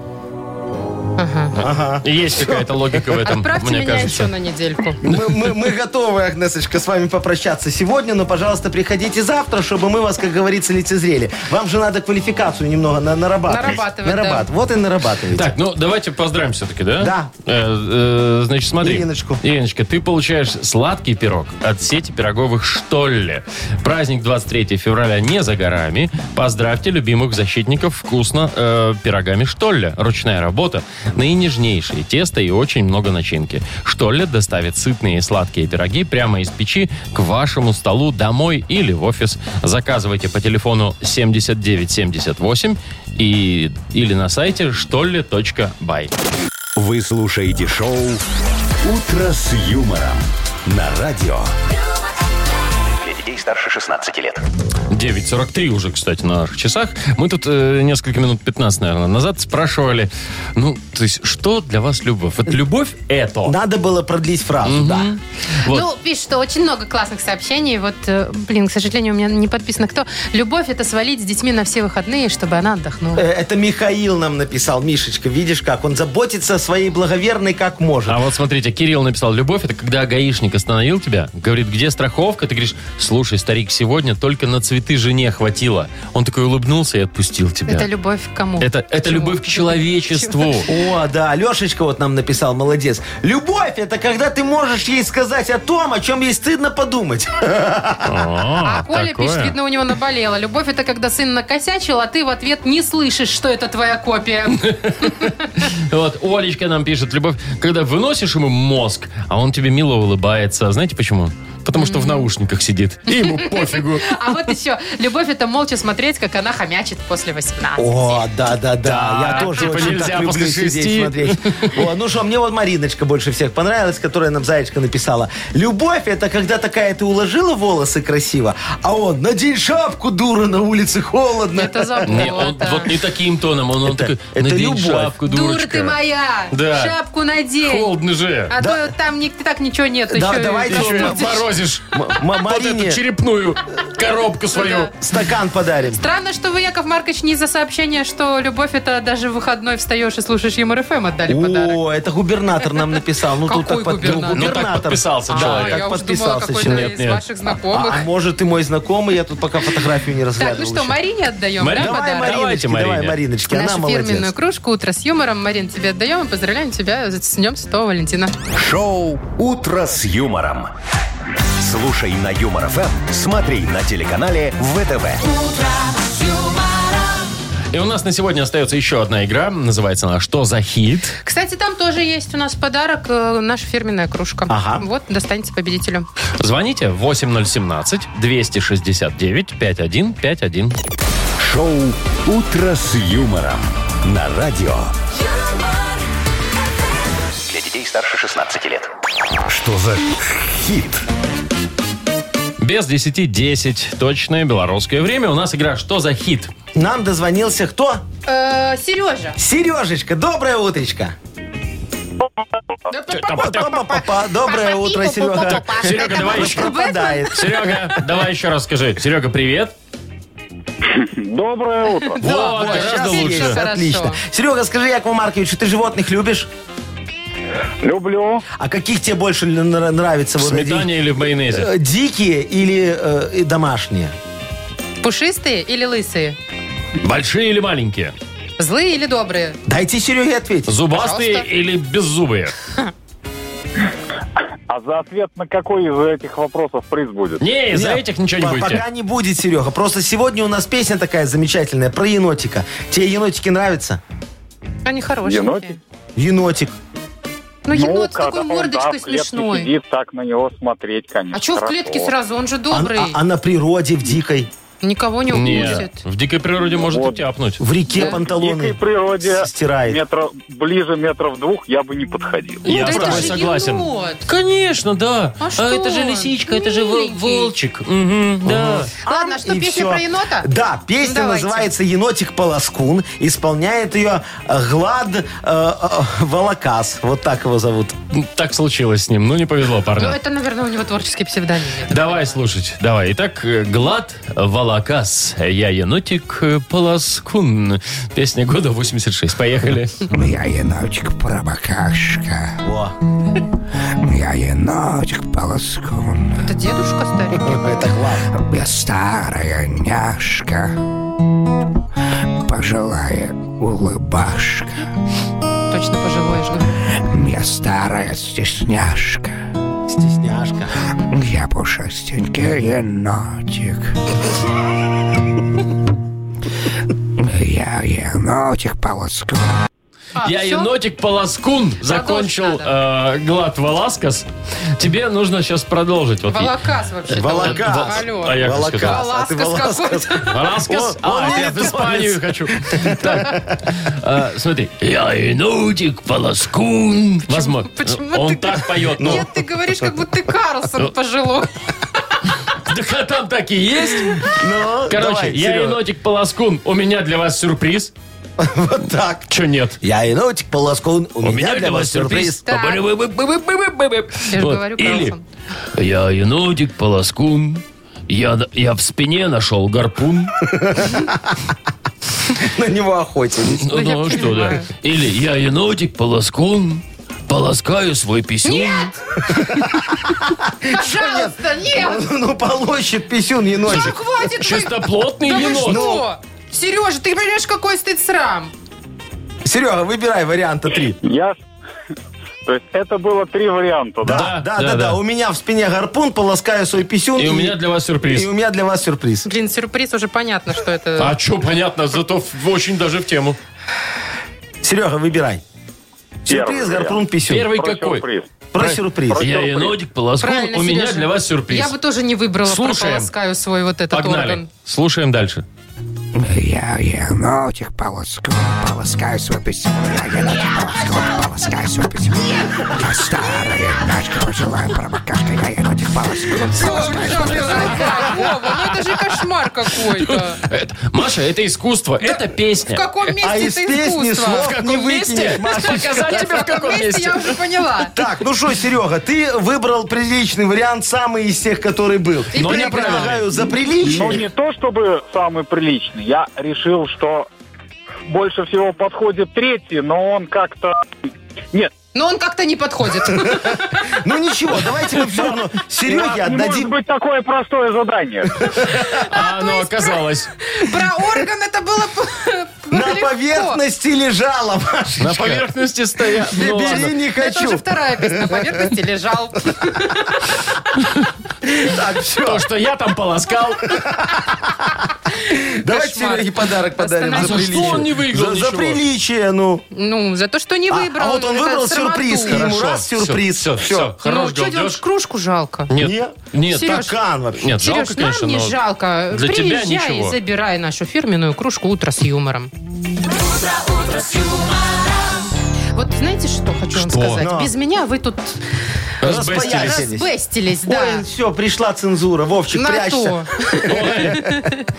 [SPEAKER 1] Есть какая-то логика в этом,
[SPEAKER 2] Отправьте
[SPEAKER 1] мне
[SPEAKER 2] меня еще
[SPEAKER 1] кажется.
[SPEAKER 2] на недельку.
[SPEAKER 3] Мы, мы- мы готовы, Агнесочка, с вами попрощаться сегодня, но, пожалуйста, приходите завтра, чтобы мы вас, как говорится, лицезрели. Вам же надо квалификацию немного на, нарабатывать.
[SPEAKER 2] Нарабатывать, да.
[SPEAKER 3] Нарабат- Вот и нарабатываете.
[SPEAKER 1] Так, ну давайте поздравим все-таки, да?
[SPEAKER 3] Да.
[SPEAKER 1] Э, э, значит, смотри.
[SPEAKER 3] Ириночку.
[SPEAKER 1] Ириночка, ты получаешь сладкий пирог от сети пироговых «Штолле». Праздник 23 февраля не за горами. Поздравьте любимых защитников вкусно э, пирогами «Штолле». Ручная работа, наинежнейшее тесто и очень много начинки. «Штолле» доставит сытные и сладкие пироги прямо из печи к вашему столу домой или в офис. Заказывайте по телефону 7978 и, или на сайте штолле.бай.
[SPEAKER 4] Вы слушаете шоу «Утро с юмором» на радио.
[SPEAKER 5] Для детей старше 16 лет.
[SPEAKER 1] 9.43 уже, кстати, на наших часах. Мы тут э, несколько минут 15, наверное, назад спрашивали, ну, то есть, что для вас любовь? Вот любовь — это.
[SPEAKER 3] Надо было продлить фразу, да.
[SPEAKER 1] Вот.
[SPEAKER 2] Ну, пишет, что очень много классных сообщений. Вот, э, блин, к сожалению, у меня не подписано кто. Любовь это свалить с детьми на все выходные, чтобы она
[SPEAKER 3] Э,
[SPEAKER 2] отдохнула.
[SPEAKER 3] Это Михаил нам написал, Мишечка, видишь как? Он заботится о своей благоверной как может.
[SPEAKER 1] А вот смотрите, Кирилл написал, любовь — это когда гаишник остановил тебя, говорит, где страховка? Ты говоришь, слушай, старик, сегодня только на цветы жене хватило. Он такой улыбнулся и отпустил тебя.
[SPEAKER 2] Это любовь к кому?
[SPEAKER 1] Это, это
[SPEAKER 2] Чему?
[SPEAKER 1] любовь к человечеству.
[SPEAKER 3] О, да, Лешечка вот нам написал, молодец. Любовь – это когда ты можешь ей сказать о том, о чем ей стыдно подумать.
[SPEAKER 1] А,
[SPEAKER 2] А Коля пишет, видно, у него наболело. Любовь это когда сын накосячил, а ты в ответ не слышишь, что это твоя копия.
[SPEAKER 1] Вот Олечка нам пишет, любовь, когда выносишь ему мозг, а он тебе мило улыбается. Знаете почему? Потому что в наушниках сидит. И ему пофигу.
[SPEAKER 2] А вот еще, любовь это молча смотреть, как она хомячит после 18.
[SPEAKER 3] О, да, да, да. Я тоже
[SPEAKER 1] типа
[SPEAKER 3] очень
[SPEAKER 1] нельзя
[SPEAKER 3] так люблю
[SPEAKER 1] после шести.
[SPEAKER 3] сидеть, смотреть. О, ну что, мне вот Мариночка больше всех понравилась, которая нам Заячка написала. Любовь – это когда такая ты уложила волосы красиво, а он «надень шапку, дура, на улице холодно».
[SPEAKER 2] Это
[SPEAKER 1] Не, он
[SPEAKER 2] забота.
[SPEAKER 1] вот не таким тоном, он, он
[SPEAKER 3] Это-
[SPEAKER 1] такой,
[SPEAKER 3] это
[SPEAKER 1] надень
[SPEAKER 3] любовь.
[SPEAKER 1] шапку,
[SPEAKER 2] Дура
[SPEAKER 1] дурочка.
[SPEAKER 2] ты моя!
[SPEAKER 1] Да.
[SPEAKER 2] Шапку надень!
[SPEAKER 1] Холодно же.
[SPEAKER 2] А то там ни- так ничего нет.
[SPEAKER 3] Да,
[SPEAKER 2] еще и
[SPEAKER 3] давайте
[SPEAKER 1] Ты еще и
[SPEAKER 2] забудешь.
[SPEAKER 1] отморозишь
[SPEAKER 3] М- м-
[SPEAKER 1] вот эту
[SPEAKER 3] Марине
[SPEAKER 1] черепную коробку свою.
[SPEAKER 3] стакан подарим.
[SPEAKER 2] Странно, что вы, Яков Маркович, не за сообщение, что любовь это даже в выходной встаешь и слушаешь Юмор ФМ отдали подарок.
[SPEAKER 3] О, это губернатор нам написал. Ну, тут
[SPEAKER 2] Какой
[SPEAKER 3] так под- ну,
[SPEAKER 2] губернатор?
[SPEAKER 1] Ну, так подписался
[SPEAKER 2] А,
[SPEAKER 1] человек.
[SPEAKER 2] я
[SPEAKER 3] так
[SPEAKER 2] уж думала,
[SPEAKER 3] подписался
[SPEAKER 2] какой-то
[SPEAKER 3] человек.
[SPEAKER 2] из
[SPEAKER 1] нет.
[SPEAKER 2] ваших знакомых.
[SPEAKER 3] А, а может и мой знакомый, я тут пока фотографию не
[SPEAKER 2] так,
[SPEAKER 3] разглядывал.
[SPEAKER 2] ну что,
[SPEAKER 3] еще.
[SPEAKER 2] Марине отдаем,
[SPEAKER 1] Марина,
[SPEAKER 2] да,
[SPEAKER 3] Давай,
[SPEAKER 2] подарок?
[SPEAKER 1] Давайте,
[SPEAKER 3] Мариночки, давай,
[SPEAKER 1] Марине.
[SPEAKER 3] Мариночки, она
[SPEAKER 2] Нашу фирменную
[SPEAKER 3] молодец.
[SPEAKER 2] кружку «Утро с юмором». Марин, тебе отдаем и поздравляем тебя с Днем Святого Валентина.
[SPEAKER 4] Шоу «Утро с юмором». Слушай на Юмор ФМ, смотри на телеканале ВТВ.
[SPEAKER 1] И у нас на сегодня остается еще одна игра. Называется она «Что за хит?».
[SPEAKER 2] Кстати, там тоже есть у нас подарок, э, наша фирменная кружка.
[SPEAKER 3] Ага.
[SPEAKER 2] Вот, достанется победителю.
[SPEAKER 1] Звоните 8017-269-5151.
[SPEAKER 4] Шоу «Утро с юмором» на радио.
[SPEAKER 5] Для детей старше 16 лет.
[SPEAKER 4] А Что за хит?
[SPEAKER 1] Без 10-10. Точное белорусское время. У нас игра «Что за хит?».
[SPEAKER 3] Нам дозвонился кто?
[SPEAKER 2] Э, Сережа.
[SPEAKER 3] Сережечка, доброе утречко. Па-па-па-па. Доброе утро, Серега.
[SPEAKER 1] Серега, давай еще.
[SPEAKER 3] Пропадает.
[SPEAKER 1] Серега, давай еще раз скажи. Серега, привет.
[SPEAKER 9] Доброе утро.
[SPEAKER 1] Вот,
[SPEAKER 3] Вот,
[SPEAKER 1] гораздо
[SPEAKER 3] сейчас
[SPEAKER 1] лучше.
[SPEAKER 3] есть,
[SPEAKER 2] Хорошо.
[SPEAKER 3] Отлично. Серега, скажи, Якову Марковичу, ты животных любишь?
[SPEAKER 9] Люблю.
[SPEAKER 3] А каких тебе больше нра- нравится?
[SPEAKER 1] В
[SPEAKER 3] вот эти,
[SPEAKER 1] сметане или в майонезе?
[SPEAKER 3] э, Дикие или э, и домашние?
[SPEAKER 2] Пушистые или лысые?
[SPEAKER 1] Большие или маленькие?
[SPEAKER 2] Злые или добрые?
[SPEAKER 3] Дайте Сереге ответить.
[SPEAKER 1] Зубастые
[SPEAKER 2] Пожалуйста.
[SPEAKER 1] или беззубые?
[SPEAKER 9] А за ответ на какой из этих вопросов приз будет?
[SPEAKER 1] Не, из-за
[SPEAKER 3] Нет,
[SPEAKER 1] этих ничего не
[SPEAKER 3] по-
[SPEAKER 1] будете.
[SPEAKER 3] Пока не будет, Серега. Просто сегодня у нас песня такая замечательная про енотика. Тебе енотики нравятся?
[SPEAKER 2] Они хорошие.
[SPEAKER 9] Енотик?
[SPEAKER 3] Енотик.
[SPEAKER 2] Ну, енот с такой
[SPEAKER 9] когда он, да,
[SPEAKER 2] мордочкой
[SPEAKER 9] в клетке
[SPEAKER 2] смешной.
[SPEAKER 9] сидит, так на него смотреть, конечно.
[SPEAKER 2] А что в
[SPEAKER 9] хорошо.
[SPEAKER 2] клетке сразу? Он же
[SPEAKER 3] А,
[SPEAKER 2] добрый.
[SPEAKER 3] а- а на природе, в дикой,
[SPEAKER 2] Никого не
[SPEAKER 1] Нет,
[SPEAKER 2] укусит.
[SPEAKER 1] в дикой природе может
[SPEAKER 9] Вот.
[SPEAKER 1] и тяпнуть.
[SPEAKER 3] в реке
[SPEAKER 2] Да.
[SPEAKER 9] В дикой
[SPEAKER 3] панталоны
[SPEAKER 9] природе
[SPEAKER 3] с- стирает.
[SPEAKER 9] метро, ближе метров двух я бы не подходил.
[SPEAKER 2] Ну,
[SPEAKER 1] Я
[SPEAKER 2] да
[SPEAKER 1] с
[SPEAKER 2] это
[SPEAKER 1] тобой
[SPEAKER 2] же
[SPEAKER 1] согласен.
[SPEAKER 2] енот.
[SPEAKER 1] Конечно, да.
[SPEAKER 2] А что
[SPEAKER 1] это же
[SPEAKER 2] он?
[SPEAKER 1] лисичка, это же вол-
[SPEAKER 2] Миленький.
[SPEAKER 1] волчик. Мгм, да.
[SPEAKER 2] Ладно, а что,
[SPEAKER 3] И
[SPEAKER 2] песня
[SPEAKER 3] всё.
[SPEAKER 2] про енота?
[SPEAKER 3] Да, песня
[SPEAKER 2] Давайте.
[SPEAKER 3] называется «Енотик Полоскун». Исполняет ее э, Глад э, э, Волокас. Вот так его зовут.
[SPEAKER 1] Так случилось с ним. Ну, не повезло,
[SPEAKER 2] Ну,
[SPEAKER 1] парню.
[SPEAKER 2] это, наверное, у него творческий псевдоним. я так
[SPEAKER 1] Давай
[SPEAKER 2] понимаю.
[SPEAKER 1] слушать. Давай. Итак, э, Глад э, Алакас, я енотик э, Полоскун. Песня года 86. Поехали.
[SPEAKER 12] Ну, Я енотик пробакашка.
[SPEAKER 3] Во.
[SPEAKER 12] Ну, Я енотик полоскун.
[SPEAKER 2] Это дедушка старенький.
[SPEAKER 3] Это главное.
[SPEAKER 12] Я старая няшка. Пожилая улыбашка.
[SPEAKER 2] Точно пожилой же.
[SPEAKER 12] Я старая стесняшка.
[SPEAKER 3] Стесняшка.
[SPEAKER 12] Я пушистенький енотик. Я енотик полоскун.
[SPEAKER 2] А,
[SPEAKER 1] Я
[SPEAKER 2] всё?
[SPEAKER 1] енотик Полоскун закончил э, глад Валаскас. Тебе нужно сейчас продолжить. Вот я-
[SPEAKER 2] Волокас вообще.
[SPEAKER 3] Волокас.
[SPEAKER 1] А я как
[SPEAKER 3] Волокас.
[SPEAKER 1] сказал?
[SPEAKER 3] А ты
[SPEAKER 2] Волоскас
[SPEAKER 3] волоскас.
[SPEAKER 2] какой-то.
[SPEAKER 1] Валаскас?
[SPEAKER 3] Он- он
[SPEAKER 1] А,
[SPEAKER 3] не
[SPEAKER 1] я в Испанию
[SPEAKER 3] литовец.
[SPEAKER 1] хочу. Так, э, Смотри. Я енотик Полоскун. Возможно.
[SPEAKER 2] Почему
[SPEAKER 1] Он
[SPEAKER 2] ты-
[SPEAKER 1] так поет. ну.
[SPEAKER 2] Нет, ты говоришь, как будто ты Карлсон пожилой.
[SPEAKER 1] Так а там так и есть.
[SPEAKER 3] Ну,
[SPEAKER 1] Короче,
[SPEAKER 3] давай,
[SPEAKER 1] я
[SPEAKER 3] Серега.
[SPEAKER 1] енотик Полоскун. У меня для вас сюрприз.
[SPEAKER 3] Вот так.
[SPEAKER 1] Че нет?
[SPEAKER 3] Я енотик полоскун. У,
[SPEAKER 1] У меня для вас сюрприз.
[SPEAKER 2] Так.
[SPEAKER 1] Бу-бу-бу-бу-бу-бу-бу-бу.
[SPEAKER 2] Я же
[SPEAKER 1] Вот.
[SPEAKER 2] говорю,
[SPEAKER 1] Или
[SPEAKER 2] Карлсон.
[SPEAKER 1] я енотик Полоскун. Я, я в спине нашел гарпун.
[SPEAKER 3] На него охотились.
[SPEAKER 1] Ну,
[SPEAKER 2] Ну, я
[SPEAKER 1] ну, что, да.
[SPEAKER 2] понимаю.
[SPEAKER 1] Или я енотик полоскун, полоскаю свой писюн.
[SPEAKER 2] Пожалуйста, нет!
[SPEAKER 3] Ну, полощет писюн
[SPEAKER 2] Ну,
[SPEAKER 3] енотик.
[SPEAKER 2] хватит вы-
[SPEAKER 1] Чистоплотный
[SPEAKER 2] Да вы
[SPEAKER 1] енот.
[SPEAKER 2] что? Сережа, ты понимаешь, какой стыд срам?
[SPEAKER 3] Серега, выбирай варианта три.
[SPEAKER 9] Я... То есть это было три варианта, да?
[SPEAKER 3] Да, да, да, да. У меня в спине гарпун, полоскаю свой писюн.
[SPEAKER 1] И у меня для вас
[SPEAKER 3] Ну, и
[SPEAKER 1] сюрприз.
[SPEAKER 3] у меня для вас сюрприз.
[SPEAKER 2] Блин, сюрприз, уже понятно, что это...
[SPEAKER 1] А чё, понятно, зато в- очень даже в тему.
[SPEAKER 3] Серега, выбирай. Сюрприз,
[SPEAKER 9] вариант.
[SPEAKER 3] гарпун, писюн.
[SPEAKER 1] Первый
[SPEAKER 9] Про
[SPEAKER 1] какой?
[SPEAKER 9] сюрприз.
[SPEAKER 3] Про сюрприз.
[SPEAKER 9] про-
[SPEAKER 1] Я
[SPEAKER 9] Сюрприз.
[SPEAKER 1] енотик полоскун,
[SPEAKER 2] Правильно,
[SPEAKER 1] у меня
[SPEAKER 2] Сережа.
[SPEAKER 1] для вас сюрприз.
[SPEAKER 2] Я бы тоже не выбрала,
[SPEAKER 1] Слушаем.
[SPEAKER 2] прополоскаю свой вот этот
[SPEAKER 1] Погнали.
[SPEAKER 2] орган.
[SPEAKER 1] Слушаем дальше.
[SPEAKER 12] Я енотик полоскун, полоскаю свой писюн. Я енотик полоскун, полоскаю свой писюн. Я старая няшка, пожилая пробокашка. Я енотик полоскун,
[SPEAKER 2] Всё,
[SPEAKER 12] полоскаю свой
[SPEAKER 2] всё, всё,
[SPEAKER 12] писюн.
[SPEAKER 2] зарыгай. Вова, ну это же кошмар какой-то.
[SPEAKER 1] Это- Маша, это искусство, это
[SPEAKER 2] В
[SPEAKER 1] песня.
[SPEAKER 2] каком месте
[SPEAKER 3] А из
[SPEAKER 2] это
[SPEAKER 3] песни
[SPEAKER 2] искусство?
[SPEAKER 3] слов
[SPEAKER 1] каком
[SPEAKER 3] не
[SPEAKER 1] месте?
[SPEAKER 3] выкинешь, Машечка.
[SPEAKER 1] Показать тебе, в каком месте.
[SPEAKER 2] я уже поняла.
[SPEAKER 3] Так, ну что, Серега, ты выбрал приличный вариант, самый из тех, который был.
[SPEAKER 2] И
[SPEAKER 3] Но я
[SPEAKER 2] неправильный.
[SPEAKER 3] предлагаю за
[SPEAKER 9] Ну,
[SPEAKER 3] приличие.
[SPEAKER 9] не то чтобы самый приличный. Я решил, что больше всего подходит третий, но он как-то... Нет,
[SPEAKER 2] Но он как-то не подходит.
[SPEAKER 3] Ну ничего, давайте мы все равно
[SPEAKER 9] у нас
[SPEAKER 3] Сереге
[SPEAKER 9] не может
[SPEAKER 3] отдадим.
[SPEAKER 9] быть такое простое задание.
[SPEAKER 1] А оно оказалось.
[SPEAKER 2] Про орган это было
[SPEAKER 3] На
[SPEAKER 2] легко.
[SPEAKER 3] поверхности лежала,
[SPEAKER 1] На
[SPEAKER 3] Машечка.
[SPEAKER 1] поверхности стоят. Ну
[SPEAKER 3] Бери,
[SPEAKER 1] ладно.
[SPEAKER 3] не
[SPEAKER 2] Это уже
[SPEAKER 3] хочу.
[SPEAKER 2] вторая песня. На поверхности лежал.
[SPEAKER 3] Так, все.
[SPEAKER 1] То, что я там полоскал.
[SPEAKER 3] Давайте
[SPEAKER 2] Кошмар.
[SPEAKER 3] Сереге подарок подарим
[SPEAKER 2] А
[SPEAKER 3] за
[SPEAKER 2] за
[SPEAKER 1] что
[SPEAKER 3] приличие.
[SPEAKER 1] он не выиграл
[SPEAKER 3] За- За
[SPEAKER 1] ничего?
[SPEAKER 3] приличие, ну.
[SPEAKER 2] Ну, за то, что не
[SPEAKER 3] А-
[SPEAKER 2] выбрал.
[SPEAKER 3] а вот он
[SPEAKER 2] это
[SPEAKER 3] выбрал сюрприз,
[SPEAKER 2] срамоту.
[SPEAKER 3] Ему раз сюрприз.
[SPEAKER 1] Все,
[SPEAKER 3] Всё.
[SPEAKER 1] все. Хорош
[SPEAKER 2] ну, что делаешь,
[SPEAKER 1] галдеж.
[SPEAKER 2] кружку жалко?
[SPEAKER 1] Нет, нет,
[SPEAKER 2] Серёж,
[SPEAKER 1] так-
[SPEAKER 3] Стакан вообще.
[SPEAKER 1] нет, жалко,
[SPEAKER 2] Сереж, нам
[SPEAKER 1] конечно,
[SPEAKER 2] не
[SPEAKER 1] но
[SPEAKER 2] жалко.
[SPEAKER 1] для тебя
[SPEAKER 2] Приезжай
[SPEAKER 1] ничего.
[SPEAKER 2] и забирай нашу фирменную кружку «Утро с юмором». Вот знаете, что хочу вам
[SPEAKER 1] Что?
[SPEAKER 2] сказать?
[SPEAKER 3] Ну.
[SPEAKER 2] Без меня вы тут
[SPEAKER 1] разбестились.
[SPEAKER 3] Разбоялись.
[SPEAKER 2] разбестились, да.
[SPEAKER 3] Ой, все, пришла цензура. Вовчик,
[SPEAKER 2] На
[SPEAKER 3] прячься.
[SPEAKER 2] то.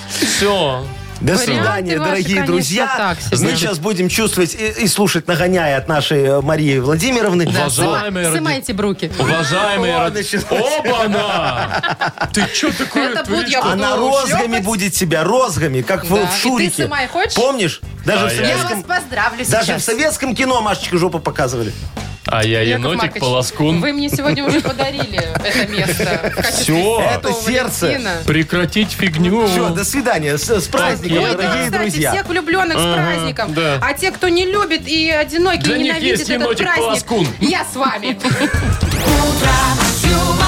[SPEAKER 1] Все.
[SPEAKER 3] До
[SPEAKER 2] Варианты
[SPEAKER 3] свидания,
[SPEAKER 2] ваши,
[SPEAKER 3] дорогие
[SPEAKER 2] конечно,
[SPEAKER 3] друзья.
[SPEAKER 2] так себе.
[SPEAKER 3] Мы сейчас будем чувствовать и, и слушать нагоняя от нашей э, Марии Владимировны.
[SPEAKER 1] Да, да. Уважаемые
[SPEAKER 2] Снимайте бруки.
[SPEAKER 1] Уважаемые род-
[SPEAKER 3] Ладно, началось.
[SPEAKER 1] Оба-на! Ты что такое
[SPEAKER 2] Это
[SPEAKER 1] творишь?
[SPEAKER 2] будет я
[SPEAKER 3] Она
[SPEAKER 2] буду
[SPEAKER 3] розгами
[SPEAKER 2] шлепать.
[SPEAKER 3] будет тебя, розгами, как в,
[SPEAKER 2] Да.
[SPEAKER 3] в
[SPEAKER 2] И ты
[SPEAKER 3] Шурике.
[SPEAKER 2] сама и хочешь?
[SPEAKER 3] Помнишь? Даже в
[SPEAKER 1] А я-
[SPEAKER 2] Я
[SPEAKER 3] советском...
[SPEAKER 2] вас поздравлю
[SPEAKER 3] Даже в
[SPEAKER 2] сейчас.
[SPEAKER 3] советском кино Машечка жопу показывали.
[SPEAKER 1] А я
[SPEAKER 2] Яков
[SPEAKER 1] енотик
[SPEAKER 2] Маркович,
[SPEAKER 1] полоскун.
[SPEAKER 2] Вы мне сегодня уже подарили это место. в качестве
[SPEAKER 1] Всё.
[SPEAKER 2] святого
[SPEAKER 3] Это сердце.
[SPEAKER 2] Валентина.
[SPEAKER 1] Прекратить фигню.
[SPEAKER 3] Все, до свидания. С, с праздником,
[SPEAKER 2] Ой, да,
[SPEAKER 3] дорогие
[SPEAKER 2] кстати,
[SPEAKER 3] друзья.
[SPEAKER 2] всех влюбленных с
[SPEAKER 1] Ага,
[SPEAKER 2] праздником.
[SPEAKER 1] да.
[SPEAKER 2] А те, кто не любит и одинокий,
[SPEAKER 1] Для них
[SPEAKER 2] ненавидит
[SPEAKER 1] есть
[SPEAKER 2] этот
[SPEAKER 1] енотик
[SPEAKER 2] праздник,
[SPEAKER 1] Полоскун.
[SPEAKER 2] я с вами.
[SPEAKER 13] Утро с юмором.